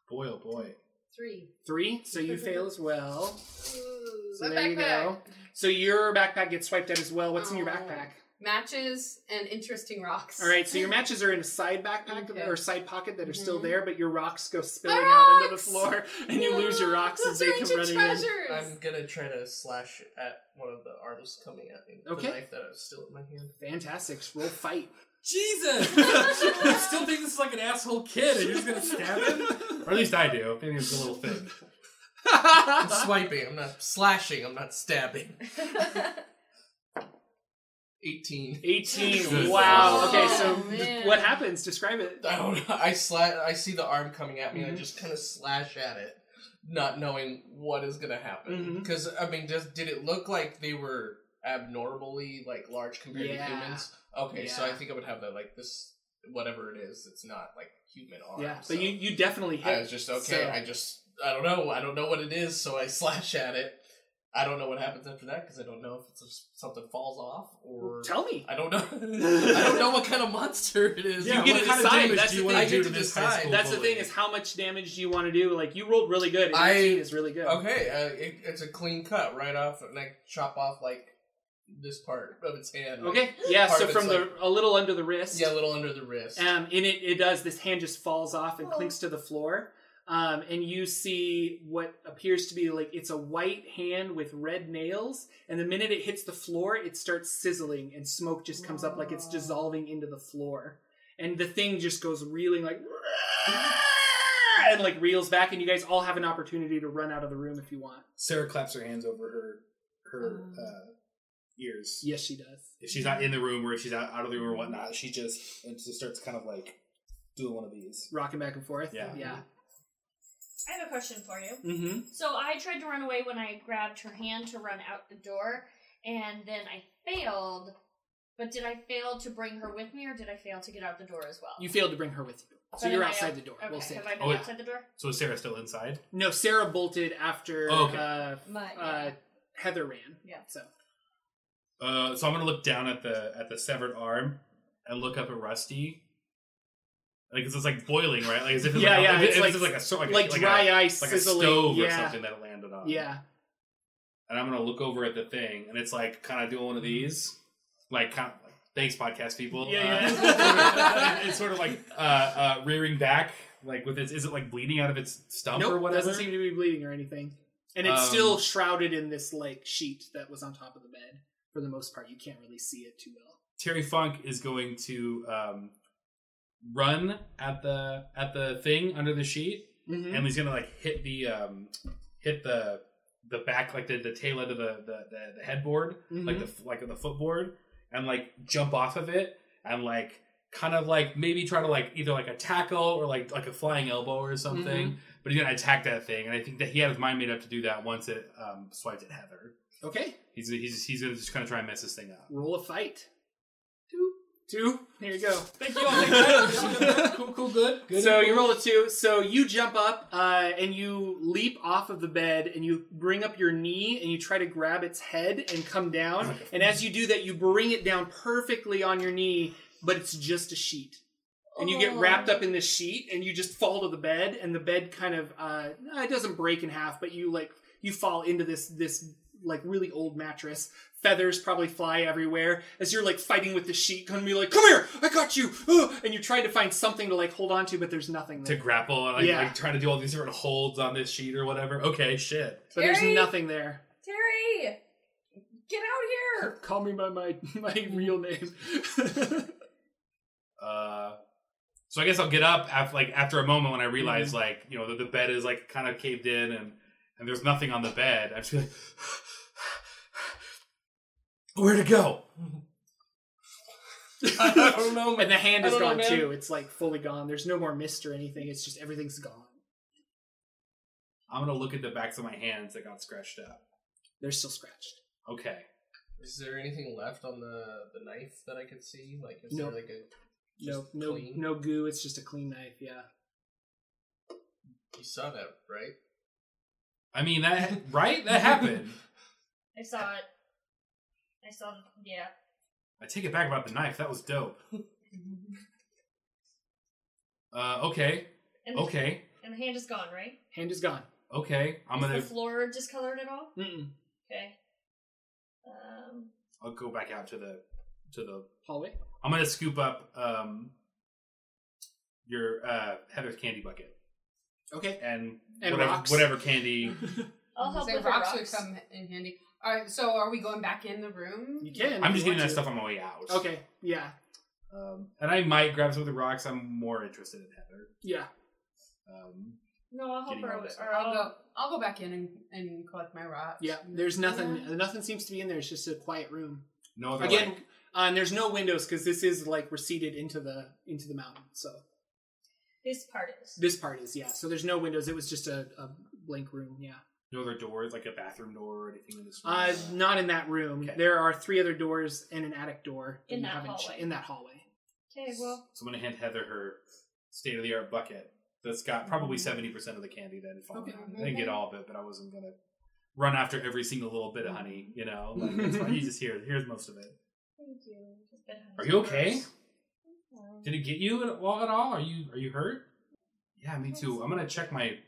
Speaker 2: Boy, oh boy.
Speaker 3: three.
Speaker 1: Three. So you fail as well.
Speaker 3: Ooh,
Speaker 1: So
Speaker 3: my
Speaker 1: there you go. So your backpack gets swiped out as well. What's in your
Speaker 3: Oh.
Speaker 1: backpack?
Speaker 3: Matches and interesting rocks.
Speaker 1: All right, so your matches are in a side backpack
Speaker 3: Okay.
Speaker 1: or side pocket that are still
Speaker 3: Mhm.
Speaker 1: there, but your rocks go spilling
Speaker 3: My
Speaker 1: out into the
Speaker 3: rocks!
Speaker 1: floor, and you lose your rocks as
Speaker 3: Those
Speaker 1: they
Speaker 3: are
Speaker 1: come
Speaker 3: ancient
Speaker 1: running in.
Speaker 3: treasures.
Speaker 6: I'm gonna try to slash at one of the arms coming at me. with
Speaker 1: Okay.
Speaker 6: The knife that was still in my hand.
Speaker 1: Fantastic. Roll fight.
Speaker 2: Jesus! I still think this is like an asshole kid, and you're just gonna stab him. Or at least I do. Maybe it's a little thick.
Speaker 6: I'm swiping. I'm not slashing. I'm not stabbing. Eighteen.
Speaker 1: 18.
Speaker 2: Jesus.
Speaker 1: Wow.
Speaker 2: Oh,
Speaker 1: Okay, so
Speaker 3: man.
Speaker 1: th- what happens? Describe it.
Speaker 6: I don't. Know. I sla- I see the arm coming at me. and
Speaker 1: Mhm.
Speaker 6: I just kind of slash at it, not knowing what is gonna happen.
Speaker 1: Mhm.
Speaker 6: Because I mean, just did it look like they were abnormally like large compared
Speaker 1: Yeah.
Speaker 6: to humans? Okay, so I
Speaker 1: Yeah.
Speaker 6: think I would have that like this whatever it is. It's not like human arm.
Speaker 1: Yeah,
Speaker 6: so.
Speaker 1: but you, you definitely hit.
Speaker 6: I was just okay.
Speaker 1: So-
Speaker 6: I just I don't know. I don't know what it is, so I slash at it. I don't know what happens after that because I don't know if it's just something falls off or
Speaker 1: Tell me.
Speaker 6: I don't know. I don't know what kind of monster it is.
Speaker 1: You
Speaker 2: Yeah,
Speaker 1: get
Speaker 2: what
Speaker 1: to
Speaker 2: kind of
Speaker 1: decide.
Speaker 2: damage
Speaker 1: That's
Speaker 2: do
Speaker 1: the
Speaker 2: you wanna
Speaker 1: thing.
Speaker 2: do
Speaker 1: I get
Speaker 2: to
Speaker 1: to
Speaker 2: this high
Speaker 6: decide.
Speaker 2: school
Speaker 1: That's the
Speaker 2: bully?
Speaker 1: thing is how much damage do you want to do? Like you rolled really good. and
Speaker 6: I-
Speaker 1: 18 is really good.
Speaker 6: Okay, uh, it, it's a clean cut right off, and I chop off like this part of its hand. like-
Speaker 1: Okay. Yeah.
Speaker 6: Part
Speaker 1: So
Speaker 6: of
Speaker 1: from
Speaker 6: it's
Speaker 1: the a little under the wrist.
Speaker 6: yeah, a little under the wrist.
Speaker 1: Um, in it, it does. This hand just falls off
Speaker 4: Oh.
Speaker 1: and clinks to the floor. Um, and you see what appears to be like it's a white hand with red nails. And the minute it hits the floor, it starts sizzling and smoke just comes up like it's dissolving into the floor. And the thing just goes reeling like and like reels back. And you guys all have an opportunity to run out of the room if you want.
Speaker 2: Sarah claps her hands over her her uh, ears.
Speaker 1: Yes, she does.
Speaker 2: If she's not in the room or if she's out, out of the room or whatnot, she just and just starts kind of like doing one of these.
Speaker 1: Rocking back and forth.
Speaker 2: Yeah.
Speaker 1: Yeah.
Speaker 4: I have a question for you.
Speaker 1: Mm-hmm.
Speaker 4: So I tried to run away when I grabbed her hand to run out the door, and then I failed. But did I fail to bring her with me, or did I fail to get out the door as well?
Speaker 1: You failed to bring her with you. So
Speaker 4: But
Speaker 1: you're
Speaker 4: am I
Speaker 1: outside
Speaker 4: out-
Speaker 1: the door.
Speaker 4: Okay,
Speaker 1: We'll say.
Speaker 4: have I been
Speaker 2: Oh, yeah.
Speaker 4: outside the door?
Speaker 2: So is Sarah still inside?
Speaker 1: No, Sarah bolted after
Speaker 2: Oh, okay.
Speaker 1: uh,
Speaker 7: My,
Speaker 1: uh, Heather ran.
Speaker 7: Yeah.
Speaker 1: So
Speaker 2: Uh, so I'm gonna look down at the at the severed arm and look up at Rusty. Like 'cause it's like boiling, right? Like as if it's
Speaker 1: Yeah,
Speaker 2: like,
Speaker 1: yeah,
Speaker 2: A,
Speaker 1: it's
Speaker 2: as if
Speaker 1: like-
Speaker 2: it's like a so- like, a-
Speaker 1: like,
Speaker 2: like
Speaker 1: dry
Speaker 2: a,
Speaker 1: ice
Speaker 2: like a
Speaker 1: sizzling.
Speaker 2: stove
Speaker 1: yeah.
Speaker 2: or something that it landed on.
Speaker 1: Yeah.
Speaker 2: and I'm gonna look over at the thing, and it's like kind of doing one of
Speaker 1: Mm-hmm.
Speaker 2: these, like kind of, thanks podcast people.
Speaker 1: Yeah,
Speaker 2: Uh,
Speaker 1: yeah.
Speaker 2: it's sort of like uh, uh, rearing back, like with its is it like bleeding out of its stump or
Speaker 1: Nope,
Speaker 2: whatever?
Speaker 1: doesn't seem to be bleeding or anything. And it's
Speaker 2: Um,
Speaker 1: still shrouded in this like sheet that was on top of the bed. For the most part, you can't really see it too well.
Speaker 2: Terry Funk is going to um, run at the at the thing under the sheet,
Speaker 1: Mm-hmm.
Speaker 2: and he's gonna like hit the um, hit the the back like the, the tail end of the the, the, the headboard like the like the footboard and like jump off of it and like kind of like maybe try to like either like a tackle or like like a flying elbow or something but he's gonna attack that thing and i think that he had his mind made up to do that once it um swiped at heather
Speaker 1: okay,
Speaker 2: he's he's he's gonna just kind of try and mess this thing up
Speaker 1: roll a fight. Two, two. There you go.
Speaker 2: thank you all thank you. cool cool good good
Speaker 1: so you roll a two. So you jump up uh, and you leap off of the bed and you bring up your knee and you try to grab its head and come down. And as you do that, you bring it down perfectly on your knee, but it's just a sheet. And you get wrapped up in this sheet and you just fall to the bed and the bed kind of uh, it doesn't break in half, but you like you fall into this this like really old mattress. Feathers probably fly everywhere as you're like fighting with the sheet. Gonna be like, come here, I got you, Ugh! and you're trying to find something to like hold on to, but there's nothing
Speaker 2: to
Speaker 1: there.
Speaker 2: grapple and like,
Speaker 1: Mm-hmm. Yeah.
Speaker 2: like trying to do all these different holds on this sheet or whatever okay shit
Speaker 1: But there's
Speaker 7: Terry?
Speaker 1: nothing there.
Speaker 7: Terry, get out here!
Speaker 1: Call me by my my real name.
Speaker 2: Uh, so I guess I'll get up after like after a moment when I
Speaker 1: Mm-hmm.
Speaker 2: realize like you know that the bed is like kind of caved in and and there's nothing on the bed. I'm just like, where to go?
Speaker 6: I don't know, man.
Speaker 1: and the hand
Speaker 6: I
Speaker 1: is
Speaker 6: don't know,
Speaker 1: gone
Speaker 6: man.
Speaker 1: too. It's like fully gone. There's no more mist or anything. It's just everything's gone.
Speaker 2: I'm gonna look at the backs of my hands that got scratched up.
Speaker 1: They're still scratched.
Speaker 2: Okay,
Speaker 6: Is there anything left on the the knife that I could see? Like, is
Speaker 1: No.
Speaker 6: there like a
Speaker 1: No,
Speaker 6: Just
Speaker 1: no,
Speaker 6: clean?
Speaker 1: no goo. It's just a clean knife. Yeah.
Speaker 6: you saw that right?
Speaker 2: I mean that right that happened.
Speaker 4: I saw it. I saw. Yeah.
Speaker 2: I take it back about the knife. That was dope. Uh, okay,
Speaker 4: And the,
Speaker 2: okay,
Speaker 4: And the hand is gone, right?
Speaker 1: Hand is gone.
Speaker 2: okay. I'm gonna
Speaker 4: Is the floor discolored at all?
Speaker 1: Mm-mm.
Speaker 4: Okay. Um.
Speaker 2: I'll go back out to the to the
Speaker 1: Hallway.
Speaker 2: I'm gonna scoop up um your uh Heather's candy bucket
Speaker 1: Okay.
Speaker 2: and,
Speaker 1: And
Speaker 2: whatever
Speaker 1: rocks.
Speaker 2: whatever candy.
Speaker 4: I'll help
Speaker 3: Say
Speaker 4: with the
Speaker 3: rocks,
Speaker 4: rocks.
Speaker 3: would come in handy. All right, so are we going back in the room?
Speaker 1: You can.
Speaker 2: I'm
Speaker 1: if
Speaker 2: just
Speaker 1: you
Speaker 2: getting that
Speaker 1: want
Speaker 2: stuff on my way out.
Speaker 1: to. Okay. Yeah.
Speaker 2: Um, and I might grab some of the rocks. I'm more interested in Heather.
Speaker 1: Yeah.
Speaker 2: Um,
Speaker 4: No, I'll help
Speaker 2: Getting
Speaker 4: her.
Speaker 2: all
Speaker 4: With,
Speaker 2: this
Speaker 4: or
Speaker 3: I'll
Speaker 4: I'll,
Speaker 3: go. I'll go back in and, and collect my rocks.
Speaker 1: Yeah. There's nothing. Nothing seems to be in there. It's just a quiet room.
Speaker 2: no other
Speaker 1: Again,
Speaker 2: like-
Speaker 1: uh, and there's no windows because this is like receded into the into the mountain. So
Speaker 4: this part is.
Speaker 1: this part is yeah. So there's no windows. It was just a, a blank room. Yeah.
Speaker 2: no other doors, like a bathroom door or anything in this room.
Speaker 1: Uh, not in that room.
Speaker 2: Okay.
Speaker 1: There are three other doors and an attic door
Speaker 4: In
Speaker 1: you
Speaker 4: that
Speaker 1: haven't che-
Speaker 4: hallway.
Speaker 1: in that hallway.
Speaker 4: Okay, well,
Speaker 2: so I'm gonna hand Heather her state of the art bucket that's got probably seventy percent of the candy that had fallen
Speaker 1: Okay.
Speaker 2: out. I didn't get all of it, but I wasn't gonna run after every single little bit of honey. You know, like that's why you just hear here's most of it.
Speaker 4: Thank you. It's been
Speaker 2: Are you okay?
Speaker 4: hours. Um,
Speaker 2: Did it get you at all? At all? Are you are you hurt? Yeah, me too. I'm gonna check my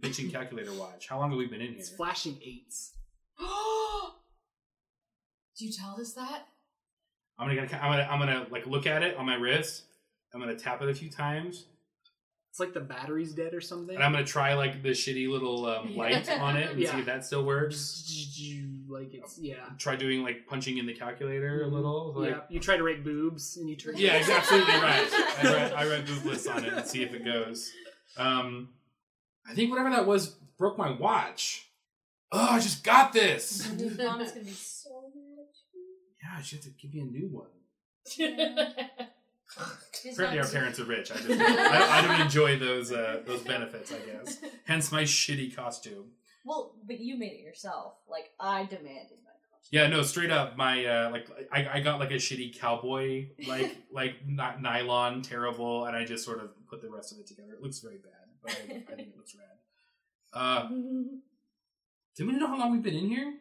Speaker 2: bitching calculator watch. How long have we been in here?
Speaker 1: It's flashing eights.
Speaker 3: Do you tell us that?
Speaker 2: I'm gonna, I'm gonna I'm gonna like look at it on my wrist. I'm gonna tap it a few times,
Speaker 1: It's like the battery's dead or something.
Speaker 2: and I'm gonna try like the shitty little um, light on it and see
Speaker 1: Yeah.
Speaker 2: if that still works.
Speaker 1: like it's yeah.
Speaker 2: Try doing like punching in the calculator a
Speaker 1: Mhm.
Speaker 2: little. Like,
Speaker 1: yeah, you try to rate boobs and you turn.
Speaker 2: Yeah, it's absolutely right. I read, I read this list on it and see if it goes. Um, I think whatever that was broke my watch. Oh, I just got this.
Speaker 7: Mom's gonna be so mad.
Speaker 2: Yeah, she had to give me a new one.
Speaker 7: She's
Speaker 2: Apparently, our
Speaker 7: not-
Speaker 2: parents are rich. I just I, I don't enjoy those uh, those benefits. I guess. Hence my shitty costume.
Speaker 7: Well, but you made it yourself. Like I demanded my costume.
Speaker 2: Yeah, no, straight up, my uh, like I, I got like a shitty cowboy like like not nylon terrible, and I just sort of put the rest of it together. It looks very bad, but I, I think it looks rad. Uh, do we know how long we've been in here?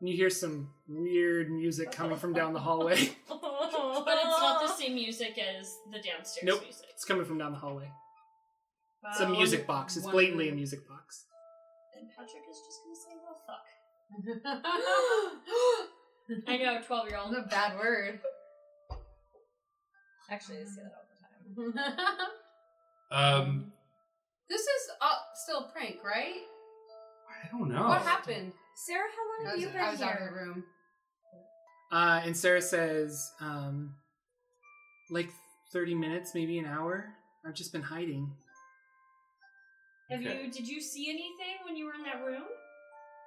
Speaker 1: And you hear some weird music coming from down the hallway.
Speaker 4: But it's not the same music as the downstairs
Speaker 1: Nope.
Speaker 4: music.
Speaker 1: It's coming from down the hallway. It's a
Speaker 4: Um,
Speaker 1: music box. It's blatantly a music box.
Speaker 4: And Patrick is just gonna say, "Well, fuck." I know, twelve year old.
Speaker 3: Not a bad word.
Speaker 7: Actually, I say that all the time.
Speaker 2: Um,
Speaker 3: this is uh, still a prank, right?
Speaker 2: I don't
Speaker 1: Oh.
Speaker 2: know.
Speaker 3: What happened?
Speaker 7: Sarah, how long
Speaker 3: I
Speaker 7: have
Speaker 3: was,
Speaker 7: you been
Speaker 3: I was
Speaker 7: here?
Speaker 3: out of the room.
Speaker 1: Uh, and Sarah says, um, like 30 minutes, maybe an hour. I've just been hiding.
Speaker 4: Have
Speaker 2: Okay.
Speaker 4: you? Did you see anything when you were in that room?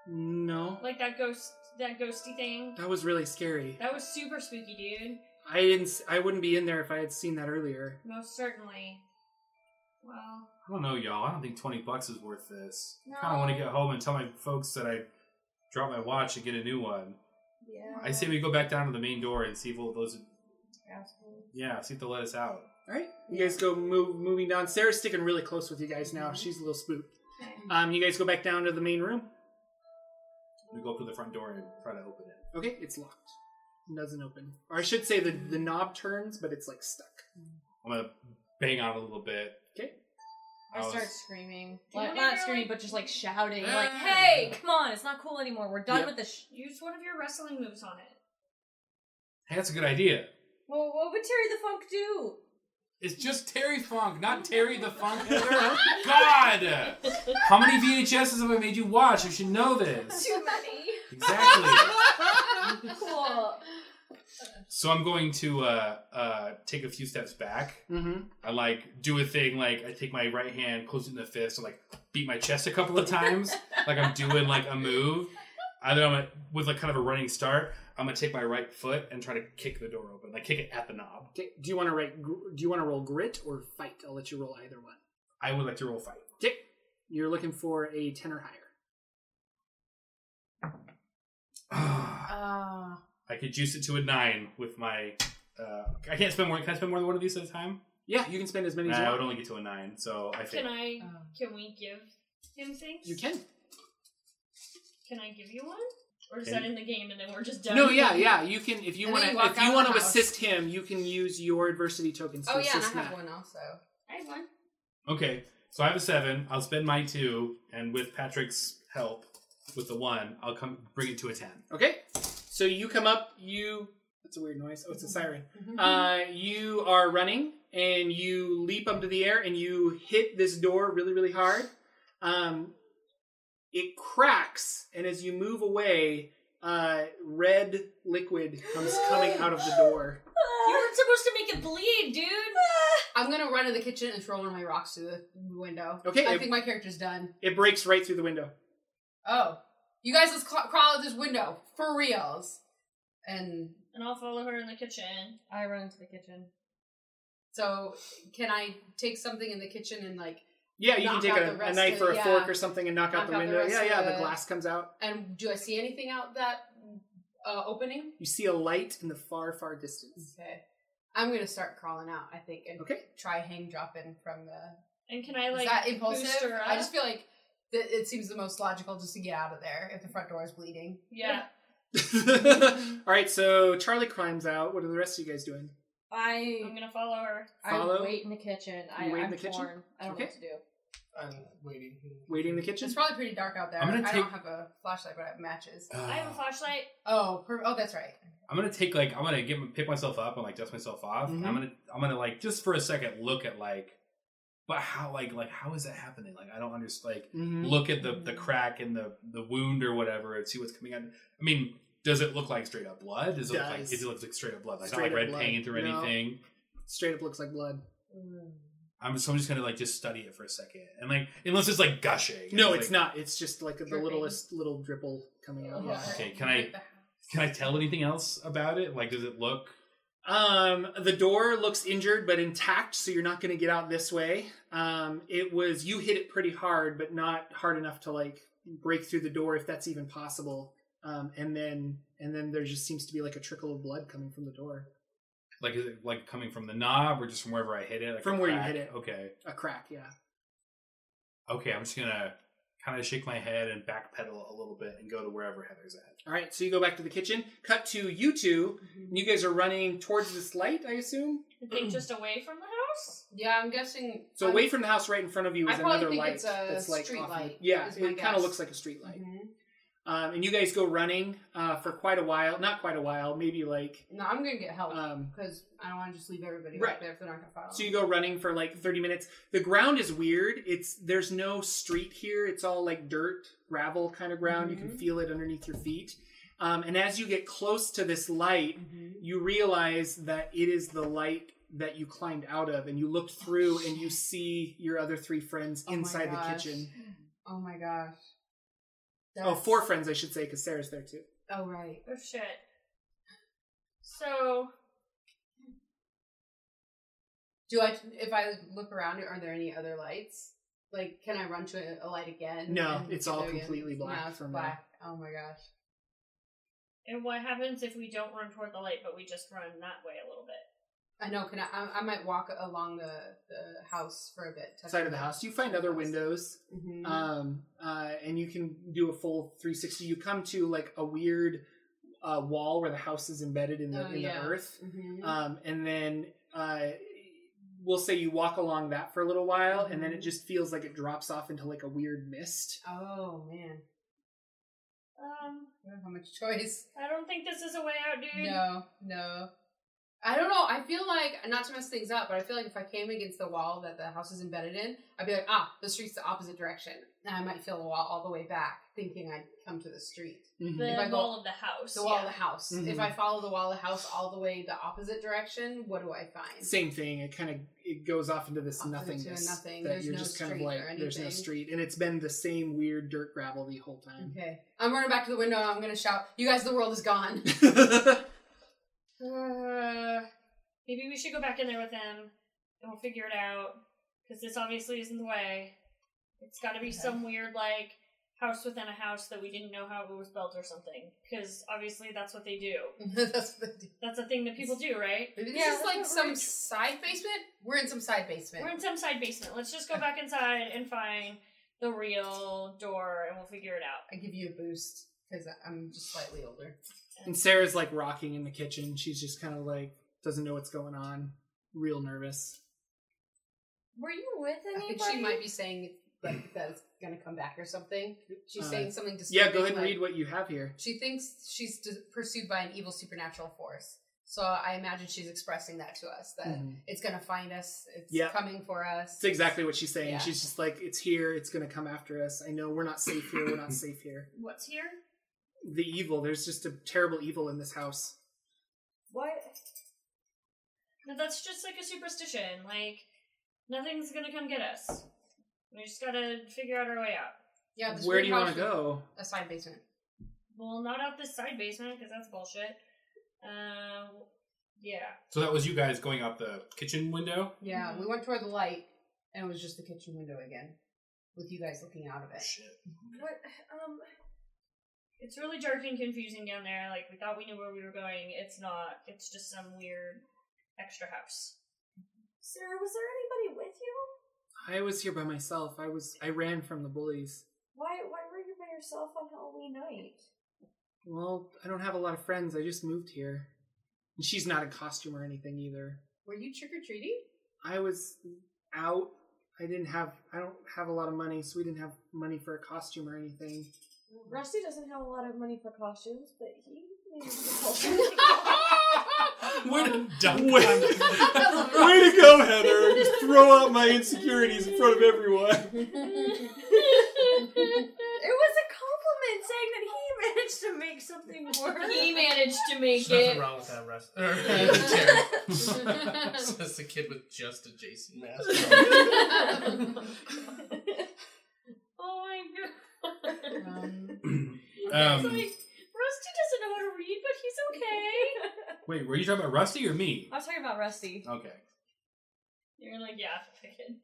Speaker 1: No,
Speaker 4: Like that ghost, that ghosty thing?
Speaker 1: that was really scary.
Speaker 4: That was super spooky, dude.
Speaker 1: I didn't. s- I wouldn't be in there if I had seen that earlier.
Speaker 4: Most certainly. Well,
Speaker 2: I don't know, y'all. I don't think twenty bucks is worth this. I kind of want to get home and tell my folks that I dropped my watch and get a new one.
Speaker 7: Yeah.
Speaker 2: I say we go back down to the main door and see if all those.
Speaker 7: Asshole.
Speaker 2: Yeah, see if they'll let us out.
Speaker 1: All right, you guys go move, moving down. Sarah's sticking really close with you guys now. She's a little spooked. Um, you guys go back down to the main room.
Speaker 2: We go up to the front door and try to open it.
Speaker 1: Okay, it's locked. It doesn't open. Or I should say the the knob turns, but it's like stuck.
Speaker 2: I'm gonna bang on a little bit.
Speaker 1: Okay.
Speaker 7: I
Speaker 2: was-
Speaker 7: start screaming.
Speaker 4: Do you
Speaker 7: Like,
Speaker 4: wanna
Speaker 7: not
Speaker 4: go,
Speaker 7: screaming,
Speaker 4: like-
Speaker 7: but just like shouting,
Speaker 2: Ah.
Speaker 7: like, "Hey, come on! It's not cool anymore. We're done
Speaker 1: Yep.
Speaker 7: with this." Sh-
Speaker 4: use one of your wrestling moves on it.
Speaker 2: Hey, that's a good idea.
Speaker 7: well, what would Terry the Funk do?
Speaker 2: It's just Terry Funk, not Terry the Funk. God! How many VHSs have I made you watch? You should know this.
Speaker 7: Too many.
Speaker 2: Exactly.
Speaker 7: cool.
Speaker 2: So I'm going to uh, uh, take a few steps back.
Speaker 1: Mm-hmm.
Speaker 2: I like do a thing like I take my right hand, close it in the fist, and like beat my chest a couple of times, like I'm doing like a move. And then I'm gonna, with like kind of a running start, I'm gonna take my right foot and try to kick the door open, like kick it at the knob.
Speaker 1: Okay. Do you want to write? gr- Do you want to roll grit or fight? I'll let you roll either one.
Speaker 2: I would like to roll fight.
Speaker 1: Okay. You're looking for a ten or higher.
Speaker 2: I
Speaker 3: Ah,
Speaker 2: could juice it to a nine with my. Uh, I can't spend more. Can I spend more than one of these at a time?
Speaker 1: Yeah, you can spend as many
Speaker 2: Nah,
Speaker 1: as you
Speaker 2: I would
Speaker 1: want.
Speaker 2: only get to a nine, so I
Speaker 4: Can
Speaker 2: think.
Speaker 4: I?
Speaker 3: Oh.
Speaker 4: Can we give him things?
Speaker 1: You can.
Speaker 4: Can I give you one? Or is
Speaker 2: Can
Speaker 4: that
Speaker 2: you-
Speaker 4: in the game and then we're just done?
Speaker 1: No, yeah, yeah. You can if you
Speaker 3: And
Speaker 1: want to
Speaker 3: then you walk
Speaker 1: if
Speaker 3: out
Speaker 1: you
Speaker 3: of
Speaker 1: want to
Speaker 3: the house.
Speaker 1: assist him, you can use your adversity tokens to
Speaker 3: oh yeah, and I
Speaker 1: assist
Speaker 3: have
Speaker 1: Matt.
Speaker 3: one also.
Speaker 4: I have one.
Speaker 2: Okay, so I have a seven. I'll spend my two, and with Patrick's help, with the one, I'll come bring it to a ten.
Speaker 1: Okay. So you come up, you that's a weird noise. Oh, it's a siren.
Speaker 3: Mm-hmm.
Speaker 1: Uh you are running and you leap up to the air and you hit this door really, really hard. Um it cracks and as you move away, uh red liquid comes coming out of the door.
Speaker 4: You weren't supposed to make it bleed, dude.
Speaker 3: I'm gonna run to the kitchen and throw one of my rocks through the window.
Speaker 1: Okay,
Speaker 3: I
Speaker 1: it-
Speaker 3: think my character's done.
Speaker 1: It breaks right through the window.
Speaker 3: Oh, you guys, let's ca- crawl out this window for reals. And
Speaker 4: And I'll follow her in the kitchen.
Speaker 7: I run into the kitchen.
Speaker 3: so, can I take something in the kitchen and like,
Speaker 1: Yeah, you
Speaker 3: Knock
Speaker 1: can
Speaker 3: out
Speaker 1: take a,
Speaker 3: the
Speaker 1: a
Speaker 3: rest
Speaker 1: knife
Speaker 3: of-
Speaker 1: or a
Speaker 3: yeah.
Speaker 1: fork or something and knock,
Speaker 3: Knock
Speaker 1: out the
Speaker 3: out the
Speaker 1: window.
Speaker 3: rest
Speaker 1: yeah,
Speaker 3: of
Speaker 1: yeah,
Speaker 3: the-
Speaker 1: the glass comes out.
Speaker 3: and do I see anything out that uh, opening?
Speaker 1: You see a light in the far, far distance.
Speaker 3: Okay. I'm gonna start crawling out. I think and
Speaker 1: Okay.
Speaker 3: try hang dropping from the.
Speaker 4: And can I
Speaker 3: is
Speaker 4: like
Speaker 3: that impulsive?
Speaker 4: boost her
Speaker 3: I
Speaker 4: up?
Speaker 3: just feel like th- it seems the most logical just to get out of there if the front door is bleeding.
Speaker 4: yeah.
Speaker 1: All right, so Charlie climbs out. What are the rest of you guys doing?
Speaker 4: I'm
Speaker 7: I
Speaker 4: gonna follow her.
Speaker 1: Follow?
Speaker 7: I wait in the kitchen. I,
Speaker 1: You wait in
Speaker 7: I'm
Speaker 1: the kitchen?
Speaker 7: torn. I don't
Speaker 1: Okay.
Speaker 7: know what to do.
Speaker 6: I'm waiting.
Speaker 1: Waiting in the kitchen?
Speaker 3: It's probably pretty dark out there.
Speaker 2: I'm
Speaker 3: I
Speaker 2: gonna
Speaker 3: don't
Speaker 2: take-
Speaker 3: have a flashlight, but I have matches.
Speaker 4: I
Speaker 2: Uh.
Speaker 4: have a flashlight.
Speaker 3: Oh, per- oh, that's right.
Speaker 2: I'm gonna take like I'm gonna get pick myself up and like dust myself off. and
Speaker 1: Mm-hmm.
Speaker 2: I'm gonna I'm gonna like just for a second look at like, but how like like how is that happening? Like I don't understand. Like
Speaker 1: Mm-hmm.
Speaker 2: look at the the crack and the the wound or whatever and see what's coming out. I mean, does it look like straight up blood? Does it look like
Speaker 1: Does.
Speaker 2: it looks like straight up blood? Like
Speaker 1: Straight
Speaker 2: not
Speaker 1: up
Speaker 2: like red
Speaker 1: blood.
Speaker 2: paint or
Speaker 1: No.
Speaker 2: anything.
Speaker 1: Straight up looks like blood.
Speaker 3: Mm.
Speaker 2: I'm so I'm just gonna like just study it for a second and like unless it's like gushing.
Speaker 1: No,
Speaker 2: like,
Speaker 1: it's not. It's just like the
Speaker 3: Dripping.
Speaker 1: littlest little dripple coming out.
Speaker 3: Yeah.
Speaker 2: Okay, can I- Can I tell anything else about it? Like, does it look?
Speaker 1: Um, the door looks injured but intact, so you're not going to get out this way. Um, it was you hit it pretty hard, but not hard enough to like break through the door if that's even possible. Um, and then and then there just seems to be like a trickle of blood coming from the door,
Speaker 2: Like is it like coming from the knob or just from wherever I hit it? Like
Speaker 1: From
Speaker 2: a
Speaker 1: where you
Speaker 2: crack?
Speaker 1: hit it.
Speaker 2: Okay.
Speaker 1: a crack. Yeah.
Speaker 2: Okay, I'm just gonna kind of shake my head and backpedal a little bit and go to wherever Heather's at.
Speaker 1: All right, so you go back to the kitchen. Cut to you two.
Speaker 3: Mm-hmm.
Speaker 1: And you guys are running towards this light, I assume.
Speaker 4: I think just away from the house.
Speaker 3: Yeah, I'm guessing.
Speaker 1: So
Speaker 3: I'm-
Speaker 1: away from the house, right in front of you,
Speaker 3: I
Speaker 1: is
Speaker 3: probably
Speaker 1: another
Speaker 3: think
Speaker 1: light
Speaker 3: it's a
Speaker 1: that's like
Speaker 3: street
Speaker 1: off in the-
Speaker 3: light,
Speaker 1: yeah,
Speaker 3: is my
Speaker 1: it kind of
Speaker 3: guess.
Speaker 1: looks like a street light.
Speaker 3: Mhm.
Speaker 1: Um, and you guys go running uh, for quite a while. Not quite a while, maybe like.
Speaker 3: No, I'm gonna get help
Speaker 1: Um,
Speaker 3: because I don't want to just leave everybody
Speaker 1: Right.
Speaker 3: right there if they're not gonna follow.
Speaker 1: so you go running for like 30 minutes. The ground is weird. It's there's no street here. It's all like dirt, gravel kind of ground. You
Speaker 3: Mm-hmm.
Speaker 1: can feel it underneath your feet. Um, and as you get close to this light,
Speaker 3: Mm-hmm.
Speaker 1: you realize that it is the light that you climbed out of, and you look through and you see your other three friends
Speaker 3: Oh my
Speaker 1: inside the
Speaker 3: gosh.
Speaker 1: kitchen.
Speaker 3: Oh my gosh.
Speaker 1: Oh,
Speaker 3: That's-
Speaker 1: four friends, I should say, because Sarah's there too.
Speaker 3: Oh right.
Speaker 4: Oh shit. So
Speaker 3: Do I? If I look around, are there any other lights? Like, can I run to a, a light again?
Speaker 1: No,
Speaker 3: and
Speaker 1: it's
Speaker 3: get
Speaker 1: all
Speaker 3: there again?
Speaker 1: completely black
Speaker 3: No, it's
Speaker 1: for me.
Speaker 3: black. Oh my gosh.
Speaker 4: and what happens if we don't run toward the light but we just run that way a little bit?
Speaker 3: I know. Can I? I, I might walk along the, the house for a bit. touching
Speaker 1: Side of the house, you find other
Speaker 3: house.
Speaker 1: windows.
Speaker 3: Mhm.
Speaker 1: um, uh, and you can do a full 360. You come to like a weird uh, wall where the house is embedded in the
Speaker 3: Oh,
Speaker 1: in
Speaker 3: yeah.
Speaker 1: the earth,
Speaker 3: Mhm.
Speaker 1: um, and then uh, we'll say you walk along that for a little while, and then it
Speaker 3: Mhm.
Speaker 1: just feels like it drops off into like a weird mist.
Speaker 3: oh man,
Speaker 4: Um,
Speaker 3: I don't have much choice.
Speaker 4: I don't think this is a way out, dude.
Speaker 3: No, no. I don't know. I feel like not to mess things up, but I feel like if I came against the wall that the house is embedded in, I'd be like, ah, the street's the opposite direction, and I might feel the wall all the way back, thinking I'd come to the street, If
Speaker 4: The
Speaker 3: I go-
Speaker 4: wall of the house.
Speaker 3: the wall
Speaker 4: yeah.
Speaker 3: of the house.
Speaker 1: Mhm.
Speaker 3: If I follow the wall of the house all the way the opposite direction, what do I find?
Speaker 1: Same thing. It kind of it goes off into this
Speaker 3: Off into
Speaker 1: nothingness
Speaker 3: nothing.
Speaker 1: that
Speaker 3: There's
Speaker 1: you're
Speaker 3: no
Speaker 1: just kind of
Speaker 3: street
Speaker 1: like
Speaker 3: or
Speaker 1: there's no
Speaker 3: anything.
Speaker 1: street, and it's been the same weird dirt gravel the whole time.
Speaker 3: Okay, I'm running back to the window. and I'm gonna shout, "You guys, the world is gone."
Speaker 4: Uh, maybe we should go back in there with them and we'll figure it out. Because this obviously isn't the way. It's got to be some weird, like, house within a house that we didn't know how it was built or something. Because obviously that's what they do.
Speaker 3: That's what I do.
Speaker 4: That's a thing that people do, right?
Speaker 3: Maybe this
Speaker 7: Yeah,
Speaker 3: is
Speaker 7: that's
Speaker 3: like
Speaker 7: what
Speaker 3: some
Speaker 7: we're-
Speaker 3: side basement. We're in some side basement.
Speaker 4: We're in some side basement. Let's just go back inside and find the real door and we'll figure it out.
Speaker 3: I give you a boost because I'm just slightly older.
Speaker 1: And Sarah's like rocking in the kitchen. She's just kind of like doesn't know what's going on, real nervous.
Speaker 7: Were you with
Speaker 3: I
Speaker 7: anybody?
Speaker 3: think she might be saying like that it's gonna come back or something. She's
Speaker 1: Uh,
Speaker 3: saying something.
Speaker 1: Yeah,
Speaker 3: Disturbing,
Speaker 1: go ahead and
Speaker 3: like-
Speaker 1: read what you have here.
Speaker 3: She thinks she's d- pursued by an evil supernatural force. So I imagine she's expressing that to us that
Speaker 1: Mhm.
Speaker 3: it's gonna find us. It's
Speaker 1: Yeah.
Speaker 3: coming for us.
Speaker 1: That's exactly what she's saying.
Speaker 3: Yeah.
Speaker 1: She's just like, it's here, it's going to come after us. I know we're not safe here, we're not safe here.
Speaker 4: What's here?
Speaker 1: The evil, there's just a terrible evil in this house.
Speaker 7: What?
Speaker 4: No, that's just like a superstition. Like, nothing's gonna come get us. We just gotta figure out our way out.
Speaker 3: Yeah. This
Speaker 1: Where
Speaker 3: weird
Speaker 1: do you want
Speaker 3: house
Speaker 1: to
Speaker 3: with
Speaker 1: go?
Speaker 3: A side basement.
Speaker 4: Well, not out this side basement because that's bullshit. Uh, yeah.
Speaker 2: So that was you guys going out the kitchen window.
Speaker 3: Yeah.
Speaker 4: Mhm.
Speaker 3: We went toward the light, and it was just the kitchen window again, with you guys looking out of it.
Speaker 2: Shit.
Speaker 7: What? Um.
Speaker 4: It's really dark and confusing down there. Like we thought we knew where we were going. It's not. It's just some weird extra house.
Speaker 7: Sarah, was there anybody with you?
Speaker 1: I was here by myself. I was I ran from the bullies.
Speaker 7: Why why were you by yourself on Halloween night?
Speaker 1: Well, I don't have a lot of friends. I just moved here. And she's not in costume or anything either.
Speaker 3: Were you trick or treating?
Speaker 1: I was out. I didn't have I don't have a lot of money, so we didn't have money for a costume or anything.
Speaker 7: Rusty doesn't have a lot of money for costumes, but he
Speaker 2: Way to, way,
Speaker 3: That's a
Speaker 2: way to go, Heather! Just throw out my insecurities in front of everyone.
Speaker 7: It was a compliment saying that he managed to make something work.
Speaker 4: He managed to make
Speaker 6: There's
Speaker 4: it.
Speaker 6: nothing wrong with that rest. Or, Terry. so that's the kid with just a Jason mask. on.
Speaker 4: Oh my god.
Speaker 3: Um,
Speaker 4: It's
Speaker 2: Um,
Speaker 4: like, Rusty doesn't know how to read, but he's okay.
Speaker 2: wait, were you talking about Rusty or me?
Speaker 7: I was talking about Rusty.
Speaker 2: Okay.
Speaker 4: You're like, yeah, fuck it.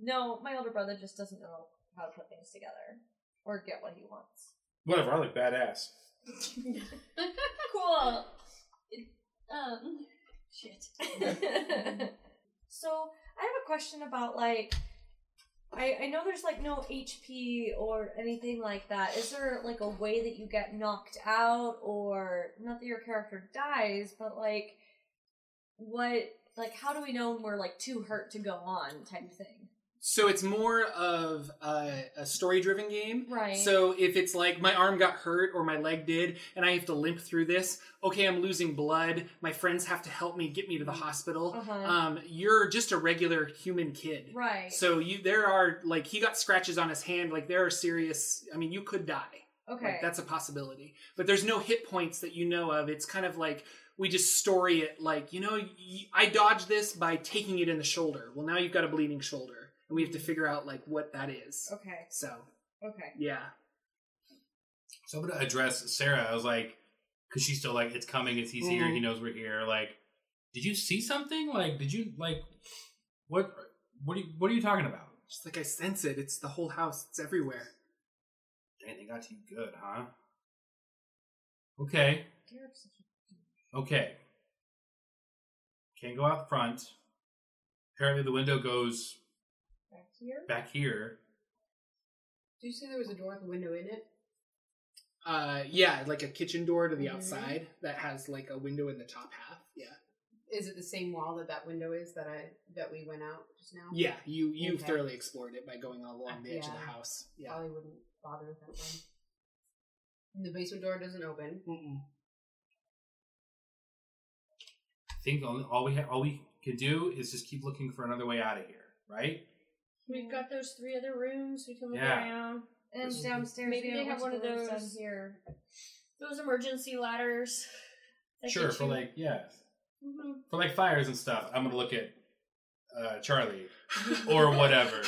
Speaker 7: No, my older brother just doesn't know how to put things together or get what he wants.
Speaker 2: Whatever, I look badass.
Speaker 7: Cool. It- um, shit. Mm-hmm. so I have a question about like. I, I know there's like no HP or anything like that. Is there like a way that you get knocked out or not that your character dies, but like what like how do we know when we're like too hurt to go on type of thing?
Speaker 1: So it's more of a, a story-driven game.
Speaker 7: Right.
Speaker 1: So if it's like my arm got hurt or my leg did, and I have to limp through this, okay, I'm losing blood. My friends have to help me get me to the hospital.
Speaker 7: uh-huh.
Speaker 1: Um, you're just a regular human kid.
Speaker 7: right.
Speaker 1: So you there are like he got scratches on his hand. Like there are serious. I mean, you could die.
Speaker 7: okay.
Speaker 1: Like, that's a possibility. But there's no hit points that you know of. It's kind of like we just story it like, you know, y- I dodged this by taking it in the shoulder. Well, now you've got a bleeding shoulder. And we have to figure out like what that is.
Speaker 7: okay.
Speaker 1: So,
Speaker 7: Okay.
Speaker 1: yeah.
Speaker 2: So I'm gonna address Sarah. I was like, because she's still like, it's coming, it's he's here, he knows we're here. Like, did you see something? Like, did you like what? What are you, what are you talking about?
Speaker 1: Just like I sense it. It's the whole house. It's everywhere.
Speaker 2: Dang, they got you good, huh? Okay, okay. Can't go out front. Apparently, the window goes
Speaker 7: Back here.
Speaker 2: back here.
Speaker 3: did you say there was a door with a window in it?
Speaker 1: Uh yeah, like a kitchen door to the
Speaker 3: Mhm.
Speaker 1: outside that has like a window in the top half. Yeah.
Speaker 3: Is it the same wall that that window is that I that we went out just now?
Speaker 1: Yeah, you you
Speaker 3: Oh. Okay.
Speaker 1: thoroughly explored it by going all along the edge of
Speaker 3: Yeah.
Speaker 1: the house. Yeah.
Speaker 3: Probably wouldn't bother with that one. And the basement door doesn't open.
Speaker 1: Mm-mm.
Speaker 2: I think all, all we ha- all we can do is just keep looking for another way out of here, right?
Speaker 4: We've got those three other rooms. We can look
Speaker 2: Yeah.
Speaker 4: around.
Speaker 7: And downstairs,
Speaker 4: Maybe
Speaker 7: we
Speaker 4: they have
Speaker 7: what's
Speaker 4: one of
Speaker 7: the roof
Speaker 4: those-
Speaker 7: down here.
Speaker 4: Those emergency ladders. that
Speaker 2: sure,
Speaker 4: get
Speaker 2: for
Speaker 4: you-
Speaker 2: like yeah,
Speaker 4: Mhm.
Speaker 2: for like fires and stuff. I'm gonna look at uh, Charlie or whatever.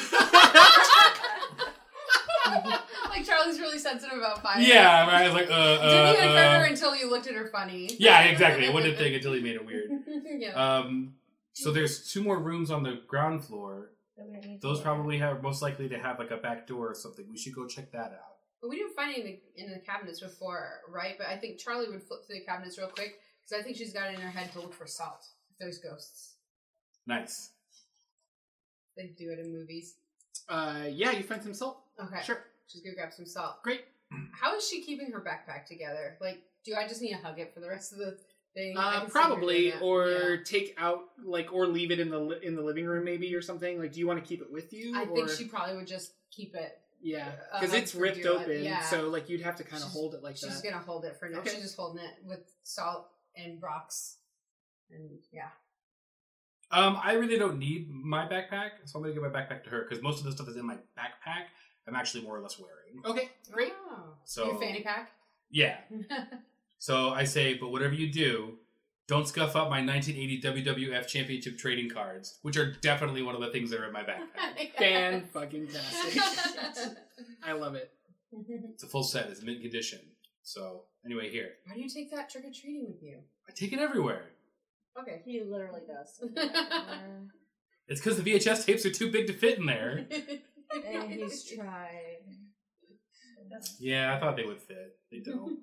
Speaker 3: like Charlie's really sensitive about fire.
Speaker 2: yeah, I was like, uh, uh,
Speaker 3: Didn't even hurt her
Speaker 2: uh.
Speaker 3: until you looked at her funny.
Speaker 2: yeah, exactly. It wouldn't think until he made it weird.
Speaker 3: yeah.
Speaker 2: Um, so there's two more rooms on the ground floor.
Speaker 7: that we don't need to
Speaker 2: Those
Speaker 7: look at.
Speaker 2: probably have most likely to have like a back door or something. We should go check that out.
Speaker 3: But we didn't find anything in the cabinets before, right? But I think Charlie would flip through the cabinets real quick because I think she's got it in her head to look for salt. If there's ghosts,
Speaker 2: Nice.
Speaker 3: they do it in movies.
Speaker 1: Uh yeah, you find some salt.
Speaker 3: Okay,
Speaker 1: Sure.
Speaker 3: she's gonna grab some salt.
Speaker 1: Great.
Speaker 3: How is she keeping her backpack together? Like, do I just need to hug it for the rest of the thing? I
Speaker 1: Uh,
Speaker 3: can see her doing
Speaker 1: probably,
Speaker 3: that.
Speaker 1: or take out like, or leave it in the li- in the living room, maybe, or something. Like, do you want to keep it with you?
Speaker 3: Yeah. I think
Speaker 1: or-
Speaker 3: she probably would just keep it.
Speaker 1: yeah,
Speaker 3: uh,
Speaker 1: because
Speaker 3: like
Speaker 1: it's
Speaker 3: for
Speaker 1: ripped
Speaker 3: dear life,
Speaker 1: open,
Speaker 3: yeah.
Speaker 1: so like you'd have to kind of
Speaker 3: She's-
Speaker 1: hold it like
Speaker 3: She's
Speaker 1: that.
Speaker 3: gonna hold it for now.
Speaker 1: Okay.
Speaker 3: She's just holding it with salt and rocks, and yeah.
Speaker 2: Um, I really don't need my backpack, so I'm gonna give my backpack to her because most of the stuff that's in my backpack, I'm actually more or less wearing.
Speaker 1: Okay, great.
Speaker 3: Oh.
Speaker 2: So
Speaker 3: Your fanny pack.
Speaker 2: Yeah. So I say, but whatever you do, don't scuff up my 1980 WWF Championship trading cards, which are definitely one of the things that are in my backpack.
Speaker 1: Fan fucking tastic. I love it.
Speaker 2: it's a full set. It's mint condition. So anyway, here
Speaker 3: Why do you take that trick or treating with you?
Speaker 2: I take it everywhere.
Speaker 3: Okay.
Speaker 7: He literally does.
Speaker 2: It's because the VHS tapes are too big to fit in there.
Speaker 7: and he's tried.
Speaker 2: yeah, I thought they would fit. They don't.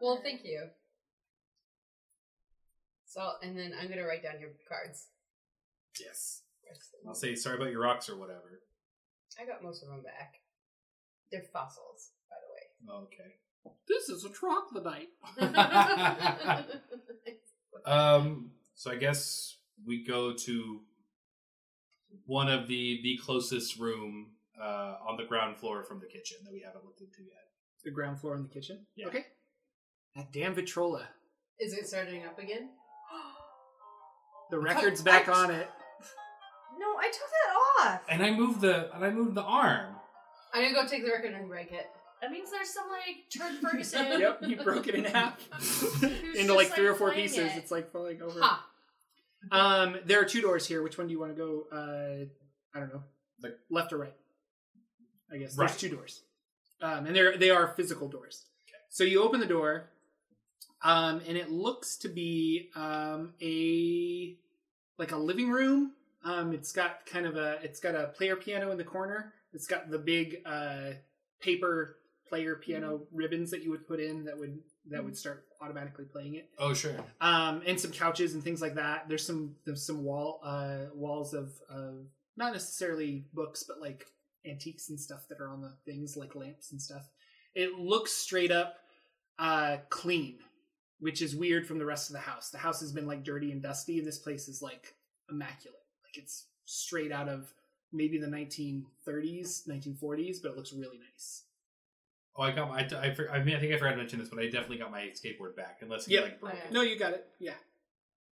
Speaker 3: well, thank you. So, and then I'm gonna write down your cards.
Speaker 2: Yes. I'll say sorry about your rocks or whatever.
Speaker 3: I got most of them back. They're fossils, by the way.
Speaker 2: Oh, Okay.
Speaker 1: This is a troglodyte.
Speaker 2: um. So I guess we go to one of the the closest room uh, on the ground floor from the kitchen that we haven't looked into yet.
Speaker 1: The ground floor in the kitchen.
Speaker 2: Yeah.
Speaker 1: Okay. That damn Vitrola.
Speaker 3: Is it starting up again?
Speaker 1: The record's back on it.
Speaker 7: No, I took that off.
Speaker 2: And I moved the and I moved the arm.
Speaker 3: I'm gonna go take the record and break it.
Speaker 4: That means there's some like Turd Ferguson.
Speaker 1: yep, you broke it in half
Speaker 4: just,
Speaker 1: into like three or
Speaker 4: like,
Speaker 1: four
Speaker 4: playing
Speaker 1: pieces.
Speaker 4: it.
Speaker 1: It's like falling over.
Speaker 3: Ha!
Speaker 1: Um, there are two doors here. Which one do you want to go? Uh, I don't know,
Speaker 2: Like-
Speaker 1: left or right. I guess
Speaker 2: Right.
Speaker 1: there's two doors, um, and they're they are physical doors. So you open the door, um, and it looks to be um, a like a living room. Um, it's got kind of a it's got a player piano in the corner. It's got the big uh, paper player piano
Speaker 2: Mm-hmm.
Speaker 1: ribbons that you would put in that would that would start automatically playing it
Speaker 2: Oh sure.
Speaker 1: um, and some couches and things like that. There's some there's some wall uh, walls of, of not necessarily books, but like antiques and stuff that are on the things, like lamps and stuff. It looks straight up uh, clean, which is weird from the rest of the house. The house has been like dirty and dusty, and this place is like immaculate. Like it's straight out of maybe the 1930s, 1940s, but it looks really nice.
Speaker 2: Oh, I got my. I, I, for- I mean, I think I forgot to mention this, but I definitely got my skateboard back, unless you
Speaker 1: Yep.
Speaker 2: like broke
Speaker 3: Oh, yeah.
Speaker 2: it.
Speaker 1: No, you got it. Yeah.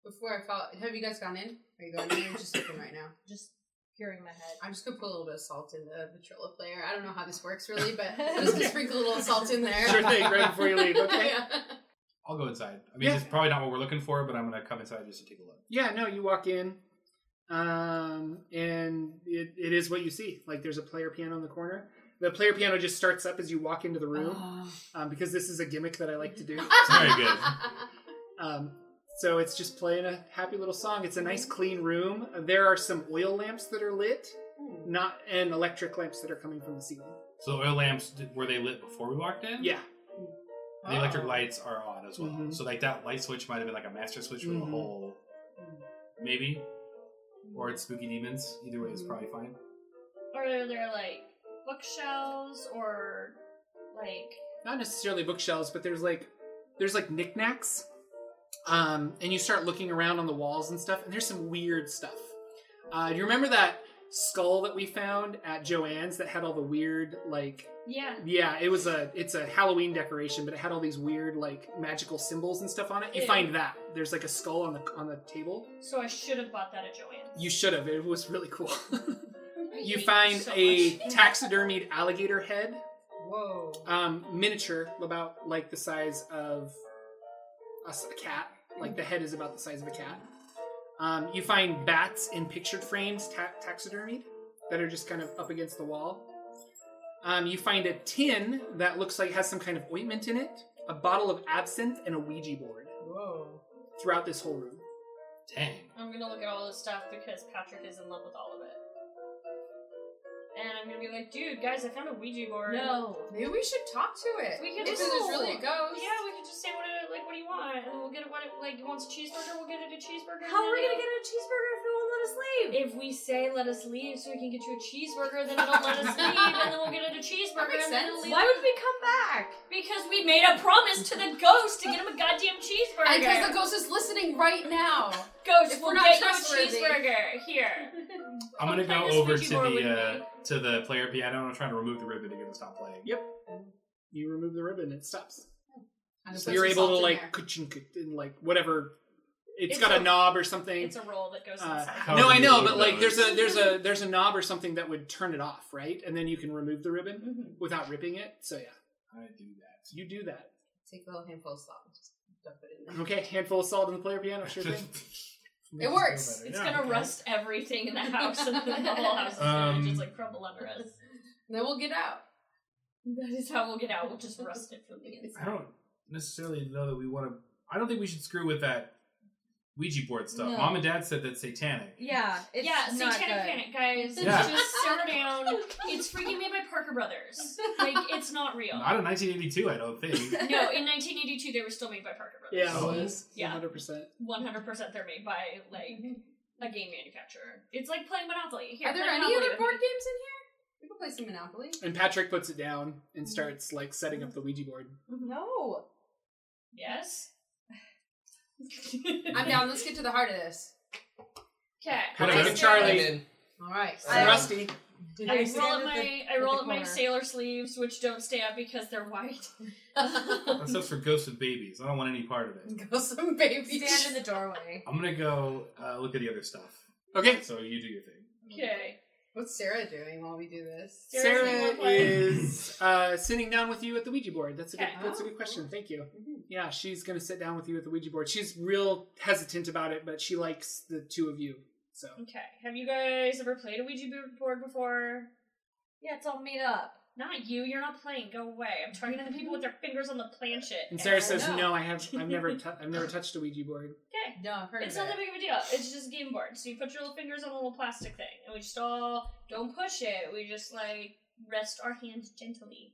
Speaker 3: Before I fall, have you guys gone in? Are you going in? You're just looking right now.
Speaker 7: Just hearing my head.
Speaker 3: I'm just gonna put a little bit of salt in the Vitrola player. I don't know how this works really, but I'm just gonna sprinkle a little salt in there.
Speaker 1: Sure thing. Right before you leave. Okay.
Speaker 3: Yeah.
Speaker 2: I'll go inside. I mean,
Speaker 1: Yeah.
Speaker 2: it's probably not what we're looking for, but I'm gonna come inside just to take a look.
Speaker 1: yeah no you walk in um and it, it is what you see like there's a player piano in the corner the player piano just starts up as you walk into the room
Speaker 4: Oh.
Speaker 1: um, because this is a gimmick that i like to do
Speaker 2: Very good.
Speaker 1: um so it's just playing a happy little song it's a nice clean room there are some oil lamps that are lit not and electric lamps that are coming from the ceiling
Speaker 2: So the oil lamps did- were they lit before we walked in?
Speaker 1: yeah
Speaker 2: The electric
Speaker 1: Oh.
Speaker 2: lights are on as well.
Speaker 1: Mhm.
Speaker 2: So like that light switch might have been like a master switch for the
Speaker 1: Mhm.
Speaker 2: whole, maybe, or it's spooky demons. Either way, it's
Speaker 1: Mm-hmm.
Speaker 2: probably fine.
Speaker 4: Are there like bookshelves or like
Speaker 1: not necessarily bookshelves, but there's like there's like knickknacks. Um, and you start looking around on the walls and stuff, and there's some weird stuff. Uh, do you remember that skull that we found at Joanne's that had all the weird like
Speaker 4: yeah?
Speaker 1: yeah, it was a it's a Halloween decoration, but it had all these weird like magical symbols and stuff on it. You
Speaker 4: Yeah.
Speaker 1: find that there's like a skull on the on the table.
Speaker 4: So I should have bought that at Joann's.
Speaker 1: You should have. It was really cool.
Speaker 4: I hate
Speaker 1: you find
Speaker 4: so
Speaker 1: a
Speaker 4: much.
Speaker 1: taxidermied alligator head
Speaker 3: Whoa.
Speaker 1: um, miniature, about like the size of a, s- a cat. Like the head is about the size of a cat. Um, you find bats in pictured frames, ta- taxidermied, that are just kind of up against the wall. Um, you find a tin that looks like it has some kind of ointment in it, a bottle of absinthe, and a Ouija board
Speaker 3: Whoa.
Speaker 1: throughout this whole room.
Speaker 2: Dang.
Speaker 4: I'm gonna look at all this stuff because Patrick is in love with all of it. And I'm gonna be like, dude, guys, I found a Ouija board.
Speaker 7: No.
Speaker 3: Maybe we should talk to it.
Speaker 4: We can
Speaker 3: Maybe
Speaker 4: just-
Speaker 3: there's really a ghost.
Speaker 4: Yeah, we could just say what it, like what do you want, and we'll get it what it like. Wants a cheeseburger? We'll get it a cheeseburger.
Speaker 7: How are we gonna get a cheeseburger if no one let us leave?
Speaker 4: If we say let us leave so we can get you a cheeseburger, then it'll let us leave, and then we'll get it a cheeseburger,
Speaker 3: makes
Speaker 4: and then
Speaker 3: sense.
Speaker 4: it'll leave.
Speaker 7: Why would we come back?
Speaker 4: Because we made a promise to the ghost to get him a goddamn cheeseburger.
Speaker 3: And because the ghost is listening right now.
Speaker 4: ghost
Speaker 3: if
Speaker 4: will
Speaker 3: we're not
Speaker 4: get you a
Speaker 3: trustworthy.
Speaker 4: cheeseburger here.
Speaker 2: I'm gonna
Speaker 4: Come
Speaker 2: go
Speaker 4: play this
Speaker 2: over
Speaker 4: Ouija
Speaker 2: to
Speaker 4: board with
Speaker 2: the uh,
Speaker 4: me.
Speaker 2: to the player piano. and I'm trying to remove the ribbon to get it to stop playing.
Speaker 1: Yep. You remove the ribbon, it stops.
Speaker 3: I just
Speaker 1: So
Speaker 3: put
Speaker 1: you're
Speaker 3: some
Speaker 1: able to
Speaker 3: salt in
Speaker 1: like
Speaker 3: there.
Speaker 1: kuchin kut- and like whatever.
Speaker 4: It's
Speaker 1: it's got a,
Speaker 4: a-
Speaker 1: knob or something.
Speaker 4: It's a roll that goes
Speaker 1: Uh,
Speaker 4: inside.
Speaker 2: How
Speaker 1: no,
Speaker 2: do
Speaker 1: I
Speaker 2: you
Speaker 1: know,
Speaker 2: load
Speaker 1: but like,
Speaker 2: those?
Speaker 1: there's a there's a there's a knob or something that would turn it off, right? And then you can remove the ribbon
Speaker 4: Mm-hmm.
Speaker 1: without ripping it. So yeah,
Speaker 2: I do that.
Speaker 1: you do that.
Speaker 3: Take a little handful of salt and just dump it in there.
Speaker 1: Okay, handful of salt in the player piano, sure thing.
Speaker 3: It works.
Speaker 4: It's gonna rust everything in the house, and then the whole house is
Speaker 2: Um,
Speaker 4: gonna just like crumble under us.
Speaker 3: Then we'll get out.
Speaker 4: That is how we'll get out. We'll just rust it from the inside.
Speaker 2: I don't necessarily know that we want to. I don't think we should screw with that Ouija board stuff.
Speaker 7: No.
Speaker 2: Mom and Dad said that's satanic.
Speaker 7: Yeah, it's
Speaker 4: yeah,
Speaker 7: not
Speaker 4: satanic panic,
Speaker 7: good.
Speaker 4: guys.
Speaker 2: Yeah.
Speaker 4: Just simmer down. It's freaking made by Parker Brothers. Like, it's not real.
Speaker 2: Not in 1982, I don't think.
Speaker 4: no, in 1982, they were still made by Parker Brothers.
Speaker 1: it
Speaker 2: Oh.
Speaker 1: was.
Speaker 4: Yeah.
Speaker 1: 100%.
Speaker 4: 100% they're made by, like, a game manufacturer. It's like playing Monopoly. Here,
Speaker 3: Are there
Speaker 4: play
Speaker 3: any
Speaker 4: Monopoly
Speaker 3: other
Speaker 4: with
Speaker 3: board
Speaker 4: me.
Speaker 3: games in here? We could play some Monopoly.
Speaker 1: And Patrick puts it down and starts like setting up the Ouija board.
Speaker 7: No.
Speaker 4: Yes?
Speaker 3: I'm down. Let's get to the heart of this.
Speaker 4: Okay.
Speaker 1: Whatever,
Speaker 4: I
Speaker 1: Charlie.
Speaker 4: stand-
Speaker 6: I'm in.
Speaker 3: All right.
Speaker 6: I-
Speaker 1: Rusty.
Speaker 4: I
Speaker 7: stand
Speaker 4: roll up
Speaker 7: at
Speaker 4: my
Speaker 7: the-
Speaker 4: I
Speaker 7: at
Speaker 4: roll
Speaker 7: the
Speaker 4: up my
Speaker 7: corner.
Speaker 4: sailor sleeves, which don't stay up because they're white.
Speaker 2: That stuff's for ghosts with babies. I don't want any part of
Speaker 1: Mm-hmm.
Speaker 2: it.
Speaker 3: Go some baby.
Speaker 7: Stand in the doorway.
Speaker 2: I'm gonna go uh, look at the other stuff.
Speaker 1: Okay.
Speaker 2: So you do your thing.
Speaker 4: Okay.
Speaker 3: What's Sarah doing while we do this?
Speaker 4: Sarah's
Speaker 1: Sarah
Speaker 4: doing what?
Speaker 1: is uh, sitting down with you at the Ouija board. That's a good.
Speaker 4: Okay.
Speaker 1: That's a good question. Thank you.
Speaker 3: Mm-hmm.
Speaker 1: Yeah, she's gonna sit down with you at the Ouija board. She's real hesitant about it, but she likes the two of you. So
Speaker 4: Okay. Have you guys ever played a Ouija board before?
Speaker 7: Yeah, it's all made up.
Speaker 4: Not you. You're not playing. Go away. I'm talking to the people with their fingers on the planchet.
Speaker 1: and Sarah
Speaker 4: asshole.
Speaker 1: says, "No, I have. I've never. i I've never touched a Ouija board."
Speaker 4: Okay.
Speaker 3: No, I've heard
Speaker 4: It's
Speaker 3: of
Speaker 4: not that
Speaker 3: it.
Speaker 4: big of a deal. It's just a game board. So you put your little fingers on a little plastic thing, and we just all don't push it. We just like rest our hands gently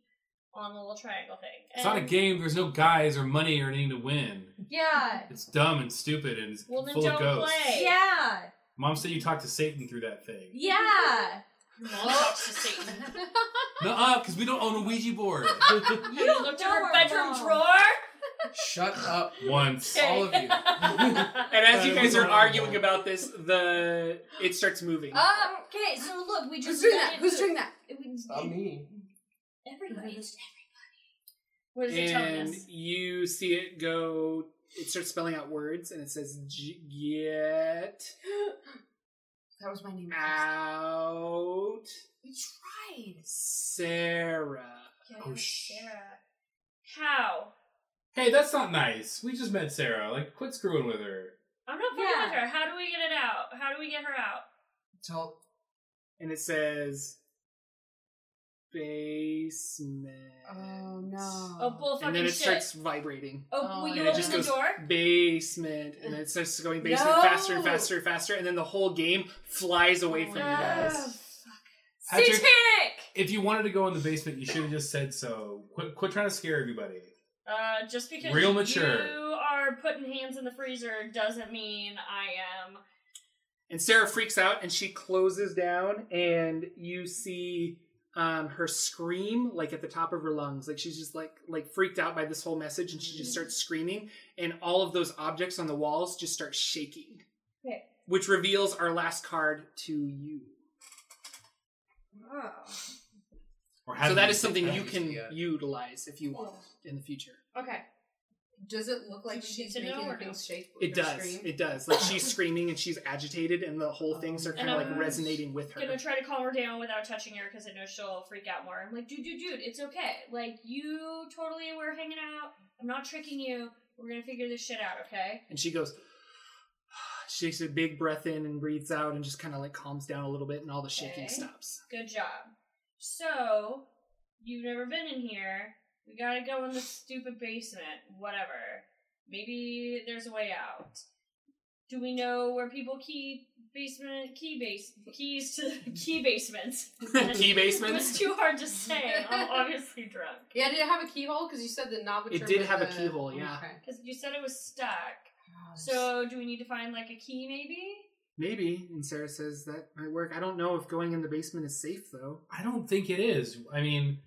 Speaker 4: on the little triangle thing.
Speaker 2: It's not a
Speaker 4: And-
Speaker 2: game. There's no guys or money or anything to win.
Speaker 7: Yeah.
Speaker 2: It's dumb and stupid and it's
Speaker 4: Well, then
Speaker 2: full of
Speaker 4: don't
Speaker 2: ghosts.
Speaker 4: play.
Speaker 7: Yeah.
Speaker 2: Mom said you talked to Satan through that thing.
Speaker 7: Yeah.
Speaker 4: Your mom talks to Satan.
Speaker 2: No, because we don't own a Ouija board.
Speaker 4: You looked at her
Speaker 7: know our
Speaker 4: bedroom
Speaker 7: mom.
Speaker 4: drawer.
Speaker 6: Shut up.
Speaker 2: Once.
Speaker 6: All of you.
Speaker 1: And as you
Speaker 2: Uh,
Speaker 1: guys
Speaker 2: we're
Speaker 1: are
Speaker 2: not
Speaker 1: arguing
Speaker 2: allowed.
Speaker 1: about this, the it starts moving.
Speaker 7: Oh,
Speaker 3: Um,
Speaker 7: Okay, so look, we
Speaker 3: who's
Speaker 7: just
Speaker 3: doing
Speaker 7: got
Speaker 3: that?
Speaker 7: it-
Speaker 3: Who's doing that?
Speaker 7: it was-
Speaker 6: Not me.
Speaker 4: Um,
Speaker 7: Everybody.
Speaker 4: What is it telling
Speaker 1: and
Speaker 4: us?
Speaker 1: you see it go. It starts spelling out words, and it says G- "Get
Speaker 3: That was my name.
Speaker 1: Ah. out,
Speaker 3: We tried.
Speaker 1: Sarah."
Speaker 2: Oh, sh-
Speaker 4: Sarah. How?
Speaker 2: Hey, that's not nice. We just met Sarah. Like, quit screwing with her.
Speaker 4: I'm not fucking
Speaker 7: Yeah.
Speaker 4: with her. How do we get it out? How do we get her out?
Speaker 6: Tell.
Speaker 1: And it says basement.
Speaker 3: Oh no.
Speaker 4: Oh, bullfucking
Speaker 1: And then it
Speaker 4: shit.
Speaker 1: starts vibrating.
Speaker 4: oh,
Speaker 3: Oh,
Speaker 4: will
Speaker 3: and
Speaker 4: you
Speaker 1: it
Speaker 4: open
Speaker 1: just
Speaker 4: the
Speaker 1: goes-
Speaker 4: door?
Speaker 1: Basement. And then it starts going basement
Speaker 3: No!
Speaker 1: faster and faster and faster. And then the whole game flies away from you
Speaker 4: Oh,
Speaker 1: guys.
Speaker 2: Patrick,
Speaker 4: Satanic!
Speaker 2: if you wanted to go in the basement, you should have just said so. Quit, quit trying to scare everybody.
Speaker 4: Uh, just because
Speaker 2: Real mature.
Speaker 4: you are putting hands in the freezer doesn't mean I am.
Speaker 1: And Sarah freaks out and she closes down, and you see um, her scream like at the top of her lungs, like she's just like like freaked out by this whole message, and she just starts screaming, and all of those objects on the walls just start shaking,
Speaker 4: Okay.
Speaker 1: which reveals our last card to you.
Speaker 2: Or
Speaker 1: so
Speaker 2: have
Speaker 1: that
Speaker 2: you-
Speaker 1: is something you
Speaker 6: Yeah.
Speaker 1: can utilize if you want in the future.
Speaker 4: Okay.
Speaker 3: Does it look like
Speaker 4: Do we
Speaker 3: she's
Speaker 4: get to know
Speaker 3: making
Speaker 4: or
Speaker 3: her
Speaker 4: no?
Speaker 3: things shake? with
Speaker 1: It
Speaker 3: her
Speaker 1: does.
Speaker 3: Scream?
Speaker 1: It does. Like she's screaming and she's agitated, and the whole
Speaker 4: Oh.
Speaker 1: things are
Speaker 3: And
Speaker 1: kind of like
Speaker 4: I'm
Speaker 1: resonating with her.
Speaker 4: gonna try to calm her down without touching her because I know she'll freak out more. I'm like, dude, dude, dude, it's okay. Like, you totally were hanging out. I'm not tricking you. We're gonna figure this shit out, okay?
Speaker 1: And she goes, she takes a big breath in and breathes out and just kind of like calms down a little bit and all the shaking
Speaker 4: Okay.
Speaker 1: stops.
Speaker 4: Good job. So, you've never been in here. We gotta go in the stupid basement. Whatever. Maybe there's a way out. Do we know where people key basement key base keys to key basements?
Speaker 1: Key
Speaker 4: It was
Speaker 1: basement?
Speaker 4: too hard to say. I'm obviously drunk.
Speaker 3: Yeah, did it have a keyhole? Because you said the knob. would
Speaker 1: It
Speaker 3: turn
Speaker 1: did
Speaker 3: with
Speaker 1: have a
Speaker 3: the-
Speaker 1: keyhole, yeah.
Speaker 3: Okay.
Speaker 4: Because you said it was stuck.
Speaker 3: Oh,
Speaker 4: So do we need to find like a key maybe?
Speaker 1: Maybe. And Sarah says that might work. I don't know if going in the basement is safe though.
Speaker 2: I don't think it is. I mean,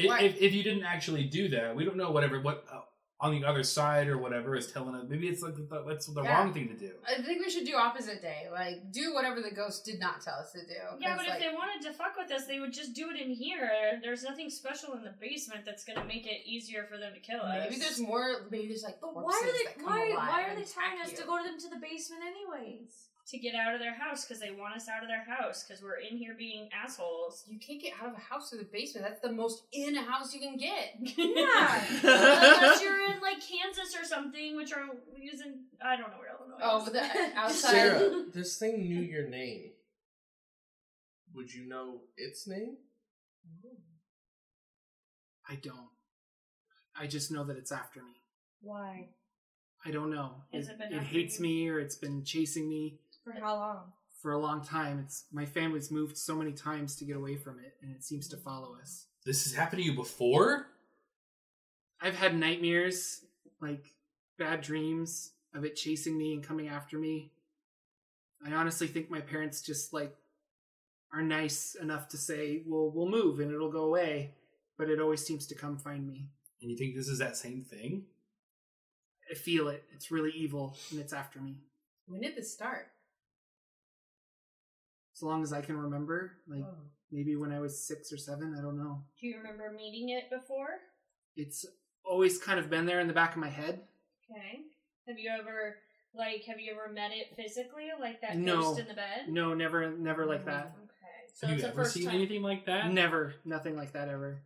Speaker 2: i
Speaker 3: Why?
Speaker 2: if, if you didn't actually do that, we don't know whatever what uh, on the other side or whatever is telling us. Maybe it's like the, that's the
Speaker 3: Yeah.
Speaker 2: wrong thing to do.
Speaker 3: I think we should do opposite day. Like, do whatever the ghost did not tell us to do.
Speaker 4: Yeah,
Speaker 3: 'Cause,
Speaker 4: but
Speaker 3: Oh, like,
Speaker 4: if they wanted to fuck with us, they would just do it in here. There's nothing special in the basement that's gonna make it easier for them to kill us.
Speaker 3: maybe there's more. Maybe there's like.
Speaker 7: But why are
Speaker 3: corpses
Speaker 7: they
Speaker 3: that come
Speaker 7: why
Speaker 3: alive
Speaker 7: why are
Speaker 3: and
Speaker 7: they
Speaker 3: attack
Speaker 7: tying us
Speaker 3: you.
Speaker 7: to go to them to the basement anyways?
Speaker 4: to get out of their house because they want us out of their house because we're in here being assholes.
Speaker 3: You can't get out of a house through the basement. That's the most in a house you can get.
Speaker 7: Yeah.
Speaker 4: Unless you're in like Kansas or something, which are using I don't know where Illinois.
Speaker 3: Oh,
Speaker 4: is.
Speaker 3: but the outside.
Speaker 6: Sarah, this thing knew your name. Would you know its name?
Speaker 1: I don't. I just know that it's after me.
Speaker 7: Why?
Speaker 1: I don't know.
Speaker 4: Has
Speaker 1: it,
Speaker 4: it been
Speaker 1: it
Speaker 4: after
Speaker 1: hates
Speaker 4: you?
Speaker 1: me or it's been chasing me
Speaker 7: For how long?
Speaker 1: for a long time. It's my family's moved so many times to get away from it and it seems to follow us.
Speaker 2: This has happened to you before?
Speaker 1: I've had nightmares, like bad dreams of it chasing me and coming after me. I honestly think my parents just like are nice enough to say, "Well, we'll move and it'll go away," but it always seems to come find me.
Speaker 2: And you think this is that same thing?
Speaker 1: I feel it. It's really evil and it's after me.
Speaker 3: When did this start?
Speaker 1: As long as I can remember,
Speaker 3: Oh,
Speaker 1: like maybe when I was 6 or 7, I don't know.
Speaker 4: Do you remember meeting it before?
Speaker 1: It's always kind of been there in the back of my head.
Speaker 4: Okay. Have you ever like have you ever met it physically, like that
Speaker 1: No.
Speaker 4: ghost in the bed?
Speaker 1: No, never never like that.
Speaker 4: Okay. So
Speaker 2: Have
Speaker 4: it's
Speaker 2: you
Speaker 4: the
Speaker 2: ever
Speaker 4: first
Speaker 2: seen
Speaker 4: time.
Speaker 2: anything like that?
Speaker 1: Never, nothing like that ever.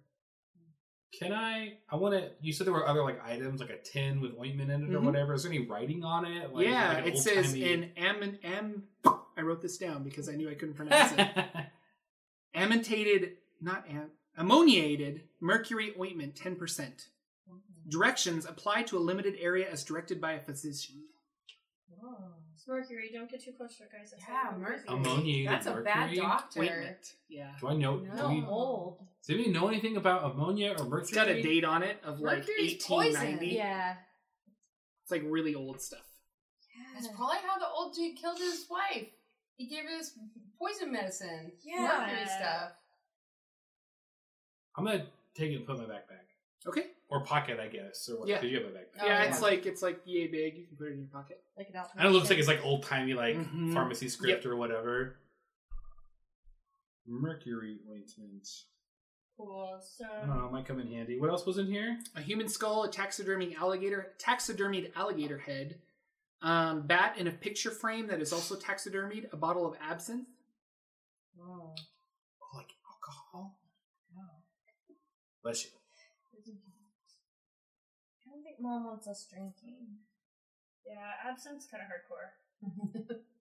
Speaker 2: Can I? I want to. You said there were other like items, like a tin with ointment in it or
Speaker 1: Mhm.
Speaker 2: whatever. Is there any writing on it? Like, is
Speaker 1: yeah,
Speaker 2: like an
Speaker 1: it says
Speaker 2: old-timey-
Speaker 1: in am and am. I wrote this down because I knew I couldn't pronounce it. Amintated, not am, ammoniated mercury ointment, ten percent. Directions apply to a limited area as directed by a physician.
Speaker 4: It's Mercury, don't get too close to it, guys. That's
Speaker 3: Yeah,
Speaker 4: all.
Speaker 3: mercury.
Speaker 2: Ammoniated
Speaker 3: That's a bad
Speaker 2: mercury?
Speaker 3: doctor.
Speaker 1: Ointment, yeah.
Speaker 2: do I know?
Speaker 3: No.
Speaker 2: Do we, does anybody know anything about ammonia or mercury?
Speaker 1: It's got a date on it of like
Speaker 3: Mercury's
Speaker 1: eighteen ninety.
Speaker 3: poison,
Speaker 7: Yeah.
Speaker 1: It's like really old stuff.
Speaker 3: That's probably how the old dude killed his wife. He gave her this poison medicine,
Speaker 7: Yeah.
Speaker 3: mercury stuff.
Speaker 2: I'm gonna take it and put it in my backpack
Speaker 1: Okay.
Speaker 2: or pocket, I guess, or what?
Speaker 1: Yeah.
Speaker 2: 'cause you have a backpack.
Speaker 3: Oh,
Speaker 1: yeah,
Speaker 3: yeah.
Speaker 1: it's like it's like yay big. You can put it in your pocket.
Speaker 7: Like an alchemist.
Speaker 2: And it looks like it's like old timey like
Speaker 1: Mhm.
Speaker 2: pharmacy script or whatever. Mercury ointment.
Speaker 4: Cool. So
Speaker 2: I don't know. It might come in handy. What else was in here?
Speaker 1: a human skull, a taxidermy alligator, taxidermied alligator head, um, bat in a picture frame that is also taxidermied, a bottle of absinthe.
Speaker 2: Oh, like alcohol. Bless you.
Speaker 7: I don't think mom wants us drinking.
Speaker 4: yeah, absinthe kind of hardcore.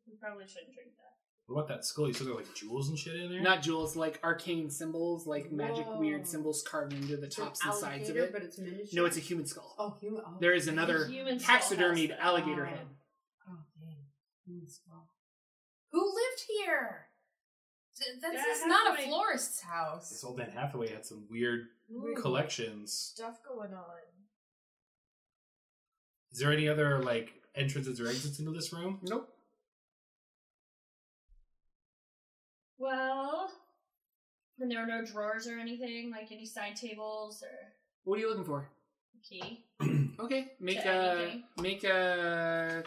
Speaker 4: we probably shouldn't drink that.
Speaker 2: What about that skull? You said there were like jewels and shit in there.
Speaker 1: Not jewels, like arcane symbols, like magic
Speaker 3: Whoa.
Speaker 1: weird symbols carved into the
Speaker 3: It's an
Speaker 1: tops and sides of
Speaker 3: alligator,
Speaker 1: it.
Speaker 3: But it's miniature.
Speaker 1: no, it's a human skull.
Speaker 3: oh human. Oh,
Speaker 1: There is another
Speaker 4: Human skull has
Speaker 1: taxidermied
Speaker 4: that.
Speaker 1: alligator
Speaker 3: Oh.
Speaker 1: head.
Speaker 3: Oh dang, human skull. Who lived here? Th- This
Speaker 4: Yeah,
Speaker 3: is not
Speaker 4: Hathaway.
Speaker 3: a florist's house.
Speaker 2: This old man Hathaway had some weird
Speaker 7: Ooh.
Speaker 2: collections.
Speaker 7: Stuff going on.
Speaker 2: Is there any other like entrances or exits into this room?
Speaker 1: Nope.
Speaker 4: Well, and there are no drawers or anything, like any side tables or
Speaker 1: What are you looking for?
Speaker 4: a key.
Speaker 1: Okay, make
Speaker 4: To
Speaker 1: a
Speaker 4: anything.
Speaker 1: make a.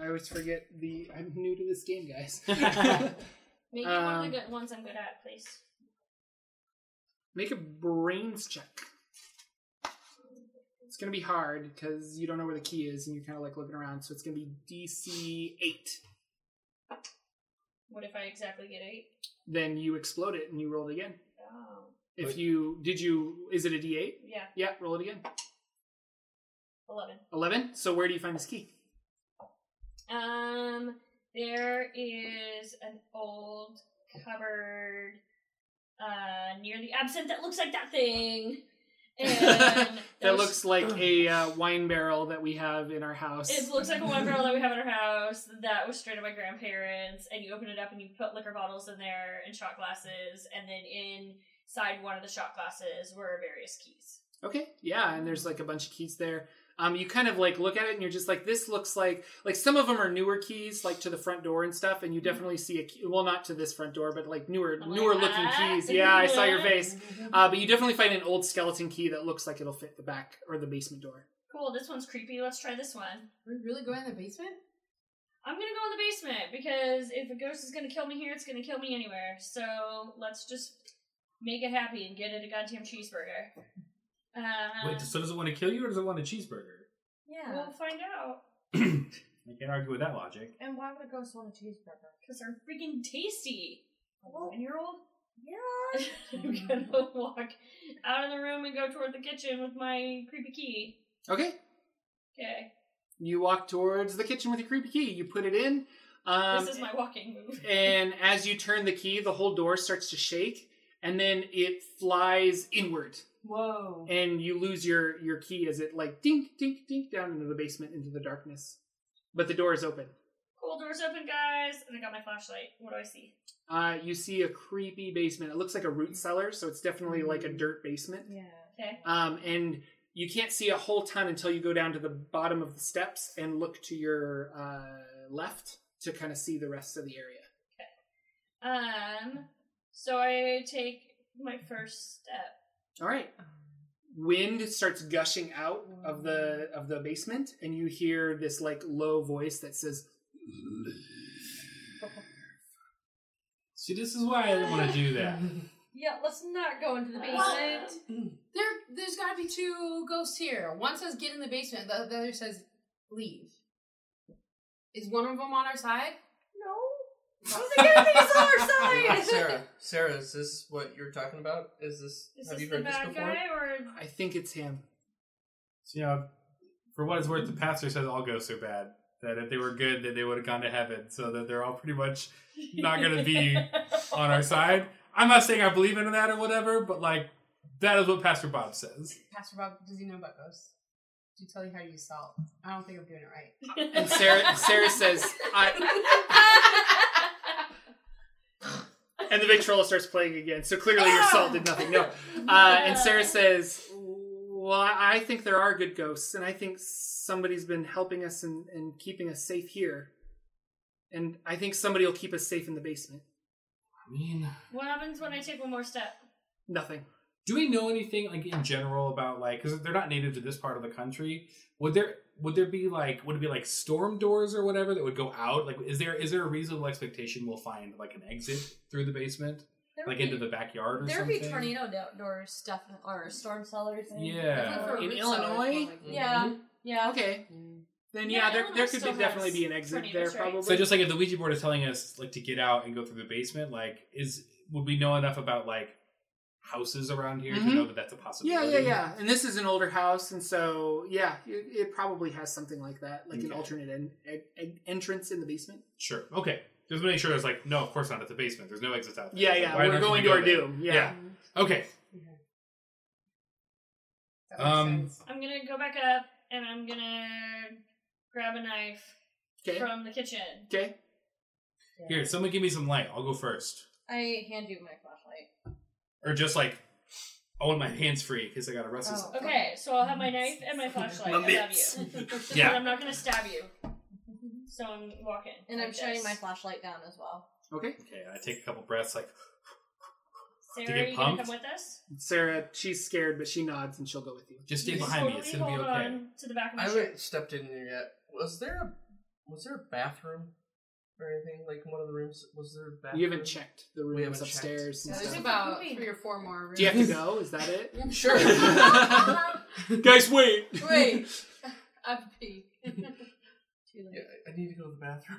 Speaker 1: I always forget the. I'm new to this game, guys.
Speaker 4: Maybe one
Speaker 1: Um,
Speaker 4: of the good ones I'm good at, please.
Speaker 1: Make a brains check. It's gonna be hard because you don't know where the key is and you're kind of like looking around. So it's gonna be DC eight.
Speaker 4: What if I exactly get eight?
Speaker 1: Then you explode it and you roll it again.
Speaker 4: Oh,
Speaker 1: If
Speaker 2: Wait.
Speaker 1: you did you is it a D eight?
Speaker 4: yeah,
Speaker 1: Yeah, roll it again.
Speaker 4: eleven.
Speaker 1: Eleven. So where do you find this key?
Speaker 4: Um, there is an old cupboard uh, near the absinthe that looks like that thing. And
Speaker 1: that
Speaker 4: there's-
Speaker 1: looks like a uh, wine barrel that we have in our house.
Speaker 4: It looks like a wine barrel that we have in our house that was straight at my grandparents, and you open it up and you put liquor bottles in there and shot glasses, and then inside one of the shot glasses were various keys.
Speaker 1: Okay, yeah, and there's like a bunch of keys there. Um, you kind of like look at it and you're just like, this looks like like some of them are newer keys, like to the front door and stuff,
Speaker 4: Mm-hmm.
Speaker 1: and you definitely see a key, well, not to this front door, but like newer
Speaker 4: I'm like,
Speaker 1: newer looking
Speaker 4: "Ah."
Speaker 1: keys. Yeah, I saw your face. Uh, but you definitely find an old skeleton key that looks like it'll fit the back or the basement door.
Speaker 4: Cool, this one's creepy. Let's try this one.
Speaker 3: Are we really going in the basement?
Speaker 4: I'm gonna go in the basement because if a ghost is gonna kill me here, it's gonna kill me anywhere. So let's just make it happy and get it a goddamn cheeseburger. Uh,
Speaker 2: Wait, so does it want to kill you or does it want a cheeseburger?
Speaker 7: Yeah.
Speaker 4: we'll find out
Speaker 2: I can't argue with that logic.
Speaker 7: and why would a ghost want a cheeseburger?
Speaker 4: because they're freaking tasty.
Speaker 7: Well-
Speaker 4: Nine year old.
Speaker 7: Yeah.
Speaker 4: I'm gonna walk out of the room and go toward the kitchen with my creepy key.
Speaker 1: Okay,
Speaker 4: Okay,
Speaker 1: you walk towards the kitchen with your creepy key. You put it in. Um,
Speaker 4: this is my walking move.
Speaker 1: and as you turn the key, the whole door starts to shake, and then it flies inward
Speaker 7: Whoa.
Speaker 1: and you lose your your key as it like dink dink dink down into the basement into the darkness. But the door is open.
Speaker 4: Cool doors open, guys. And I got my flashlight. What do I see?
Speaker 1: Uh, you see a creepy basement. It looks like a root cellar, so it's definitely like a dirt basement.
Speaker 7: Mm. Yeah.
Speaker 4: Okay.
Speaker 1: Um, and you can't see a whole ton until you go down to the bottom of the steps and look to your uh, left to kind of see the rest of the area.
Speaker 4: Um. So I take my first step.
Speaker 1: All right. Wind starts gushing out of the of the basement, and you hear this like low voice that says,
Speaker 2: See, this is why I didn't want to do that.
Speaker 7: Yeah, let's not go into the
Speaker 3: Well-
Speaker 7: basement.
Speaker 3: There, there's got to be two ghosts here. One says get in the basement. The, the other says leave. Is one of them on our side?
Speaker 7: No. Who's the enemy is on our side?
Speaker 6: Ah, Sarah, Sarah, is this what you're talking about? Is this?
Speaker 4: Is
Speaker 6: have
Speaker 4: this
Speaker 6: you
Speaker 4: the
Speaker 6: heard this
Speaker 4: bad
Speaker 6: before?
Speaker 4: guy or?
Speaker 1: "I think it's him."
Speaker 2: So, you know, for what it's worth, the pastor says all ghosts are bad. That if they were good, that they would have gone to heaven. So that they're all pretty much Not gonna be on our side. I'm not saying I believe in that or whatever, but like that is what Pastor Bob says.
Speaker 3: Pastor Bob, does he know about ghosts? Did he tell you how to use salt? I don't think I'm doing it right.
Speaker 1: And Sarah Sarah says, "I." And the Victrola starts playing again. So clearly your salt did nothing. No. Uh, and Sarah says, Well, I think there are good ghosts, and I think somebody's been helping us and, and keeping us safe here. And I think somebody will keep us safe in the basement.
Speaker 2: I mean,
Speaker 4: What happens when I take one more step?
Speaker 1: Nothing.
Speaker 2: do we know anything like in general about like because they're not native to this part of the country? Would there would there be like would it be like storm doors or whatever that would go out? Like, is there is there a reasonable expectation we'll find like an exit through the basement,
Speaker 7: There'd
Speaker 2: like
Speaker 7: be-
Speaker 2: into the backyard or
Speaker 7: There'd
Speaker 2: something?
Speaker 7: be tornado outdoor stuff or storm cellars. and-
Speaker 2: Yeah.
Speaker 7: I think for-
Speaker 1: In
Speaker 3: Root
Speaker 1: Illinois?
Speaker 3: cellar, it's more
Speaker 6: Mm-hmm.
Speaker 3: like-
Speaker 7: Yeah. Yeah.
Speaker 1: Okay. Then
Speaker 4: Yeah,
Speaker 1: yeah, there, there
Speaker 4: Illinois
Speaker 1: could be
Speaker 4: still
Speaker 1: definitely
Speaker 4: has
Speaker 1: be an exit there,
Speaker 4: tornadoes, right?
Speaker 1: probably.
Speaker 2: So just like if the Ouija board is telling us like to get out and go through the basement, like is would we know enough about like houses around here
Speaker 1: Mhm.
Speaker 2: to know that that's a
Speaker 1: yeah,
Speaker 2: possibility?
Speaker 1: yeah, yeah. And this is an older house, and so yeah, it, it probably has something like that, like an
Speaker 2: Okay.
Speaker 1: alternate en- en- en- entrance in the basement.
Speaker 2: Sure. Okay. Just make sure there's like no, of course not. It's a basement. There's no exits out. There.
Speaker 1: Yeah,
Speaker 2: So
Speaker 1: yeah.
Speaker 2: why
Speaker 1: We're
Speaker 2: not
Speaker 1: going
Speaker 2: we
Speaker 1: to
Speaker 2: go
Speaker 1: our
Speaker 2: there?
Speaker 1: doom. Yeah.
Speaker 2: Yeah. Okay.
Speaker 3: That makes
Speaker 2: Um,
Speaker 3: sense.
Speaker 4: I'm gonna go back up and I'm gonna grab a knife
Speaker 1: Okay.
Speaker 4: from the kitchen.
Speaker 1: Okay.
Speaker 2: Here, someone give me some light. I'll go first,
Speaker 7: I hand you my flashlight.
Speaker 2: or just like I want my hands free because I got a restless.
Speaker 7: Oh.
Speaker 4: Okay, so I'll have my knife and my flashlight.
Speaker 1: My
Speaker 4: I love
Speaker 1: mitts.
Speaker 4: you. But
Speaker 2: Yeah.
Speaker 4: I'm not gonna stab you. So I'm walking.
Speaker 7: And I'm
Speaker 4: like
Speaker 7: shining
Speaker 4: this.
Speaker 7: my flashlight down as well.
Speaker 1: Okay.
Speaker 2: Okay. I take a couple breaths. Like
Speaker 4: Sarah,
Speaker 2: To get
Speaker 4: are you gonna
Speaker 2: pumped?
Speaker 4: come with us?
Speaker 1: Sarah, she's scared, but she nods and she'll go with you.
Speaker 2: just stay
Speaker 4: You
Speaker 2: behind me.
Speaker 4: totally
Speaker 2: It's gonna be
Speaker 4: hold
Speaker 2: okay.
Speaker 4: on to the back of
Speaker 6: I
Speaker 4: my shirt.
Speaker 6: haven't stepped in here yet. Was there a was there a bathroom or anything like in one of the rooms? Was there a bathroom?
Speaker 1: You haven't checked the
Speaker 6: We
Speaker 1: rooms
Speaker 6: haven't checked.
Speaker 1: upstairs and
Speaker 3: Yeah, there's
Speaker 1: stuff.
Speaker 3: about three or four more rooms.
Speaker 1: Do you have to go? Is that it?
Speaker 6: Sure.
Speaker 1: Guys, wait.
Speaker 3: Wait. I've pee.
Speaker 7: Too
Speaker 6: yeah,
Speaker 7: late.
Speaker 6: I need to go to the bathroom.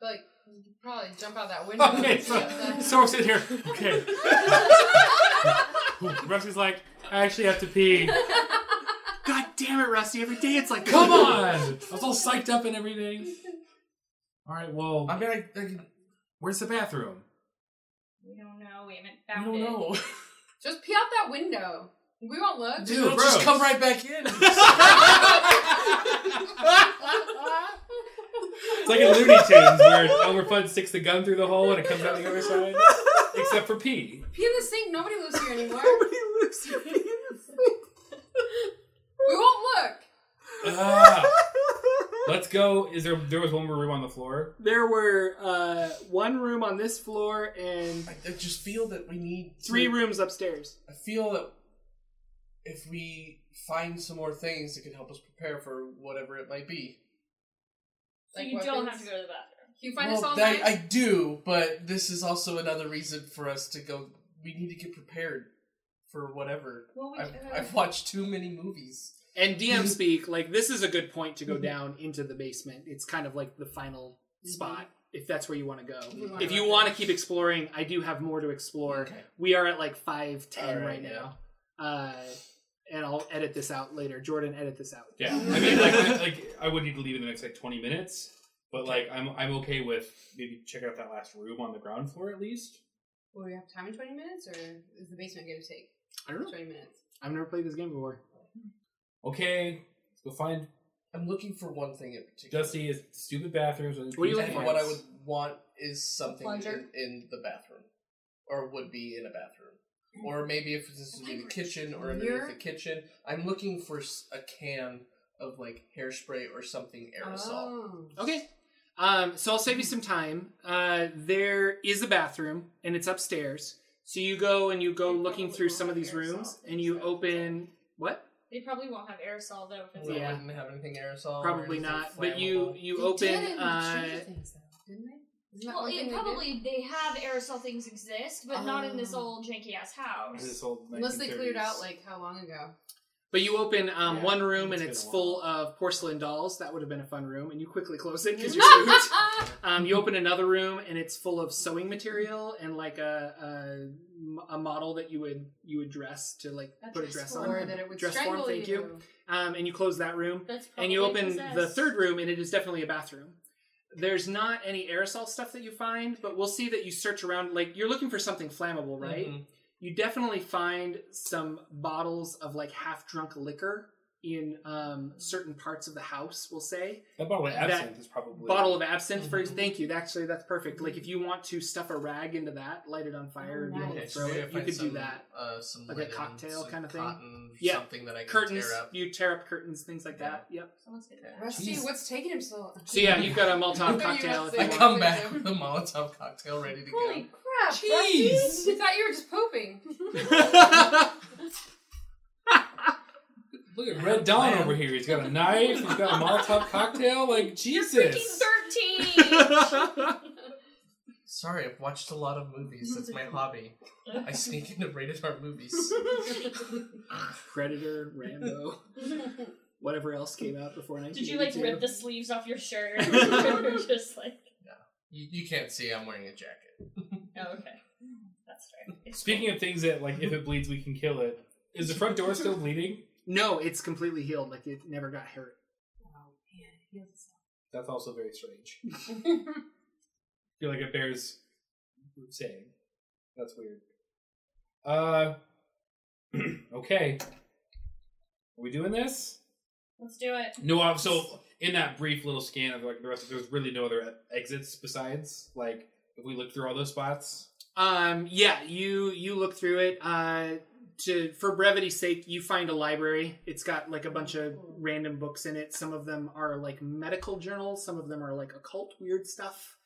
Speaker 3: Like, you could probably jump out that window.
Speaker 2: Okay, so, so we're sitting here. Okay. Rusty's like, I actually have to pee.
Speaker 1: God damn it, Rusty. Every day it's like,
Speaker 2: Come on! I was all psyched up and everything. All right, well,
Speaker 6: I mean, I, I can,
Speaker 2: where's the bathroom?
Speaker 4: We don't know. We haven't
Speaker 6: I
Speaker 4: found
Speaker 6: don't
Speaker 4: it.
Speaker 6: know.
Speaker 3: Just pee out that window. We won't look.
Speaker 2: Dude,
Speaker 6: It'll
Speaker 2: gross.
Speaker 6: just come right back in.
Speaker 2: It's like in Looney Tunes where Elmer Fudd sticks the gun through the hole and it comes out the other side, except for pee.
Speaker 3: pee in the sink. Nobody lives here anymore. Nobody lives here. we won't look.
Speaker 2: Ah. Let's go. Is there? There was one more room on the floor.
Speaker 1: There were uh, one room on this floor and
Speaker 6: I, I just feel that we need to-
Speaker 1: three rooms upstairs.
Speaker 6: I feel that if we find some more things that can help us prepare for whatever it might be.
Speaker 4: So
Speaker 3: Like
Speaker 4: you don't
Speaker 3: weapons?
Speaker 4: have to go to the bathroom.
Speaker 3: Can you find us
Speaker 6: well,
Speaker 3: all
Speaker 6: that,
Speaker 3: night?
Speaker 6: I do, but this is also another reason for us to go. We need to get prepared for whatever.
Speaker 4: Well, we
Speaker 6: I've,
Speaker 4: uh,
Speaker 6: I've watched too many movies.
Speaker 1: And DM speak, like, this is a good point to go down into the basement. It's kind of like the final spot if that's where you want to go.
Speaker 3: We wanna
Speaker 1: If you
Speaker 3: go
Speaker 1: want to
Speaker 3: there.
Speaker 1: keep exploring, I do have more to explore.
Speaker 6: Okay.
Speaker 1: We are at like five ten
Speaker 6: All
Speaker 1: right,
Speaker 6: right,
Speaker 1: now, uh, and I'll edit this out later. Jordan, edit this out.
Speaker 2: Yeah, I mean, like, I, like I would need to leave in the next like twenty minutes, but like I'm I'm okay with maybe check out that last room on the ground floor at least.
Speaker 3: Will we have time in 20 minutes, or is the basement going to take?
Speaker 1: I don't know.
Speaker 3: Twenty minutes.
Speaker 1: I've never played this game before.
Speaker 2: Okay, let's go find
Speaker 6: I'm looking for one thing in particular.
Speaker 2: Dusty is stupid bathrooms. with
Speaker 1: What are you
Speaker 2: these
Speaker 1: looking
Speaker 6: And
Speaker 1: for?
Speaker 2: plants.
Speaker 6: what I would want is something in,
Speaker 7: plunger?
Speaker 6: in the bathroom, or would be in a bathroom, or maybe if this is in the kitchen or underneath the kitchen. I'm looking for s- a can of like hairspray or something
Speaker 3: Oh.
Speaker 6: aerosol.
Speaker 1: Okay. Um, so I'll save you some time. Uh, there is a bathroom, and it's upstairs. So you go and you go
Speaker 4: They
Speaker 1: looking
Speaker 4: probably
Speaker 1: through
Speaker 4: won't
Speaker 1: some of
Speaker 4: have
Speaker 1: these
Speaker 4: aerosol
Speaker 1: rooms,
Speaker 4: things
Speaker 1: and you
Speaker 4: that-
Speaker 1: open what?
Speaker 4: They probably won't have aerosol though.
Speaker 2: Oh,
Speaker 4: If it's
Speaker 6: So
Speaker 1: Yeah.
Speaker 6: I wouldn't have anything aerosol. or
Speaker 1: Probably
Speaker 6: anything
Speaker 1: not. But you
Speaker 6: flammable.
Speaker 1: you
Speaker 3: They
Speaker 1: open.
Speaker 3: did in the
Speaker 1: uh,
Speaker 3: Stranger things, though, didn't they? Isn't that
Speaker 4: Well,
Speaker 3: one thing
Speaker 4: yeah,
Speaker 3: they did?
Speaker 4: probably they have aerosol things exist, but not in this
Speaker 3: Oh.
Speaker 4: old janky ass
Speaker 2: This is
Speaker 4: house.
Speaker 2: old
Speaker 3: Unless they
Speaker 2: 1930s.
Speaker 3: cleared out like how long ago?
Speaker 1: But you open um,
Speaker 2: Yeah,
Speaker 1: one room and
Speaker 2: it's
Speaker 1: it's
Speaker 2: been a
Speaker 1: full of porcelain dolls. That would have been a fun room, and you quickly close it because you're spooked. um, you open another room and it's full of sewing material and like a, a a model that you would you would dress to like put a dress
Speaker 3: Or
Speaker 1: on.
Speaker 3: that it would
Speaker 1: Dress
Speaker 3: strangle
Speaker 1: form, thank you. Um, and you close that room
Speaker 4: That's probably
Speaker 1: and you open the
Speaker 4: possessed.
Speaker 1: third room and it is definitely a bathroom. There's not any aerosol stuff that you find, but we'll see that you search around. Like you're looking for something flammable, right?
Speaker 6: Mhm.
Speaker 1: you definitely find some bottles of like half drunk liquor in um, certain parts of the house we'll say
Speaker 2: That bottle of
Speaker 1: That
Speaker 2: absinthe is probably
Speaker 1: bottle of absinthe for
Speaker 6: Mhm.
Speaker 1: thank you actually that's perfect like if you want to stuff a rag into that light it on fire and be able
Speaker 6: Okay,
Speaker 1: to
Speaker 6: so
Speaker 1: throw
Speaker 6: maybe I
Speaker 1: it you
Speaker 6: find
Speaker 1: could do
Speaker 6: some,
Speaker 1: that
Speaker 6: Uh, some
Speaker 1: Like a
Speaker 6: linen,
Speaker 1: cocktail
Speaker 6: some
Speaker 1: kind of thing?
Speaker 6: cotton,
Speaker 1: Yeah.
Speaker 6: Something that I can
Speaker 1: curtains
Speaker 6: tear up.
Speaker 1: you tear up curtains things like that yep
Speaker 4: Someone's gonna die.
Speaker 3: Rusty,
Speaker 6: Jeez.
Speaker 3: what's taking him so long?
Speaker 1: so yeah you've got a molotov
Speaker 3: You
Speaker 1: cocktail if
Speaker 3: must
Speaker 1: you
Speaker 3: say-
Speaker 6: I
Speaker 1: want.
Speaker 6: come back with a Molotov cocktail ready to go.
Speaker 3: Holy crap!
Speaker 6: Jeez.
Speaker 3: Rusty, we thought you were just pooping.
Speaker 2: Look at Red Dawn over here. He's got a knife. He's got a Molotov cocktail. Like Jesus.
Speaker 4: Freaking thirteen.
Speaker 6: Sorry, I've watched a lot of movies. That's my hobby. I sneak into rated R movies.
Speaker 1: predator rambo
Speaker 3: Oh,
Speaker 1: whatever else came out before
Speaker 4: Did you like
Speaker 1: 1982.
Speaker 4: rip the sleeves off your shirt? Just like
Speaker 6: You, you can't see I'm wearing a jacket.
Speaker 4: oh, okay, that's fair. It's
Speaker 2: Speaking of things that, like, if it bleeds, we can kill it. Is the front door still bleeding?
Speaker 1: no it's completely healed like it never got hurt
Speaker 2: That's also very strange. I feel like it bears saying. That's weird. Uh, okay. Are we doing this?
Speaker 4: let's do it.
Speaker 2: No, uh, so in that brief little scan of like the rest, of, there's really no other e- exits besides like if we look through all those spots.
Speaker 1: Um, yeah, you you look through it. Uh, to for brevity's sake, you find a library. It's got like a bunch of random books in it. Some of them are like medical journals. Some of them are like occult weird stuff.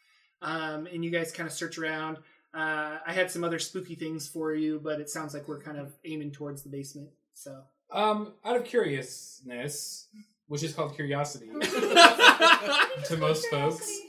Speaker 1: Um, and you guys kind of search around. Uh, I had some other spooky things for you, but it sounds like we're kind of aiming towards the basement. So
Speaker 2: Um, out of curiousness, which is called curiosity to most folks.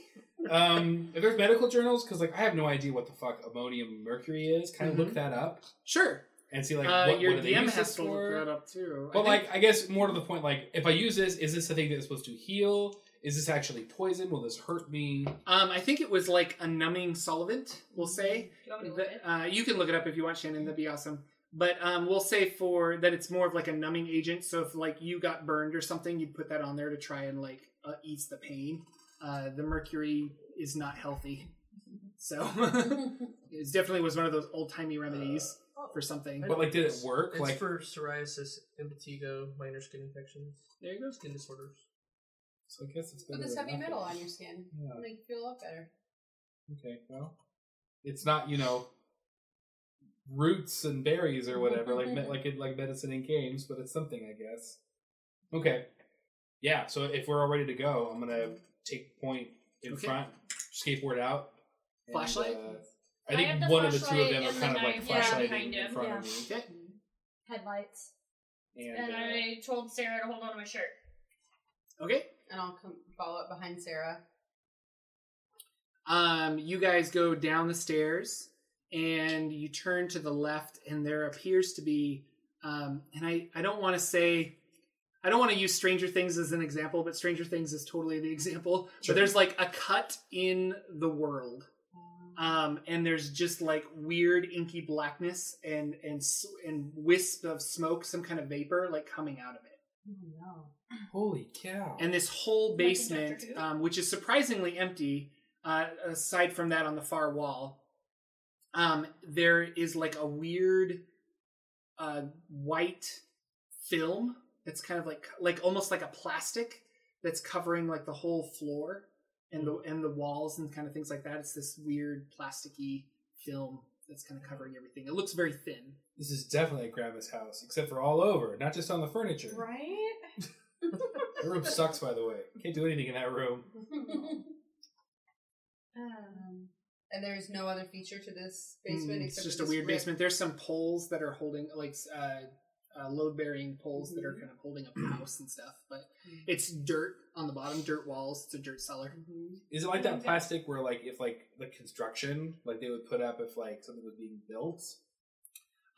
Speaker 2: Um, if there's medical journals, because like I have no idea what the fuck ammonium mercury is. Can I
Speaker 1: Mhm.
Speaker 2: look that up
Speaker 1: sure,
Speaker 2: and see like
Speaker 1: uh,
Speaker 2: what,
Speaker 1: your
Speaker 2: what are they
Speaker 1: DM
Speaker 2: used
Speaker 1: has to look
Speaker 2: for?
Speaker 1: that up too.
Speaker 2: But
Speaker 1: I think-
Speaker 2: like, I guess more to the point, like if I use this, is this a thing that's supposed to heal? Is this actually poison? Will this hurt me?
Speaker 1: um, I think it was like a numbing solvent. We'll say.
Speaker 4: Do you want me to look
Speaker 1: The-
Speaker 4: it?
Speaker 1: uh, you can look it up if you want, Shannon. That'd be awesome. But um, we'll say for that it's more of like a numbing agent. So if like you got burned or something, you'd put that on there to try and like uh, ease the pain. Uh, the mercury is not healthy, so it definitely was one of those old timey remedies for something.
Speaker 2: Uh, But like, did it work?
Speaker 6: It's
Speaker 2: like,
Speaker 6: for psoriasis, impetigo, minor skin infections,
Speaker 1: There you go.
Speaker 6: skin disorders.
Speaker 2: so I guess it's
Speaker 3: Put
Speaker 2: better
Speaker 3: this
Speaker 2: than
Speaker 3: heavy metal on
Speaker 2: nothing.
Speaker 3: your skin.
Speaker 2: Yeah.
Speaker 3: Make you feel a lot better.
Speaker 2: Okay, well, it's not you know roots and berries or whatever like me- like it like medicine and games, but it's something I guess. Okay, yeah. So if we're all ready to go, I'm gonna take point in
Speaker 1: Okay.
Speaker 2: front, skateboard out, and,
Speaker 1: Flashlight?
Speaker 2: uh,
Speaker 4: I
Speaker 2: I think
Speaker 4: have the
Speaker 2: one of the two of
Speaker 4: flashlight
Speaker 2: them are
Speaker 4: and
Speaker 2: kind
Speaker 4: the
Speaker 2: of like
Speaker 4: knife, yeah,
Speaker 2: flashlighting
Speaker 4: behind
Speaker 2: in
Speaker 4: him,
Speaker 2: front of me,
Speaker 7: yeah.
Speaker 1: Okay.
Speaker 7: Headlights.
Speaker 2: and,
Speaker 4: And
Speaker 2: uh,
Speaker 4: I told Sarah to hold on to my shirt.
Speaker 1: Okay.
Speaker 3: And I'll come follow up behind Sarah.
Speaker 1: Um, you guys go down the stairs and you turn to the left, and there appears to be, um, and I, I don't want to say, I don't want to use Stranger Things as an example, but Stranger Things is totally the example.
Speaker 2: Sure.
Speaker 1: But there's like a cut in the world. Um, and there's just like weird inky blackness and and s- and wisp of smoke, some kind of vapor like coming out of it
Speaker 3: Oh,
Speaker 2: holy cow!
Speaker 6: Oh.
Speaker 1: and this whole
Speaker 4: Like in
Speaker 1: basement,
Speaker 4: Doctor Who?
Speaker 1: um, which is surprisingly empty, uh, aside from that on the far wall, um, there is like a weird uh, white film that's kind of like like almost like a plastic that's covering like the whole floor and the and the walls and kind of things like that. It's this weird plasticky film that's kind of covering everything. It looks very thin.
Speaker 11: This is definitely grandma's house, except for all over, not just on the furniture.
Speaker 7: Right?
Speaker 11: Her room sucks, by the way. Can't do anything in that room.
Speaker 3: Um, and there's no other feature to this
Speaker 1: Mm,
Speaker 3: basement
Speaker 1: it's
Speaker 3: except
Speaker 1: just
Speaker 3: for
Speaker 1: a
Speaker 3: this
Speaker 1: weird
Speaker 3: rip.
Speaker 1: basement. There's some poles that are holding like uh, uh, load bearing poles that are
Speaker 3: Mm-hmm.
Speaker 1: kind of holding up the house and stuff. But
Speaker 3: Mm.
Speaker 1: it's dirt on the bottom, dirt walls. It's a dirt cellar.
Speaker 3: Mm-hmm.
Speaker 11: Is it like that plastic where, like, if like the construction, like they would put up if like something was being built?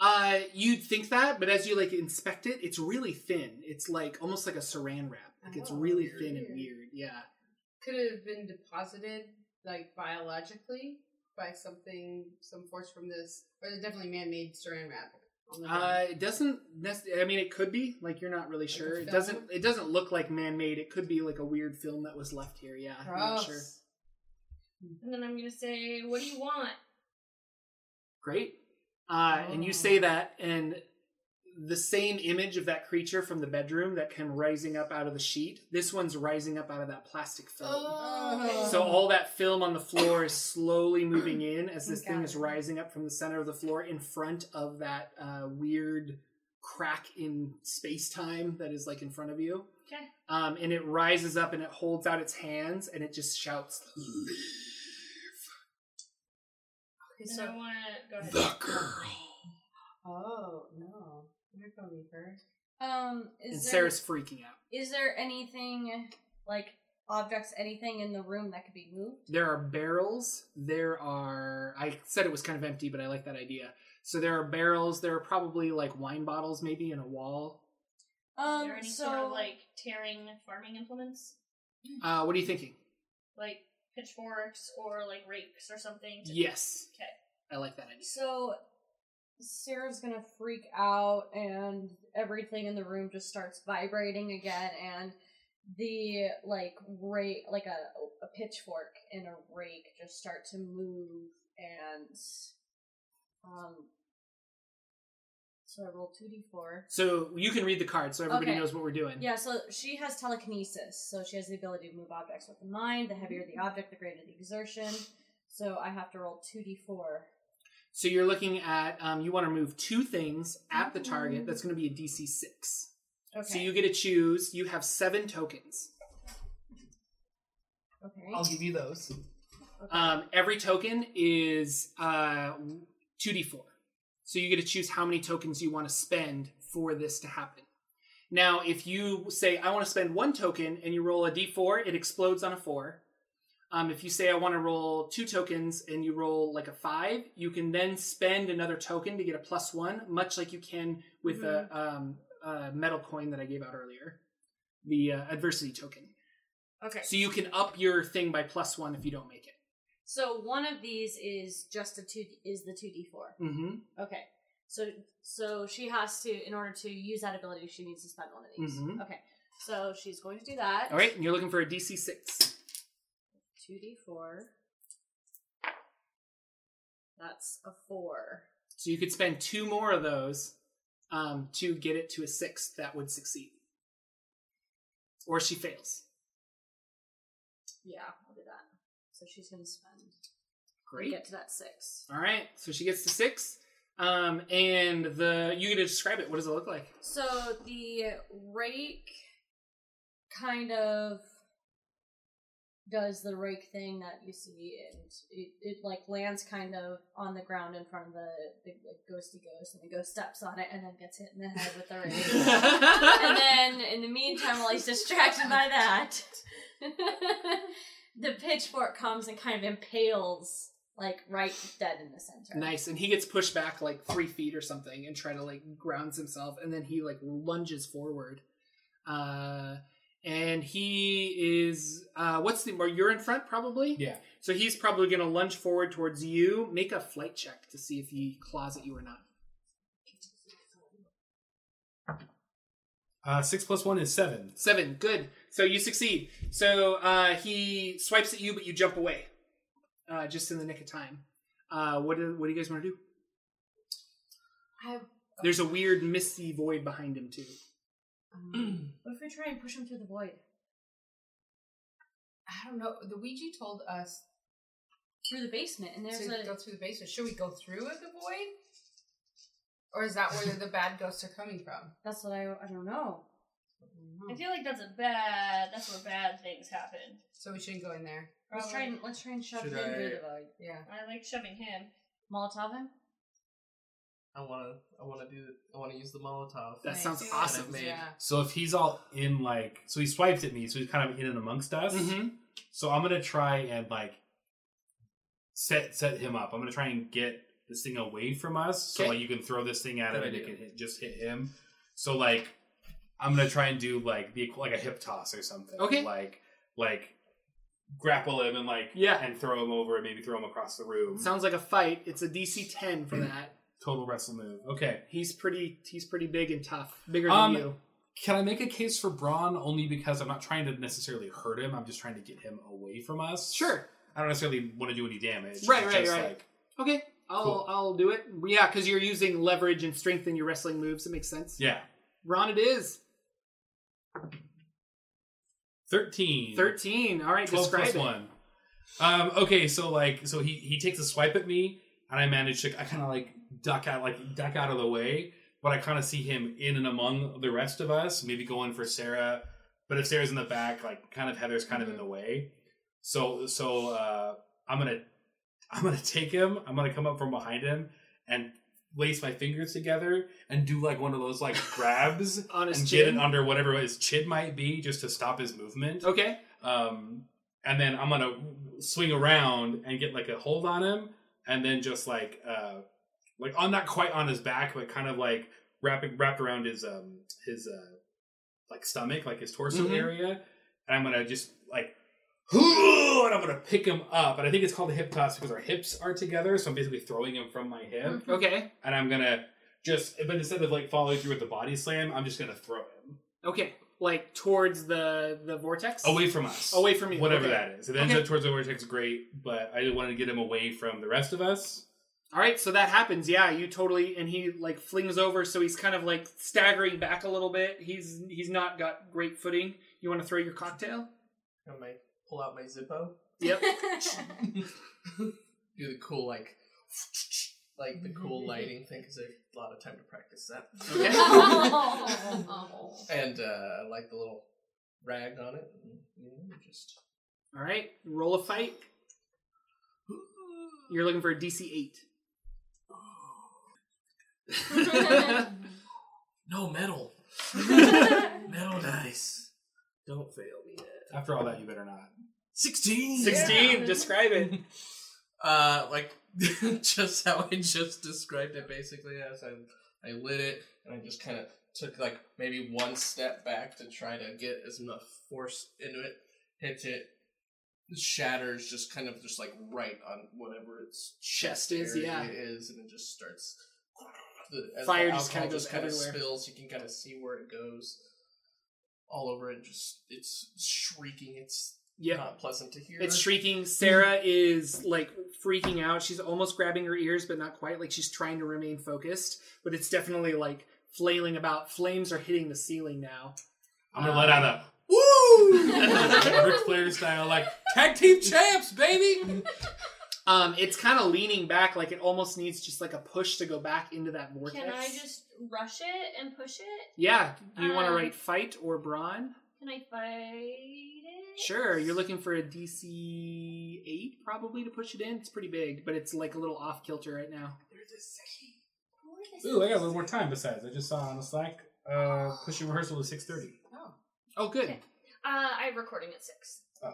Speaker 1: Uh, you'd think that, but as you like inspect it, it's really thin. It's like almost like a saran wrap. Like it's
Speaker 3: Oh,
Speaker 1: really
Speaker 3: weird.
Speaker 1: thin and weird. Yeah.
Speaker 3: Could it have been deposited like biologically by something, some force from this, or is it definitely man-made saran wrap? on the ground?
Speaker 1: Uh, it doesn't. Nec- I mean, it could be. Like you're not really sure. It
Speaker 3: film?
Speaker 1: doesn't. It doesn't look like man made. It could be like a weird film that was left here. Yeah. I'm not sure.
Speaker 3: Gross.
Speaker 4: And then I'm gonna say, what do you want?
Speaker 1: great. Uh, And you say that, and the same image of that creature from the bedroom that came rising up out of the sheet, this one's rising up out of that plastic film.
Speaker 3: Oh.
Speaker 1: So all that film on the floor is slowly moving in as this
Speaker 3: Got
Speaker 1: thing
Speaker 3: it.
Speaker 1: is rising up from the center of the floor in front of that uh, weird crack in space time that is like in front of you.
Speaker 4: Okay.
Speaker 1: Um, and it rises up and it holds out its hands and it just shouts,
Speaker 3: Okay,
Speaker 4: And I
Speaker 3: so,
Speaker 4: want to go ahead.
Speaker 3: oh no, you're gonna leave her.
Speaker 7: Um, is
Speaker 1: and
Speaker 7: there,
Speaker 1: Sarah's freaking out.
Speaker 7: is there anything like objects, anything in the room that could be moved?
Speaker 1: There are barrels. There are. I said it was kind of empty, but I like that idea. So there are barrels. There are probably like wine bottles, maybe in a wall.
Speaker 4: Are
Speaker 7: Um,
Speaker 4: there any
Speaker 7: so
Speaker 4: sort of like tearing farming implements,
Speaker 1: Uh, what are you thinking?
Speaker 4: like pitchforks or like rakes or something? to-
Speaker 1: Yes.
Speaker 4: Okay.
Speaker 1: I like that idea.
Speaker 7: so Sarah's gonna freak out, and everything in the room just starts vibrating again, and the like rake, like a a pitchfork and a rake, just start to move, and um. So I rolled two d four.
Speaker 1: So you can read the card, so everybody
Speaker 7: Okay.
Speaker 1: knows what we're doing.
Speaker 7: Yeah, so she has telekinesis, so she has the ability to move objects with the mind. The heavier the object, the greater the exertion. So I have to roll two d four.
Speaker 1: So you're looking at. Um, you want to move two things at the target. That's going to be a DC six.
Speaker 7: Mm. Okay.
Speaker 1: So you get to choose. You have seven tokens.
Speaker 7: okay.
Speaker 6: I'll give you those.
Speaker 1: Um, every token is uh, 2d4. So you get to choose how many tokens you want to spend for this to happen. Now, if you say, I want to spend one token and you roll a d4, it explodes on a 4. Um, if you say, I want to roll two tokens and you roll like a 5, you can then spend another token to get a plus 1, much like you can with a, um, a metal coin that I gave out earlier, the uh, adversity token.
Speaker 7: Okay.
Speaker 1: So you can up your thing by plus 1 if you don't make it.
Speaker 7: So one of these is just a two is the two d four.
Speaker 1: hmm.
Speaker 7: Okay. So so she has to in order to use that ability, she needs to spend one of these.
Speaker 1: Mhm.
Speaker 7: Okay. So she's going to do that.
Speaker 1: All right, and you're looking for a DC six.
Speaker 7: Two d four. That's a four.
Speaker 1: So you could spend two more of those um, to get it to a six that would succeed, or she fails.
Speaker 7: Yeah, I'll do that. So she's going to spend.
Speaker 1: Great.
Speaker 7: Get to that six.
Speaker 1: All right, so she gets to six, um, and the you get to describe it. What does it look like?
Speaker 7: So the rake kind of does the rake thing that you see, and it, it like lands kind of on the ground in front of the, the like, ghosty ghost, and the ghost steps on it and then gets hit in the head with the rake. and then in the meantime, while he's distracted by that, the pitchfork comes and kind of impales like right dead in the center.
Speaker 1: nice, and he gets pushed back like three feet or something, and try to like grounds himself, and then he like lunges forward, uh, and he is uh, what's the? or You're in front probably.
Speaker 11: Yeah.
Speaker 1: So he's probably going to lunge forward towards you. Make a flight check to see if he claws at you or not.
Speaker 11: Uh, six plus one is seven.
Speaker 1: Seven, good. So you succeed. So uh, he swipes at you, but you jump away, uh, just in the nick of time. Uh, what do What do you guys want to do?
Speaker 3: I
Speaker 1: There's a weird misty void behind him too.
Speaker 3: Um,
Speaker 7: What if we try and push him through the void?
Speaker 3: I don't know. The Ouija told us
Speaker 7: Through the basement, and there's
Speaker 3: to
Speaker 7: a.
Speaker 3: go through the basement. Should we go through with the void? Or is that where the bad ghosts are coming from?
Speaker 7: That's what I. I don't know.
Speaker 4: I
Speaker 3: Mm-hmm.
Speaker 4: feel like that's a bad. That's where bad things happen.
Speaker 3: So we shouldn't go in there.
Speaker 7: Let's try and let's try and shove
Speaker 6: Should
Speaker 7: him through
Speaker 6: I-
Speaker 7: the void.
Speaker 3: Yeah.
Speaker 4: I like shoving him.
Speaker 7: Molotov him.
Speaker 6: I wanna, I wanna do, I wanna use the Molotov.
Speaker 1: That
Speaker 3: Nice.
Speaker 1: sounds
Speaker 6: That I've
Speaker 1: awesome.
Speaker 6: made.
Speaker 3: Yeah.
Speaker 2: So if he's all in, like, so he swiped at me, so he's kind of in and amongst us.
Speaker 11: Mm-hmm.
Speaker 1: hmm
Speaker 2: So I'm gonna try and like set set him up. I'm gonna try and get this thing away from us, so
Speaker 1: Okay.
Speaker 2: like you can throw this thing at him
Speaker 6: Good
Speaker 2: and it
Speaker 6: idea.
Speaker 2: can hit, just hit him. So like I'm gonna try and do like the equ- like a hip toss or something.
Speaker 1: Okay.
Speaker 2: Like like grapple him and like
Speaker 1: Yeah.
Speaker 2: and throw him over and maybe throw him across the room.
Speaker 1: Sounds like a fight. It's a DC 10
Speaker 2: Mm.
Speaker 1: for that.
Speaker 2: Total wrestle move. Okay.
Speaker 1: He's pretty. He's pretty big and tough. Bigger
Speaker 2: Um,
Speaker 1: than you.
Speaker 2: Can I make a case for Braun only because I'm not trying to necessarily hurt him. I'm just trying to get him away from us.
Speaker 1: Sure.
Speaker 2: I don't necessarily want to do any damage.
Speaker 1: Right,
Speaker 2: It's
Speaker 1: right,
Speaker 2: just,
Speaker 1: right.
Speaker 2: like,
Speaker 1: Okay. I'll
Speaker 2: Cool.
Speaker 1: I'll do it. Yeah, because you're using leverage and strength in your wrestling moves. It makes sense.
Speaker 2: yeah.
Speaker 1: Ron, it is
Speaker 2: 13.
Speaker 1: thirteen. All right,
Speaker 2: 12
Speaker 1: describe
Speaker 2: plus
Speaker 1: it.
Speaker 2: 1. Um, okay, so like so he he takes a swipe at me and I manage to I kind of like duck out like duck out of the way, but I kind of see him in and among the rest of us, maybe going for Sarah, but if Sarah's in the back, like kind of Heather's kind of
Speaker 1: Mm-hmm.
Speaker 2: in the way. So so uh I'm going to I'm going to take him. I'm going to come up from behind him and lace my fingers together and do like one of those like grabs
Speaker 1: On his
Speaker 2: and
Speaker 1: chin.
Speaker 2: get it under whatever his chin might be just to stop his movement.
Speaker 1: okay.
Speaker 2: Um, and then I'm gonna swing around and get like a hold on him, and then just like uh, like on not quite on his back, but kind of like wrapping wrapped around his um his uh like stomach, like his torso
Speaker 1: Mhm.
Speaker 2: area, and I'm gonna just like. And I'm gonna pick him up, and I think it's called a hip toss because our hips are together. So I'm basically throwing him from my hip,
Speaker 1: Okay.
Speaker 2: and I'm gonna just, but instead of like following through with the body slam, I'm just gonna throw him
Speaker 1: Okay. Like towards the the vortex.
Speaker 2: away from us,
Speaker 1: Away from you.
Speaker 2: whatever
Speaker 1: Okay.
Speaker 2: that is. It ends
Speaker 1: Okay.
Speaker 2: up towards the vortex, great, but I wanted to get him away from the rest of us.
Speaker 1: All right, so that happens. Yeah, you totally and he like flings over, so he's kind of like staggering back a little bit. He's he's not got great footing. You want to throw your cocktail?
Speaker 6: I might pull out my Zippo.
Speaker 1: Yep.
Speaker 6: do the cool like, like the cool lighting thing because I have a lot of time to practice that.
Speaker 7: Okay.
Speaker 3: Oh.
Speaker 6: And uh, I like the little rag on it. and, you know, just
Speaker 1: All right, roll a fight. You're looking for a DC eight.
Speaker 6: no metal, metal dice. Don't fail me.
Speaker 2: After all that, you better not.
Speaker 6: Sixteen.
Speaker 1: Sixteen. Describe it.
Speaker 6: Uh, like just how I just described it. Basically, as I I lit it and I just kind of took like maybe one step back to try to get as much force into it. Hits it. It shatters just kind of just like right on whatever its
Speaker 1: Chest is,
Speaker 6: area
Speaker 1: yeah.
Speaker 6: it is, and it just starts. The,
Speaker 1: Fire just kinda
Speaker 6: alcohol
Speaker 1: goes
Speaker 6: kinda
Speaker 1: everywhere.
Speaker 6: spills. You can kind of see where it goes, all over it. Just it's shrieking. It's
Speaker 1: Yep.
Speaker 6: not pleasant to hear.
Speaker 1: It's shrieking. Sarah is like freaking out. She's almost grabbing her ears, but not quite. Like she's trying to remain focused, but it's definitely like flailing about. Flames are hitting the ceiling now.
Speaker 2: I'm gonna
Speaker 1: Uh,
Speaker 2: let out a woo, Ric Flair style, like tag team champs, baby.
Speaker 1: Um, it's kind of leaning back, like it almost needs just like a push to go back into that vortex.
Speaker 4: Can I just rush it and push it?
Speaker 1: Yeah, do you want to
Speaker 4: Um,
Speaker 1: write fight or brawn?
Speaker 4: Can I fight it?
Speaker 1: Sure, you're looking for a DC eight probably to push it in. It's pretty big, but it's like a little off kilter right now.
Speaker 2: Ooh, I got a little more time. Besides, I just saw on the Slack uh, pushing rehearsal to six thirty.
Speaker 1: Oh, good.
Speaker 4: Okay. Uh, I'm recording at six.
Speaker 2: Oh.
Speaker 4: Uh,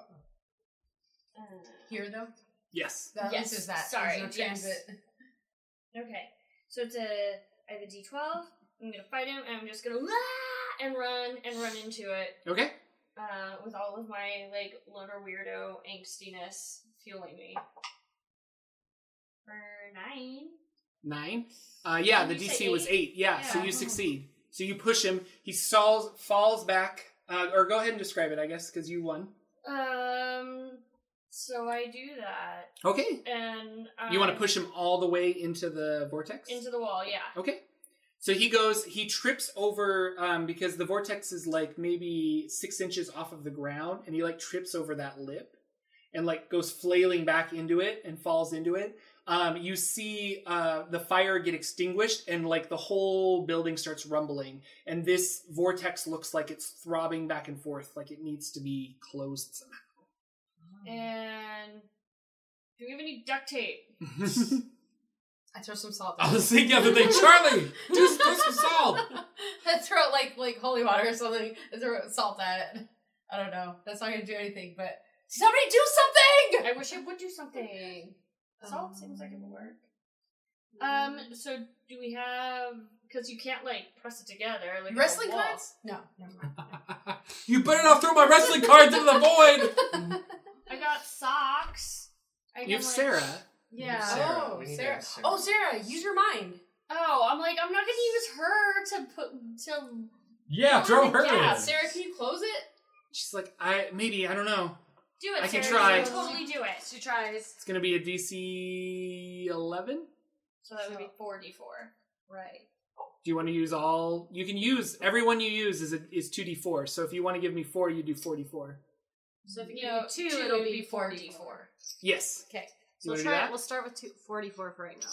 Speaker 3: Here though?
Speaker 1: Yes.
Speaker 3: That,
Speaker 4: Yes,
Speaker 3: This is that.
Speaker 4: sorry,
Speaker 3: There's no
Speaker 4: yes.
Speaker 3: transit.
Speaker 4: okay, so it's a I have a D12. I'm gonna fight him, and I'm just gonna "Ah!" and run and run into it
Speaker 1: Okay.
Speaker 4: uh, with all of my like loner weirdo angstiness fueling me. For nine.
Speaker 1: Nine. Uh, yeah,
Speaker 4: Oh,
Speaker 1: the
Speaker 4: you
Speaker 1: DC
Speaker 4: said
Speaker 1: was eight. Yeah, uh-huh. so
Speaker 4: Yeah.
Speaker 1: you succeed. So you push him. He falls, falls back. Uh, or go ahead and describe it, I guess, because you won.
Speaker 4: Um. So I do that,
Speaker 1: Okay.
Speaker 4: and um,
Speaker 1: You want to push him all the way into the vortex?
Speaker 4: into the wall. Yeah.
Speaker 1: okay. So he goes, he trips over um, because the vortex is like maybe six inches off of the ground, and he like trips over that lip and like goes flailing back into it and falls into it. Um, you see uh, the fire get extinguished, and like the whole building starts rumbling. And this vortex looks like it's throbbing back and forth, like it needs to be closed
Speaker 4: And do we have any duct tape?
Speaker 1: somehow.
Speaker 3: I throw some salt.
Speaker 2: I was thinking the other day, Charlie, do throw some salt.
Speaker 3: I throw like like holy water or something. I throw salt at it. I don't know. That's not gonna do anything. But somebody do something. Um,
Speaker 4: I wish I would do something. Salt seems like it would work. Um, so do we have? Because you can't like press it together. Like on a
Speaker 3: Wrestling
Speaker 4: wall.
Speaker 3: cards? No, never mind.
Speaker 2: You better not throw my wrestling cards into the void.
Speaker 4: I got socks. I
Speaker 1: you have
Speaker 4: can, like-
Speaker 1: Sarah.
Speaker 4: Yeah.
Speaker 6: Sarah,
Speaker 3: oh,
Speaker 6: we need to
Speaker 3: Sarah.
Speaker 6: ask Sarah.
Speaker 3: Oh, Sarah, use your mind.
Speaker 4: Oh, I'm like I'm not gonna use her to put to.
Speaker 2: Yeah, throw her.
Speaker 4: Yeah,
Speaker 2: in.
Speaker 3: Oh Sarah, can you close it?
Speaker 1: She's like, I maybe I don't know.
Speaker 4: Do it.
Speaker 1: I can
Speaker 4: Sarah,
Speaker 1: try.
Speaker 4: You can totally do it.
Speaker 3: She tries.
Speaker 1: It's gonna be a DC eleven.
Speaker 4: So that would be four d four.
Speaker 3: Right.
Speaker 1: Do you want to use all? You can use everyone you use is a, is two d four. So if you want to give me four, you do four d four.
Speaker 4: So if you
Speaker 3: No,
Speaker 4: do 2
Speaker 3: two,
Speaker 4: two,
Speaker 3: it'll
Speaker 4: it'll
Speaker 3: be
Speaker 4: be four d four.
Speaker 1: Yes. You
Speaker 3: Okay.
Speaker 12: So we'll
Speaker 1: wanna do
Speaker 12: try it.
Speaker 1: that?
Speaker 12: We'll start with two, 44 for right now.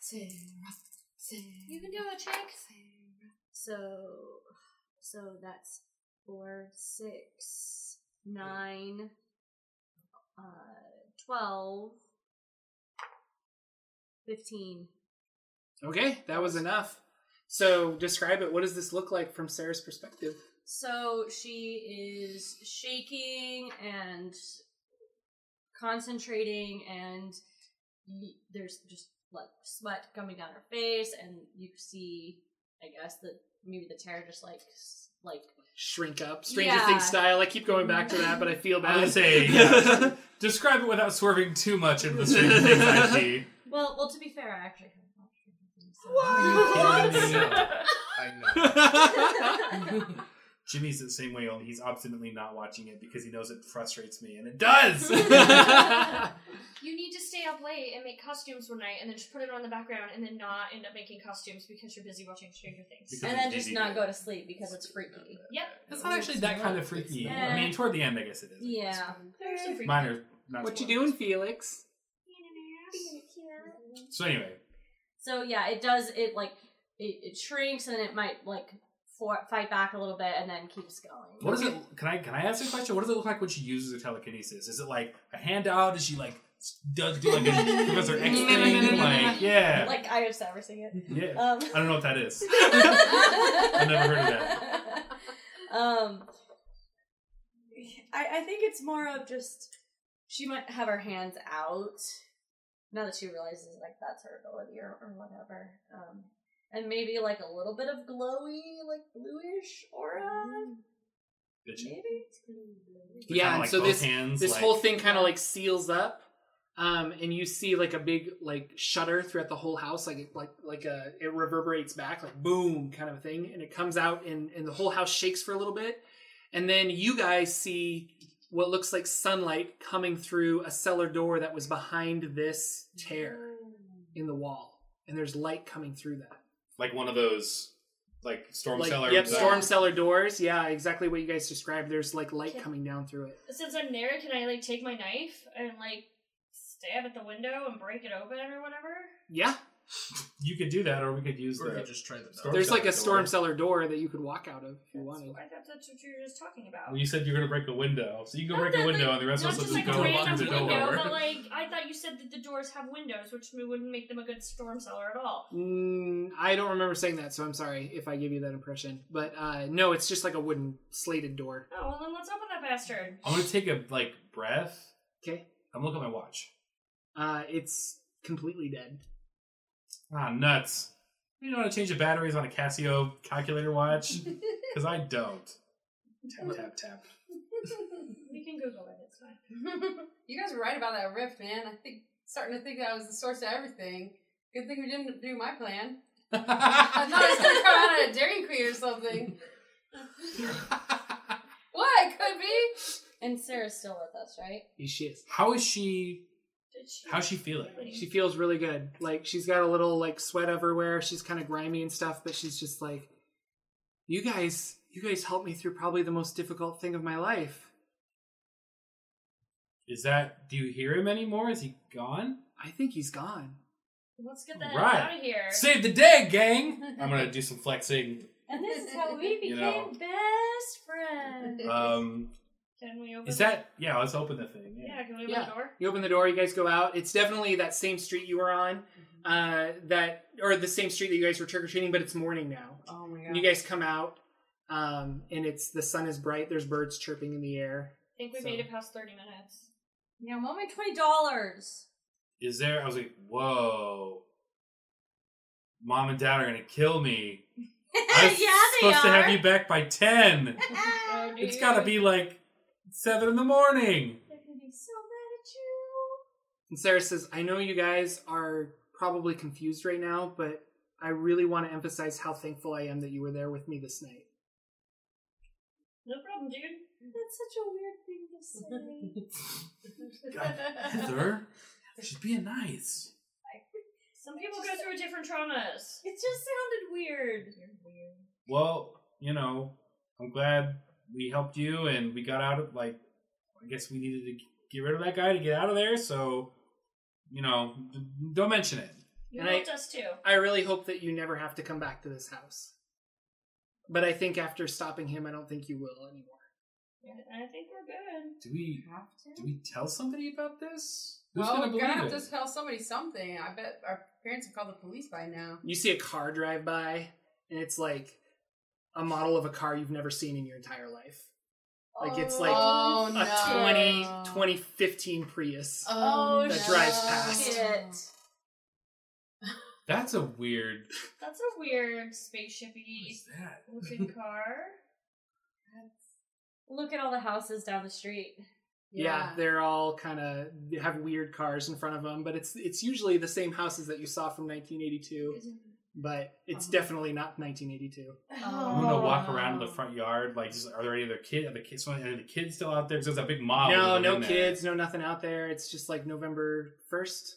Speaker 3: Sarah, Sarah,
Speaker 4: You can do it, chick.
Speaker 12: So, so that's four, six, nine, uh, twelve, fifteen.
Speaker 1: Okay, that was enough. So describe it. What does this look like from Sarah's perspective?
Speaker 12: So she is shaking and concentrating, and y- there's just like sweat coming down her face, and you see, I guess, that maybe the tear just like s- like
Speaker 1: Shrink up, Stranger
Speaker 12: Yeah.
Speaker 1: Things style. I keep going back to that, but I feel
Speaker 2: I
Speaker 1: bad.
Speaker 2: would say yeah. describe it without swerving too much into the Stranger Things IP.
Speaker 12: Well, well, to be fair, I actually haven't watched anything. So.
Speaker 6: Are you kidding me? No. I know.
Speaker 2: Jimmy's the same way. Only he's obstinately not watching it because he knows it frustrates me, and it does.
Speaker 4: You need to stay up late and make costumes one night, and then just put it on the background, and then not end up making costumes because you're busy watching Stranger Things.
Speaker 2: Because
Speaker 7: And then
Speaker 2: it's
Speaker 7: just
Speaker 2: easy.
Speaker 7: not go to sleep because it's freaky.
Speaker 4: Yep.
Speaker 2: It's not actually that kind of freaky. I mean, toward the end, I guess it is.
Speaker 7: Yeah.
Speaker 2: Mine are not.
Speaker 1: what you
Speaker 2: spoilers.
Speaker 1: doing, Felix?
Speaker 2: So anyway,
Speaker 7: So yeah, it does. It like it, it shrinks and it might like for, fight back a little bit and then keeps going.
Speaker 2: what does it? Can I can I ask a question? What does it look like when she uses her telekinesis? Is it like a handout? Is she like s- does do like a Professor X thing? Like yeah,
Speaker 7: Like I was never seen it.
Speaker 2: yeah.
Speaker 7: Um,
Speaker 2: I don't know what that is.
Speaker 7: I
Speaker 2: never heard of
Speaker 7: that. Um, I, I think it's more of just she might have her hands out now that she realizes like that's her ability or, or whatever. Um, and maybe like a little bit of glowy, like bluish aura,
Speaker 2: Bitchy.
Speaker 7: maybe.
Speaker 1: Yeah,
Speaker 2: Kinda
Speaker 1: and
Speaker 2: like
Speaker 1: so
Speaker 2: both
Speaker 1: this-
Speaker 2: hands,
Speaker 1: This
Speaker 2: like-
Speaker 1: whole thing kind of like seals up, um, and you see like a big like shudder throughout the whole house, like it- like like a it reverberates back, like boom kind of thing, and it comes out, and and the whole house shakes for a little bit, and then you guys see what looks like sunlight coming through a cellar door that was behind this tear in the wall, and there's light coming through that.
Speaker 2: like one of those like storm
Speaker 1: Like,
Speaker 2: cellar.
Speaker 1: yep,
Speaker 2: type-
Speaker 1: storm cellar doors. Yeah, exactly what you guys described. There's like light
Speaker 4: Yeah.
Speaker 1: coming down through it.
Speaker 4: Since I'm there, can I like take my knife and like stab at the window and break it open or whatever?
Speaker 1: Yeah,
Speaker 2: You could do that, or we could use
Speaker 6: Or we
Speaker 2: the.
Speaker 6: could just try the
Speaker 2: Storm
Speaker 1: there's like a
Speaker 2: cellar
Speaker 1: storm
Speaker 2: door.
Speaker 1: cellar door that you could walk out of if you
Speaker 4: That's-
Speaker 1: wanted.
Speaker 4: I thought that's what you were just talking about.
Speaker 2: Well, you said you're gonna break a window, so you can go
Speaker 4: Not
Speaker 2: break a
Speaker 4: that,
Speaker 2: window,
Speaker 4: like-
Speaker 2: and the rest
Speaker 4: Not
Speaker 2: of us will
Speaker 4: just like
Speaker 2: just
Speaker 4: a
Speaker 2: go walk
Speaker 4: random
Speaker 2: through the
Speaker 4: window,
Speaker 2: door.
Speaker 4: but like I thought you said that the doors have windows, which wouldn't make them a good storm cellar at all.
Speaker 1: Mm, I don't remember saying that, so I'm sorry if I give you that impression. But uh, no, it's just like a wooden slated door.
Speaker 4: Oh well, then let's open that bastard.
Speaker 2: I'm gonna take a like breath.
Speaker 1: Okay,
Speaker 2: I'm looking at my watch.
Speaker 1: uh, it's completely dead.
Speaker 2: Ah, nuts. You know how to change the batteries on a Casio calculator watch? Because I don't. Tap tap tap.
Speaker 4: We can Google it. It's fine.
Speaker 3: you guys were right about that rift, man. I think starting to think that was the source of everything. Good thing we didn't do my plan. I thought I was gonna come out of a Dairy Queen or something. what? It could be.
Speaker 7: And Sarah's still with us, right?
Speaker 1: She is.
Speaker 2: How is she? How's she feeling?
Speaker 1: She feels really good. Like she's got a little like sweat everywhere. She's kind of grimy and stuff, but she's just like, "You guys, you guys helped me through probably the most difficult thing of my life.
Speaker 2: Is that? Do you hear him anymore? Is he gone?
Speaker 1: I think he's gone."
Speaker 4: Let's get the hell
Speaker 2: Right.
Speaker 4: out of here.
Speaker 2: Save the day, gang! I'm gonna do some flexing.
Speaker 7: And this is how we became
Speaker 2: You know.
Speaker 7: best friends.
Speaker 2: Um,
Speaker 4: Can we open?
Speaker 2: is that? Yeah, let's open the thing.
Speaker 4: The,
Speaker 2: Yeah.
Speaker 4: yeah. Can we open
Speaker 1: Yeah.
Speaker 4: the door?
Speaker 1: You open the door, you guys go out. It's definitely that same street you were on, uh, that or the same street that you guys were trick or treating, but it's morning now.
Speaker 3: Oh my
Speaker 1: And you guys come out, um, and it's the sun is bright. There's birds chirping in the air.
Speaker 4: I think we
Speaker 1: So-
Speaker 4: made it past thirty minutes.
Speaker 7: Yeah, I'm only twenty dollars.
Speaker 2: Is there? I was like, whoa. Mom and Dad are gonna kill me. I was
Speaker 7: yeah, they
Speaker 2: supposed
Speaker 7: are.
Speaker 2: to have you back by ten.
Speaker 4: Oh,
Speaker 2: It's
Speaker 4: dude.
Speaker 2: gotta be like seven in the morning.
Speaker 7: They're gonna be so mad at you.
Speaker 1: And Sarah says, "I know you guys are probably confused right now, but I really want to emphasize how thankful I am that you were there with me this night."
Speaker 4: No problem, dude.
Speaker 7: That's such a weird thing to say.
Speaker 2: God, Heather, she's being nice.
Speaker 4: Some people go through different traumas.
Speaker 7: it just sounded weird.
Speaker 2: Well, you know, I'm glad we helped you and we got out of like. I guess we needed to get rid of that guy to get out of there. So, you know, d- don't mention it.
Speaker 4: You
Speaker 1: And I-
Speaker 4: helped us too.
Speaker 1: I really hope that you never have to come back to this house. But I think after stopping him, I don't think you will anymore.
Speaker 4: I think we're good.
Speaker 2: Do we?
Speaker 3: Have to?
Speaker 2: Do we tell somebody about this? Who's
Speaker 3: Well,
Speaker 2: gonna
Speaker 3: we're
Speaker 2: believe
Speaker 3: gonna have
Speaker 2: it?
Speaker 3: to tell somebody something. I bet our parents have called the police by now.
Speaker 1: You see a car drive by, and it's like a model of a car you've never seen in your entire life. Like it's like
Speaker 3: oh
Speaker 1: a
Speaker 3: no!
Speaker 1: 20, 2015 Prius. that
Speaker 3: Oh, no.
Speaker 1: drives past.
Speaker 7: Shit.
Speaker 2: That's a weird.
Speaker 4: That's a weird
Speaker 2: What
Speaker 4: spaceshipy
Speaker 2: is that?
Speaker 4: looking car.
Speaker 7: Look at all the houses down the street.
Speaker 1: yeah. they're all kind of they have weird cars in front of them, but it's it's usually the same houses that you saw from 1982, but
Speaker 3: Uh-huh.
Speaker 1: it's definitely not 1982.
Speaker 3: Oh.
Speaker 2: I'm gonna walk around the front yard. Like, just, are there any other kid? Are the kids? Are the kids still out there? Because there's a big mob.
Speaker 1: no,
Speaker 2: living
Speaker 1: no
Speaker 2: in there.
Speaker 1: kids, no nothing out there. It's just like November 1st.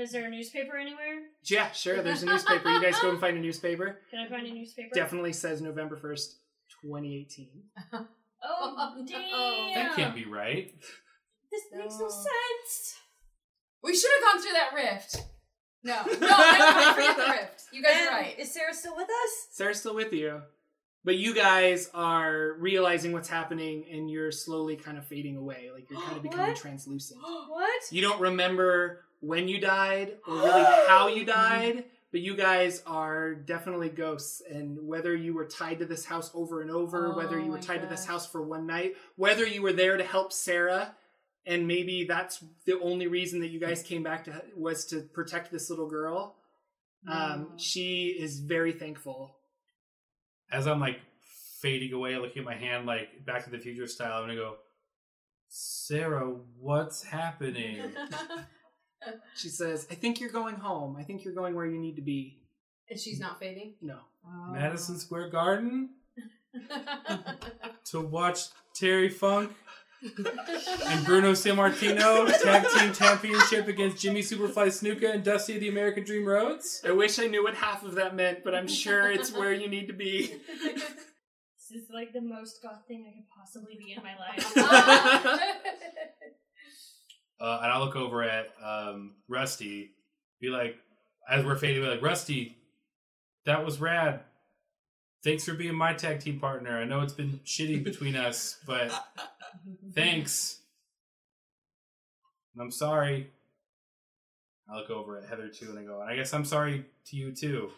Speaker 4: Is there a newspaper anywhere?
Speaker 1: Yeah, sure. There's a newspaper. You guys go and find a newspaper.
Speaker 4: Can I find a newspaper?
Speaker 1: Definitely says November 1st, 2018.
Speaker 4: Oh,
Speaker 3: Oh.
Speaker 4: damn.
Speaker 2: That can't be right.
Speaker 7: This makes no
Speaker 3: No.
Speaker 7: sense.
Speaker 3: We should have gone through that rift. No, no, never mind. Forget the rift. You guys
Speaker 7: And
Speaker 3: are right.
Speaker 7: Is Sarah still with us?
Speaker 1: Sarah's still with you. But you guys are realizing what's happening and you're slowly kind of fading away. Like you're kind of becoming
Speaker 7: What?
Speaker 1: translucent.
Speaker 7: what?
Speaker 1: You don't remember when you died or really how you died, but you guys are definitely ghosts. And whether you were tied to this house over and over, whether
Speaker 3: Oh
Speaker 1: you were
Speaker 3: my
Speaker 1: tied to this
Speaker 3: gosh.
Speaker 1: house for one night, whether you were there to help Sarah, and maybe that's the only reason that you guys came back to was to protect this little girl.
Speaker 3: Mm.
Speaker 1: Um, she is very thankful.
Speaker 2: As I'm like fading away, looking at my hand, like Back to the Future style, I'm gonna go. Sarah, what's happening?
Speaker 1: She says, "I think you're going home. I think you're going where you need to be."
Speaker 3: and she's not fading.
Speaker 1: No,
Speaker 2: Madison Square Garden to watch Terry Funk and Bruno Sammartino tag team championship against Jimmy Superfly Snuka and Dusty of the American Dream Roads.
Speaker 1: I wish I knew what half of that meant, but I'm sure it's where you need to be.
Speaker 4: This is like the most goth thing I could possibly be in my life.
Speaker 3: Ah.
Speaker 2: Uh, and I look over at um, Rusty, be like, as we're fading, be like, Rusty, that was rad. Thanks for being my tag team partner. I know it's been shitty between us, but thanks. And I'm sorry. I look over at Heather too, and I go, and I guess I'm sorry to you too.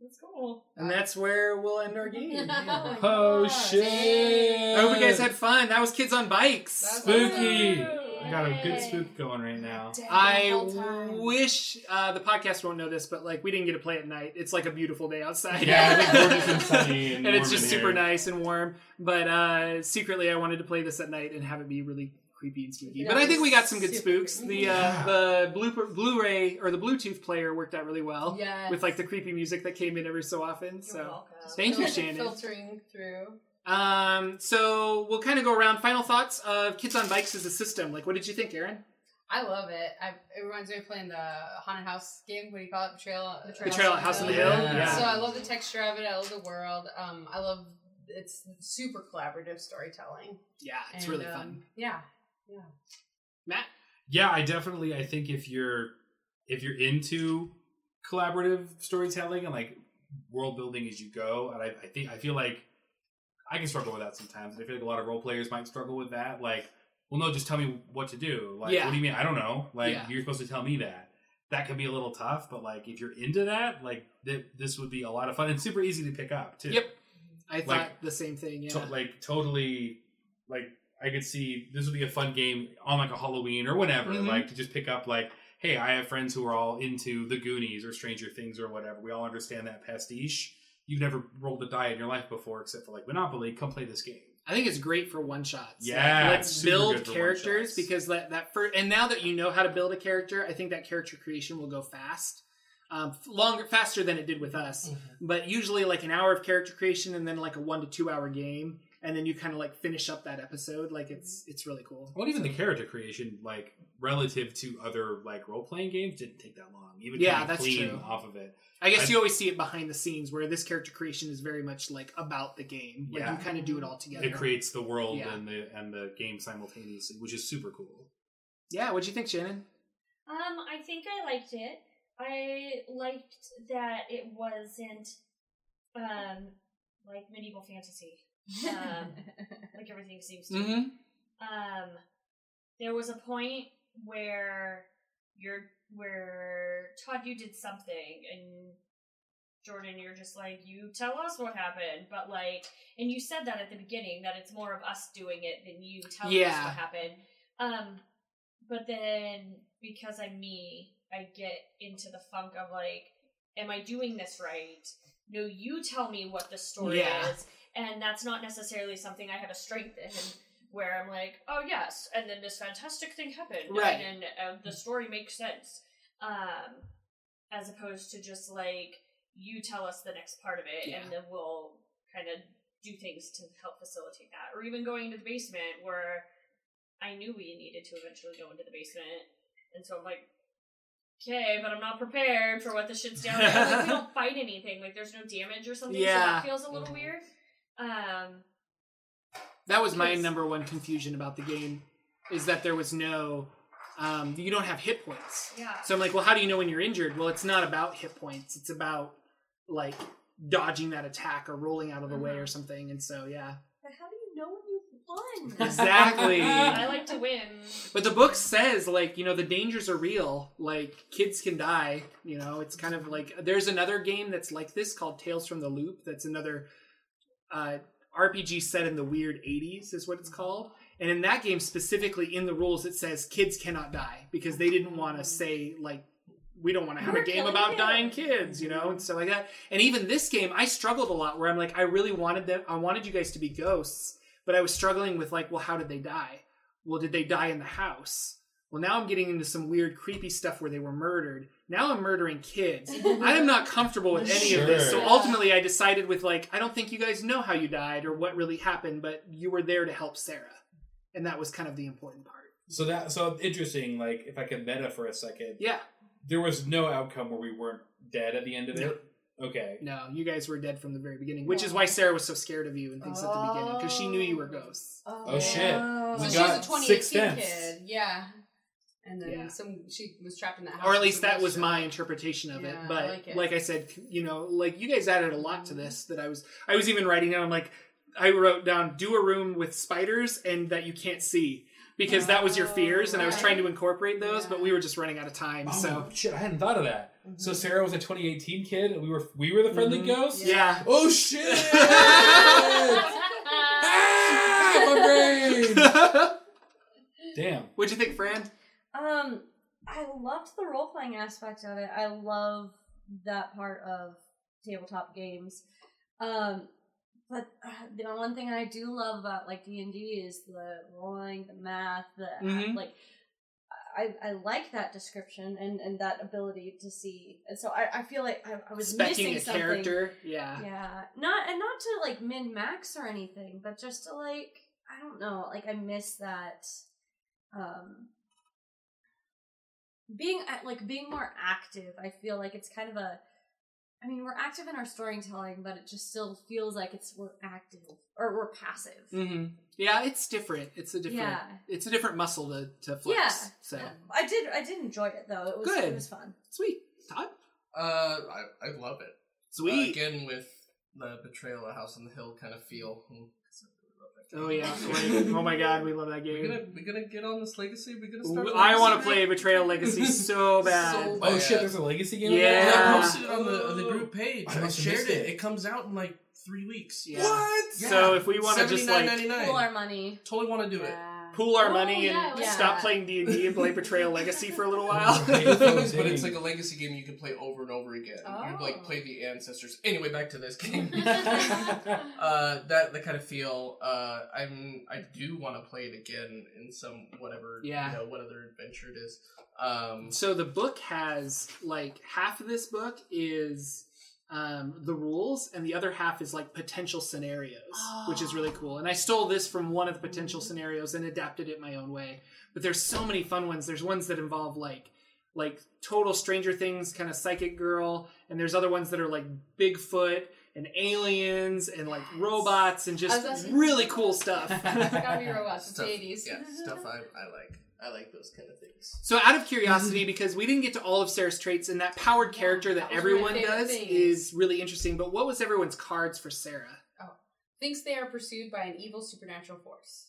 Speaker 4: That's cool.
Speaker 1: And that's where we'll end our game.
Speaker 3: Yeah.
Speaker 2: Oh
Speaker 7: gosh.
Speaker 2: shit!
Speaker 1: I hope you guys had fun. That was Kids on Bikes.
Speaker 3: That's
Speaker 2: spooky.
Speaker 4: awesome.
Speaker 2: I got a good
Speaker 4: Yay.
Speaker 2: spook going right now.
Speaker 1: I
Speaker 3: Whole time.
Speaker 1: wish uh, the podcast won't know this, but like we didn't get to play at night. It's like a beautiful day outside.
Speaker 2: Yeah, it's gorgeous and sunny, and,
Speaker 1: and it's
Speaker 2: warm
Speaker 1: just
Speaker 2: in
Speaker 1: super
Speaker 2: here.
Speaker 1: nice and warm. But uh, secretly, I wanted to play this at night and have it be really creepy and spooky. but I think we got some good
Speaker 3: Super
Speaker 1: spooks.
Speaker 3: creepy.
Speaker 1: The uh,
Speaker 2: Yeah.
Speaker 1: the blooper, Blu-ray or the Bluetooth player worked out really well
Speaker 3: Yes.
Speaker 1: with like the creepy music that came in every so often.
Speaker 4: You're
Speaker 1: So
Speaker 4: welcome.
Speaker 1: thank you,
Speaker 3: Fil-
Speaker 1: Shannon.
Speaker 3: Filtering through.
Speaker 1: Um, so we'll kind of go around. Final thoughts of Kids on Bikes as a system. Like, what did you think, Aaron?
Speaker 3: I love it. I, it reminds me of playing the haunted house game. What do you call it? Betrayal.
Speaker 1: The Trail at House on the Hill.
Speaker 6: Yeah.
Speaker 1: Yeah.
Speaker 3: So I love the texture of it. I love the world. Um, I love it's super collaborative storytelling.
Speaker 1: Yeah, it's
Speaker 3: And,
Speaker 1: really
Speaker 3: um,
Speaker 1: fun.
Speaker 3: Yeah.
Speaker 1: Matt,
Speaker 2: yeah i definitely i think if you're if you're into collaborative storytelling and like world building as you go and i, I think i feel like i can struggle with that sometimes and i feel like a lot of role players might struggle with that like well no just tell me what to do like
Speaker 1: Yeah.
Speaker 2: what do you mean i don't know like
Speaker 1: Yeah.
Speaker 2: you're supposed to tell me that that can be a little tough but like if you're into that like th- this would be a lot of fun and super easy to pick up too
Speaker 1: Yep. I thought
Speaker 2: Like-
Speaker 1: the same thing. Yeah.
Speaker 2: to- like totally like I could see this would be a fun game on like a Halloween or whenever,
Speaker 1: Mhm.
Speaker 2: like to just pick up like, hey, I have friends who are all into the Goonies or Stranger Things or whatever. We all understand that pastiche. You've never rolled a die in your life before except for like Monopoly. Come play this game.
Speaker 1: I think it's great for one shots.
Speaker 2: Yeah,
Speaker 1: Like, let's
Speaker 2: super
Speaker 1: build
Speaker 2: good for
Speaker 1: characters
Speaker 2: one-shots.
Speaker 1: because that that first and now that you know how to build a character, I think that character creation will go fast, um, f- longer, faster than it did with us.
Speaker 6: Mm.
Speaker 1: But usually, like an hour of character creation and then like a one to two hour game, and then you kind of like finish up that episode. Like it's it's really cool.
Speaker 2: Well, even the character creation, like relative to other like role playing games, didn't take that long. Even
Speaker 1: Yeah,
Speaker 2: coming
Speaker 1: that's
Speaker 2: clean
Speaker 1: true.
Speaker 2: off of it.
Speaker 1: I guess
Speaker 2: I-
Speaker 1: you always see it behind the scenes where this character creation is very much like about the game. Like you
Speaker 2: Yeah.
Speaker 1: kind of do it all together.
Speaker 2: It creates the world
Speaker 1: Yeah.
Speaker 2: and the and the game simultaneously, which is super cool.
Speaker 1: yeah. What do you think, Shannon?
Speaker 4: Um, I think I liked it. I liked that it wasn't um like medieval fantasy. Um, like everything seems to. be. Um, there was a point where you're where Todd, you did something, and Jordan, you're just like, you tell us what happened, but like, and you said that at the beginning that it's more of us doing it than you telling us
Speaker 1: Yeah.
Speaker 4: what happened. Um, but then because I'm me, I get into the funk of like, am I doing this right? No, you tell me what the story
Speaker 1: Yeah.
Speaker 4: is, and that's not necessarily something I have a strength in. Where I'm like, oh yes, and then this fantastic thing happened,
Speaker 1: Right.
Speaker 4: And then uh, the story makes sense, um, as opposed to just like you tell us the next part of it,
Speaker 1: Yeah.
Speaker 4: and then we'll kind of do things to help facilitate that, or even going into the basement where I knew we needed to eventually go into the basement, and so I'm like, okay, but I'm not prepared for what the shit's down there. like, we don't fight anything, like there's no damage or something, so
Speaker 1: Yeah.
Speaker 4: that feels a
Speaker 2: Mm-hmm.
Speaker 4: little weird. Um,
Speaker 1: That was my
Speaker 4: Yes.
Speaker 1: number one confusion about the game, is that there was no, um, you don't have hit points.
Speaker 4: yeah,
Speaker 1: So I'm like, well, how do you know when you're injured? Well, it's not about hit points. It's about like dodging that attack or rolling out of the way or something. And so yeah,
Speaker 7: But how do you know when you've won?
Speaker 1: exactly.
Speaker 4: Uh, I like to win.
Speaker 1: but the book says like you know the dangers are real. Like kids can die. You know, it's kind of like there's another game that's like this called Tales from the Loop. That's another uh, RPG set in the weird 80s is what it's called. And in that game specifically, in the rules, it says kids cannot die because they didn't want to say like we don't want to have
Speaker 7: We're
Speaker 1: a game
Speaker 7: killing
Speaker 1: about
Speaker 7: kids.
Speaker 1: dying kids, you know, and stuff like that. And even this game, I struggled a lot where I'm like, I really wanted them, I wanted you guys to be ghosts, but I was struggling with like, well, how did they die? Well, did they die in the house? Well, now I'm getting into some weird, creepy stuff where they were murdered. Now I'm murdering kids. I am not comfortable with any of this. So
Speaker 2: Sure.
Speaker 1: ultimately, I decided with like, I don't think you guys know how you died or what really happened, but you were there to help Sarah, and that was kind of the important part.
Speaker 2: So that so interesting. Like if I could meta for a second,
Speaker 1: Yeah.
Speaker 2: there was no outcome where we weren't dead at the end of
Speaker 1: No.
Speaker 2: it. Okay.
Speaker 1: No, you guys were dead from the very beginning, which is why Sarah was so scared of you and things at the beginning because she knew you were ghosts.
Speaker 2: Oh, shit.
Speaker 3: So
Speaker 2: We
Speaker 3: she's
Speaker 2: got
Speaker 3: a 2018
Speaker 2: Sixth Sense.
Speaker 3: kid. Yeah. And then
Speaker 1: Yeah.
Speaker 3: some she was trapped in that house.
Speaker 1: Or at
Speaker 3: with
Speaker 1: least
Speaker 3: some
Speaker 1: that was
Speaker 3: restaurant.
Speaker 1: my interpretation of it.
Speaker 3: Yeah, I
Speaker 1: But
Speaker 3: like
Speaker 1: like,
Speaker 3: it.
Speaker 1: I said, you know, like you guys added a lot to this that I was I was even writing down like I wrote down do a room with spiders and that you can't see because that was your fears and I was
Speaker 3: Oh,
Speaker 1: trying to incorporate those,
Speaker 3: Yeah.
Speaker 1: but we were just running out of time.
Speaker 2: Oh, Mm-hmm.
Speaker 1: So
Speaker 2: shit, I hadn't thought of that. So Sarah was a 2018 kid, and we were we were the friendly
Speaker 1: Mhm.
Speaker 2: ghosts.
Speaker 1: yeah.
Speaker 6: Oh shit! ah, my brain.
Speaker 2: Damn.
Speaker 1: What'd you think, Fran?
Speaker 7: Um, I loved the role playing aspect of it. I love that part of tabletop games. Um, but uh, the one thing I do love about like D and D is the rolling, the math, the uh,
Speaker 1: Mhm.
Speaker 7: like. I, I like that description and, and that ability to see. And so I, I feel like I, I was
Speaker 1: Specking
Speaker 7: missing
Speaker 1: a
Speaker 7: something.
Speaker 1: character. Yeah.
Speaker 7: Yeah, not and not to like min max or anything, but just to like I don't know, like I miss that. Um, being at- like being more active i feel like it's kind of a i mean we're active in our storytelling but it just still feels like it's we're active or we're passive
Speaker 1: hmm Yeah, it's different. It's a different.
Speaker 7: Yeah.
Speaker 1: It's a different muscle to to flex.
Speaker 7: Yeah.
Speaker 1: So
Speaker 7: i did i did enjoy it though it was
Speaker 1: Good.
Speaker 7: it was fun
Speaker 1: sweet, Todd.
Speaker 6: Uh, I, I love it. Uh,
Speaker 1: Sweet.
Speaker 6: again, with the betrayal of House on the Hill kind of feel. Hmm.
Speaker 1: oh yeah. Like, oh my god, we love that
Speaker 6: We're
Speaker 1: game.
Speaker 6: gonna we gonna get on this legacy. We're gonna start.
Speaker 1: Ooh, I want to
Speaker 6: Legacy
Speaker 1: play
Speaker 6: back?
Speaker 1: Betrayal Legacy so bad.
Speaker 6: So
Speaker 11: Oh
Speaker 6: bad.
Speaker 11: shit, there's a legacy game.
Speaker 1: Yeah.
Speaker 6: I
Speaker 11: Yeah.
Speaker 6: posted it on the, on the group page.
Speaker 11: I
Speaker 6: I,
Speaker 11: must have
Speaker 6: shared
Speaker 11: missed
Speaker 6: it.
Speaker 11: it.
Speaker 6: it. comes out in like three weeks.
Speaker 1: Yeah. So if we want to just like
Speaker 6: $79.99.
Speaker 7: pool our money
Speaker 6: totally want to do it.
Speaker 1: pool our
Speaker 4: Oh,
Speaker 1: money
Speaker 4: yeah,
Speaker 1: and
Speaker 4: I like
Speaker 1: stop
Speaker 7: that.
Speaker 1: playing D and D and play Betrayal Legacy for a little while.
Speaker 11: Right.
Speaker 6: The thing is, but it's like a legacy game you can play over and over again. You like
Speaker 7: Oh.
Speaker 6: play the ancestors. Anyway, back to this game.
Speaker 4: That's
Speaker 6: uh, that that kind of feel. Uh, I'm I do want to play it again in some whatever
Speaker 1: Yeah.
Speaker 6: you know what other adventure it is. Um,
Speaker 1: So the book has like half of this book is um, the rules, and the other half is like potential scenarios, which is
Speaker 3: Ah.
Speaker 1: really cool. And I stole this from one of the
Speaker 3: Mm.
Speaker 1: potential scenarios and adapted it my own way. But there's so many fun ones. There's ones that involve like like total Stranger Things kind of psychic girl, and there's other ones that are like Bigfoot and aliens and like robots and
Speaker 3: I was
Speaker 1: just
Speaker 3: about to-
Speaker 1: really cool stuff.
Speaker 3: It's gotta be robots. It's
Speaker 6: Stuff.
Speaker 3: the eighties.
Speaker 6: yeah, stuff I, I like. I like those kind of things.
Speaker 1: So, out of curiosity, because we didn't get to all of Sarah's traits, and that powered character that,
Speaker 3: Mm-hmm. Oh, That was
Speaker 1: everyone
Speaker 3: my favorite
Speaker 1: does
Speaker 3: thing.
Speaker 1: is really interesting. But what was everyone's cards for Sarah?
Speaker 3: Thinks they are pursued by an evil supernatural force.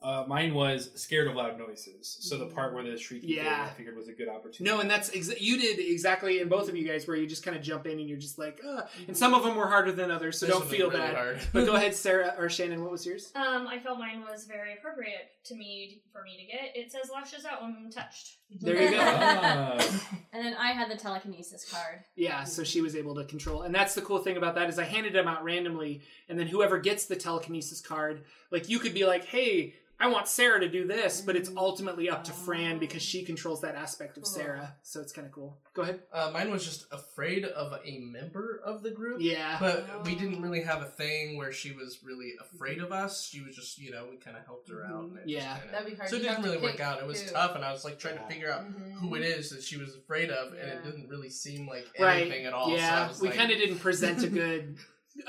Speaker 11: Uh, mine was scared of loud noises. So the part where the shrieky
Speaker 1: Yeah.
Speaker 11: thing I figured was a good opportunity.
Speaker 1: No, and that's exa- you did exactly, and both of you guys where you just kind of jump in and you're just like, uh and some of them were harder than others, so
Speaker 6: This
Speaker 1: don't
Speaker 6: one was
Speaker 1: feel
Speaker 6: really
Speaker 1: bad.
Speaker 6: hard.
Speaker 1: But go ahead, Sarah or Shannon, what was yours?
Speaker 4: Um, I felt mine was very appropriate to me for me to get. It says lashes out when touched.
Speaker 1: There you go.
Speaker 11: Ah.
Speaker 7: and then i had the telekinesis card
Speaker 1: Yeah, so she was able to control. And that's the cool thing about that is I handed them out randomly, and then whoever gets the telekinesis card, like you could be like, "Hey, I want Sarah to do this," but it's ultimately up to Fran because she controls that aspect of
Speaker 3: Cool.
Speaker 1: Sarah. So it's kind of cool. Go ahead.
Speaker 6: Uh, mine was just afraid of a member of the group.
Speaker 1: Yeah.
Speaker 6: But we didn't really have a thing where she was really afraid of us. She was just, you know, we kind of helped her out. and it just
Speaker 1: Mm-hmm. Yeah.
Speaker 6: kinda-
Speaker 3: That'd be hard.
Speaker 6: So it
Speaker 3: You'd
Speaker 6: didn't
Speaker 3: have to
Speaker 6: really work
Speaker 3: pick
Speaker 6: out. It was
Speaker 3: who.
Speaker 6: tough, and I was like trying to
Speaker 11: Yeah.
Speaker 6: figure out who it is that she was afraid of, and
Speaker 3: Yeah.
Speaker 6: it didn't really seem like
Speaker 1: Right.
Speaker 6: anything at all. so I
Speaker 1: yeah,
Speaker 6: was
Speaker 1: we
Speaker 6: like,
Speaker 1: kind of didn't present a good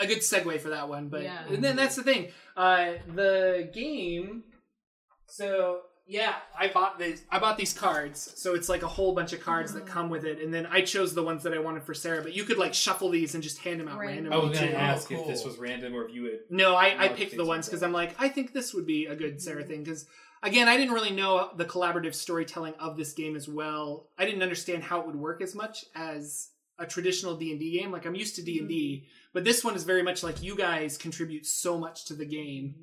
Speaker 1: a good segue for that one, but
Speaker 3: Yeah.
Speaker 1: and then that's the thing. Uh, the game. So yeah, I bought this. I bought these cards, so it's like a whole bunch of cards that come with it, and then I chose the ones that I wanted for Sarah. But you could like shuffle these and just hand them out
Speaker 7: Right.
Speaker 11: I
Speaker 1: randomly.
Speaker 11: was gonna
Speaker 1: too.
Speaker 11: ask
Speaker 6: cool.
Speaker 11: if this was random or if you would.
Speaker 1: No, I, I
Speaker 11: Like
Speaker 1: picked the
Speaker 11: things
Speaker 1: ones
Speaker 11: like
Speaker 1: because
Speaker 11: that.
Speaker 1: I'm like, I think this would be a good Sarah thing. Because again, I didn't really know the collaborative storytelling of this game as well. I didn't understand how it would work as much as a traditional D and D game. Like I'm used to D and D, but this one is very much like you guys contribute so much to the game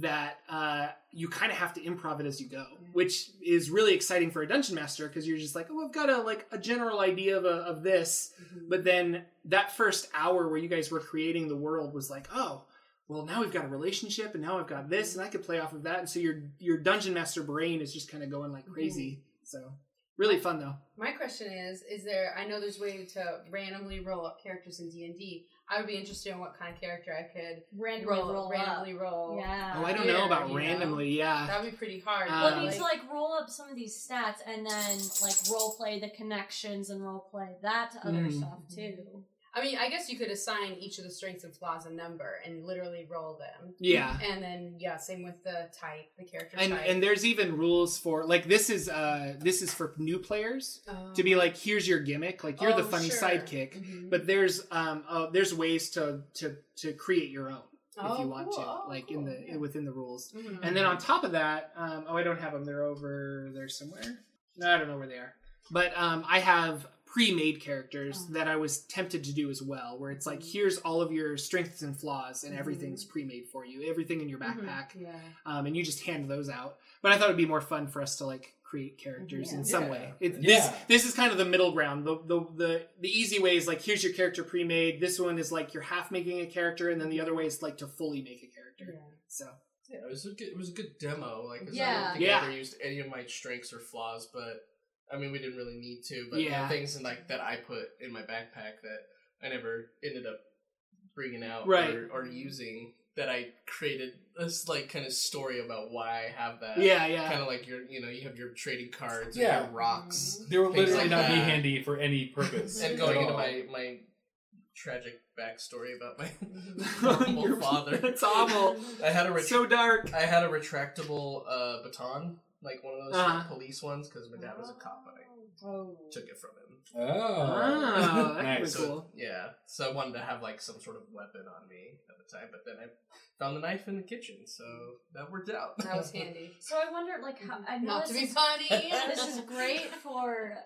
Speaker 1: that uh, you kind of have to improv it as you go, which is really exciting for a dungeon master because you're just like, oh, I've got a like a general idea of a, of this,
Speaker 3: Mm-hmm.
Speaker 1: but then that first hour where you guys were creating the world was like, oh, well now we've got a relationship and now I've got this and I could play off of that, and so your your dungeon master brain is just kind of going like crazy. So really fun though.
Speaker 3: My question is: Is there? I know there's a way to randomly roll up characters in D and D. I would be interested in what kind of character I could
Speaker 7: randomly roll, up.
Speaker 3: randomly roll.
Speaker 7: yeah
Speaker 1: Oh, I don't know
Speaker 3: Yeah,
Speaker 1: about
Speaker 3: you know.
Speaker 1: randomly. Yeah,
Speaker 3: That'd be pretty hard.
Speaker 1: Um,
Speaker 7: Well,
Speaker 3: but,
Speaker 7: I mean,
Speaker 3: like-
Speaker 7: to like roll up some of these stats and then like role play the connections and role play that to other
Speaker 1: Mm.
Speaker 7: stuff too.
Speaker 3: I mean, I guess you could assign each of the strengths and flaws a number and literally roll them.
Speaker 1: yeah.
Speaker 3: And then, yeah, same with the type, the character
Speaker 1: and
Speaker 3: type.
Speaker 1: and there's even rules for like this is uh this is for new players
Speaker 3: Um,
Speaker 1: to be like here's your gimmick like you're the
Speaker 3: oh,
Speaker 1: funny
Speaker 3: sure.
Speaker 1: sidekick
Speaker 3: Mhm.
Speaker 1: but there's um uh, there's ways to to to create your own if
Speaker 3: Oh,
Speaker 1: you want
Speaker 3: cool.
Speaker 1: to
Speaker 3: Oh,
Speaker 1: like
Speaker 3: cool.
Speaker 1: in the
Speaker 3: Yeah.
Speaker 1: within the rules
Speaker 3: Mhm.
Speaker 1: and then on top of that um oh I don't have them they're over there somewhere no I don't know where they are but um I have pre-made characters that I was tempted to do as well where it's like here's all of your strengths and flaws and
Speaker 3: Mhm.
Speaker 1: everything's pre-made for you everything in your
Speaker 3: Mhm.
Speaker 1: backpack
Speaker 3: yeah.
Speaker 1: um, and you just hand those out. But I thought it'd be more fun for us to like create characters in some
Speaker 6: Yeah.
Speaker 1: way. It,
Speaker 11: Yeah.
Speaker 1: this, this is kind of the middle ground. The, the the the easy way is like here's your character pre-made. This one is like you're half making a character, and then the other way is like to fully make a character.
Speaker 3: Yeah.
Speaker 1: So
Speaker 6: Yeah, it was a good, it was a good demo. Like, 'cause I
Speaker 7: Yeah.
Speaker 6: don't think
Speaker 1: Yeah.
Speaker 6: I ever used any of my strengths or flaws, but I mean, we didn't really need to. But
Speaker 1: Yeah.
Speaker 6: the things and like that I put in my backpack that I never ended up bringing out
Speaker 1: Right.
Speaker 6: or, or using that I created this like kind of story about why I have that.
Speaker 1: Yeah, yeah.
Speaker 6: Kind of like your, you know, you have your trading cards and
Speaker 2: Yeah.
Speaker 6: your
Speaker 1: Mm-hmm.
Speaker 6: rocks
Speaker 2: They will
Speaker 6: Things
Speaker 2: literally
Speaker 6: like
Speaker 2: not be
Speaker 6: that.
Speaker 2: handy for any purpose.
Speaker 6: and going
Speaker 2: at
Speaker 6: into
Speaker 2: all.
Speaker 6: my my tragic backstory about my horrible
Speaker 1: Your-
Speaker 6: father.
Speaker 1: It's awful.
Speaker 6: I had a ret-
Speaker 1: so dark.
Speaker 6: I had a retractable uh, baton, like one of those like,
Speaker 1: Uh-huh.
Speaker 6: police ones, because my dad was a cop and I
Speaker 7: Oh.
Speaker 6: took it from him.
Speaker 2: Oh.
Speaker 1: Oh, that's
Speaker 2: Nice.
Speaker 1: pretty
Speaker 6: So
Speaker 1: cool.
Speaker 6: yeah, so I wanted to have like some sort of weapon on me at the time, but then I found the knife in the kitchen, so that worked out.
Speaker 3: That was handy.
Speaker 7: So I wonder, like, how, I know
Speaker 3: Not to
Speaker 7: this
Speaker 3: be
Speaker 7: is-
Speaker 3: funny.
Speaker 7: this is great for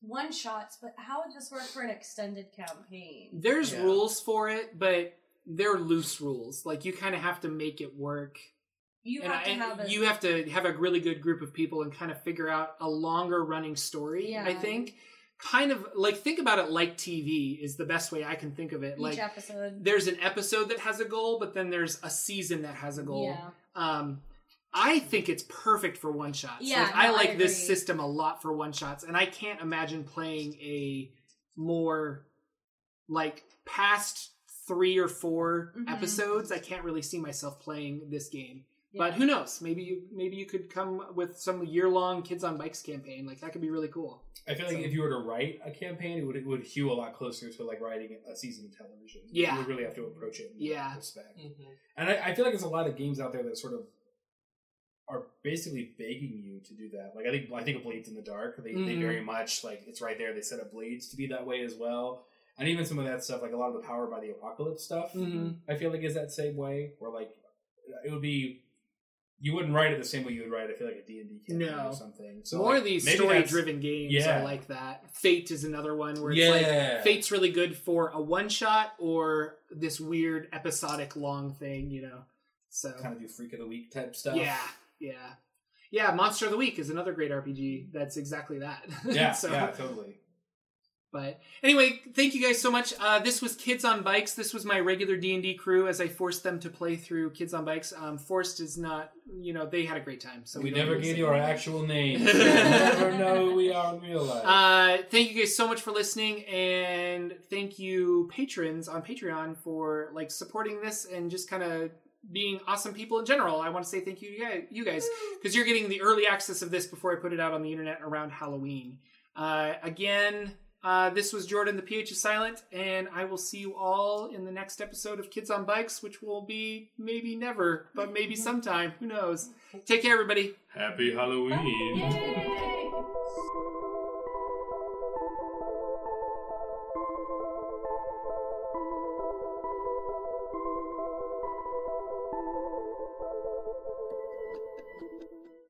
Speaker 7: one shots, but how would this work for an extended campaign?
Speaker 1: There's
Speaker 6: Yeah.
Speaker 1: rules for it, but they're loose rules. Like you kind of have to make it work.
Speaker 7: You
Speaker 1: and
Speaker 7: have to
Speaker 1: I-
Speaker 7: have a
Speaker 1: you have to have a really good group of people and kind of figure out a longer running story. I
Speaker 7: Yeah.
Speaker 1: think, kind of like think about it like TV is the best way I can think of it.
Speaker 7: each
Speaker 1: Like
Speaker 7: episode.
Speaker 1: there's an episode that has a goal, but then there's a season that has a goal.
Speaker 7: Yeah.
Speaker 1: Um, I think it's perfect for one shots.
Speaker 7: Yeah,
Speaker 1: like, I
Speaker 7: no, I
Speaker 1: like this
Speaker 7: agree.
Speaker 1: system a lot for one shots, and I can't imagine playing a more like past three or 4
Speaker 7: Mhm.
Speaker 1: episodes. I can't really see myself playing this game. But
Speaker 7: Yeah.
Speaker 1: who knows? Maybe you maybe you could come with some year long kids on bikes campaign. Like that could be really cool.
Speaker 2: I feel like if you were to write a campaign, it would, it would hew a lot closer to like writing a season of television.
Speaker 1: Yeah.
Speaker 2: you would really have to approach it. In
Speaker 1: Yeah.
Speaker 2: that respect.
Speaker 6: Mhm.
Speaker 2: And I, I feel like there's a lot of games out there that sort of are basically begging you to do that. Like I think I think of Blades in the Dark. They they
Speaker 1: Mhm.
Speaker 2: very much like it's right there. They set up Blades to be that way as well. And even some of that stuff, like a lot of the Power by the Apocalypse stuff,
Speaker 1: Mhm.
Speaker 2: I feel like is that same way. Where like it would be, you wouldn't write it the same way you would write. I feel like a D and D campaign
Speaker 1: No.
Speaker 2: or something. So
Speaker 1: So more
Speaker 2: like,
Speaker 1: of these
Speaker 2: maybe
Speaker 1: story
Speaker 2: that's-
Speaker 1: driven games
Speaker 2: Yeah.
Speaker 1: are like that. Fate is another one where it's
Speaker 2: yeah,
Speaker 1: like Fate's really good for a one shot or this weird episodic long thing, you know. So
Speaker 2: kind of do freak of the week type stuff.
Speaker 1: yeah, yeah, yeah. Monster of the Week is another great RPG. That's exactly that.
Speaker 2: yeah,
Speaker 1: so,
Speaker 2: yeah, totally.
Speaker 1: But anyway, thank you guys so much. Uh, this was Kids on Bikes. This was my regular D and D crew as I forced them to play through Kids on Bikes. Um, forced is not, you know, they had a great time. So
Speaker 2: we
Speaker 1: don't need
Speaker 2: never
Speaker 1: to
Speaker 2: gave
Speaker 1: say
Speaker 2: you our
Speaker 1: that.
Speaker 2: actual name. you never know who we are in real life.
Speaker 1: Uh, thank you guys so much for listening, and thank you patrons on Patreon for like supporting this and just kind of being awesome people in general. I want to say thank you, to you guys- you guys, because you're getting the early access of this before I put it out on the internet around Halloween. Uh, again, uh, this was Jordan. The PH is silent, and I will see you all in the next episode of Kids on Bikes, which will be maybe never, but maybe sometime. Who knows? Take care, everybody.
Speaker 2: Happy Halloween.
Speaker 4: Yay!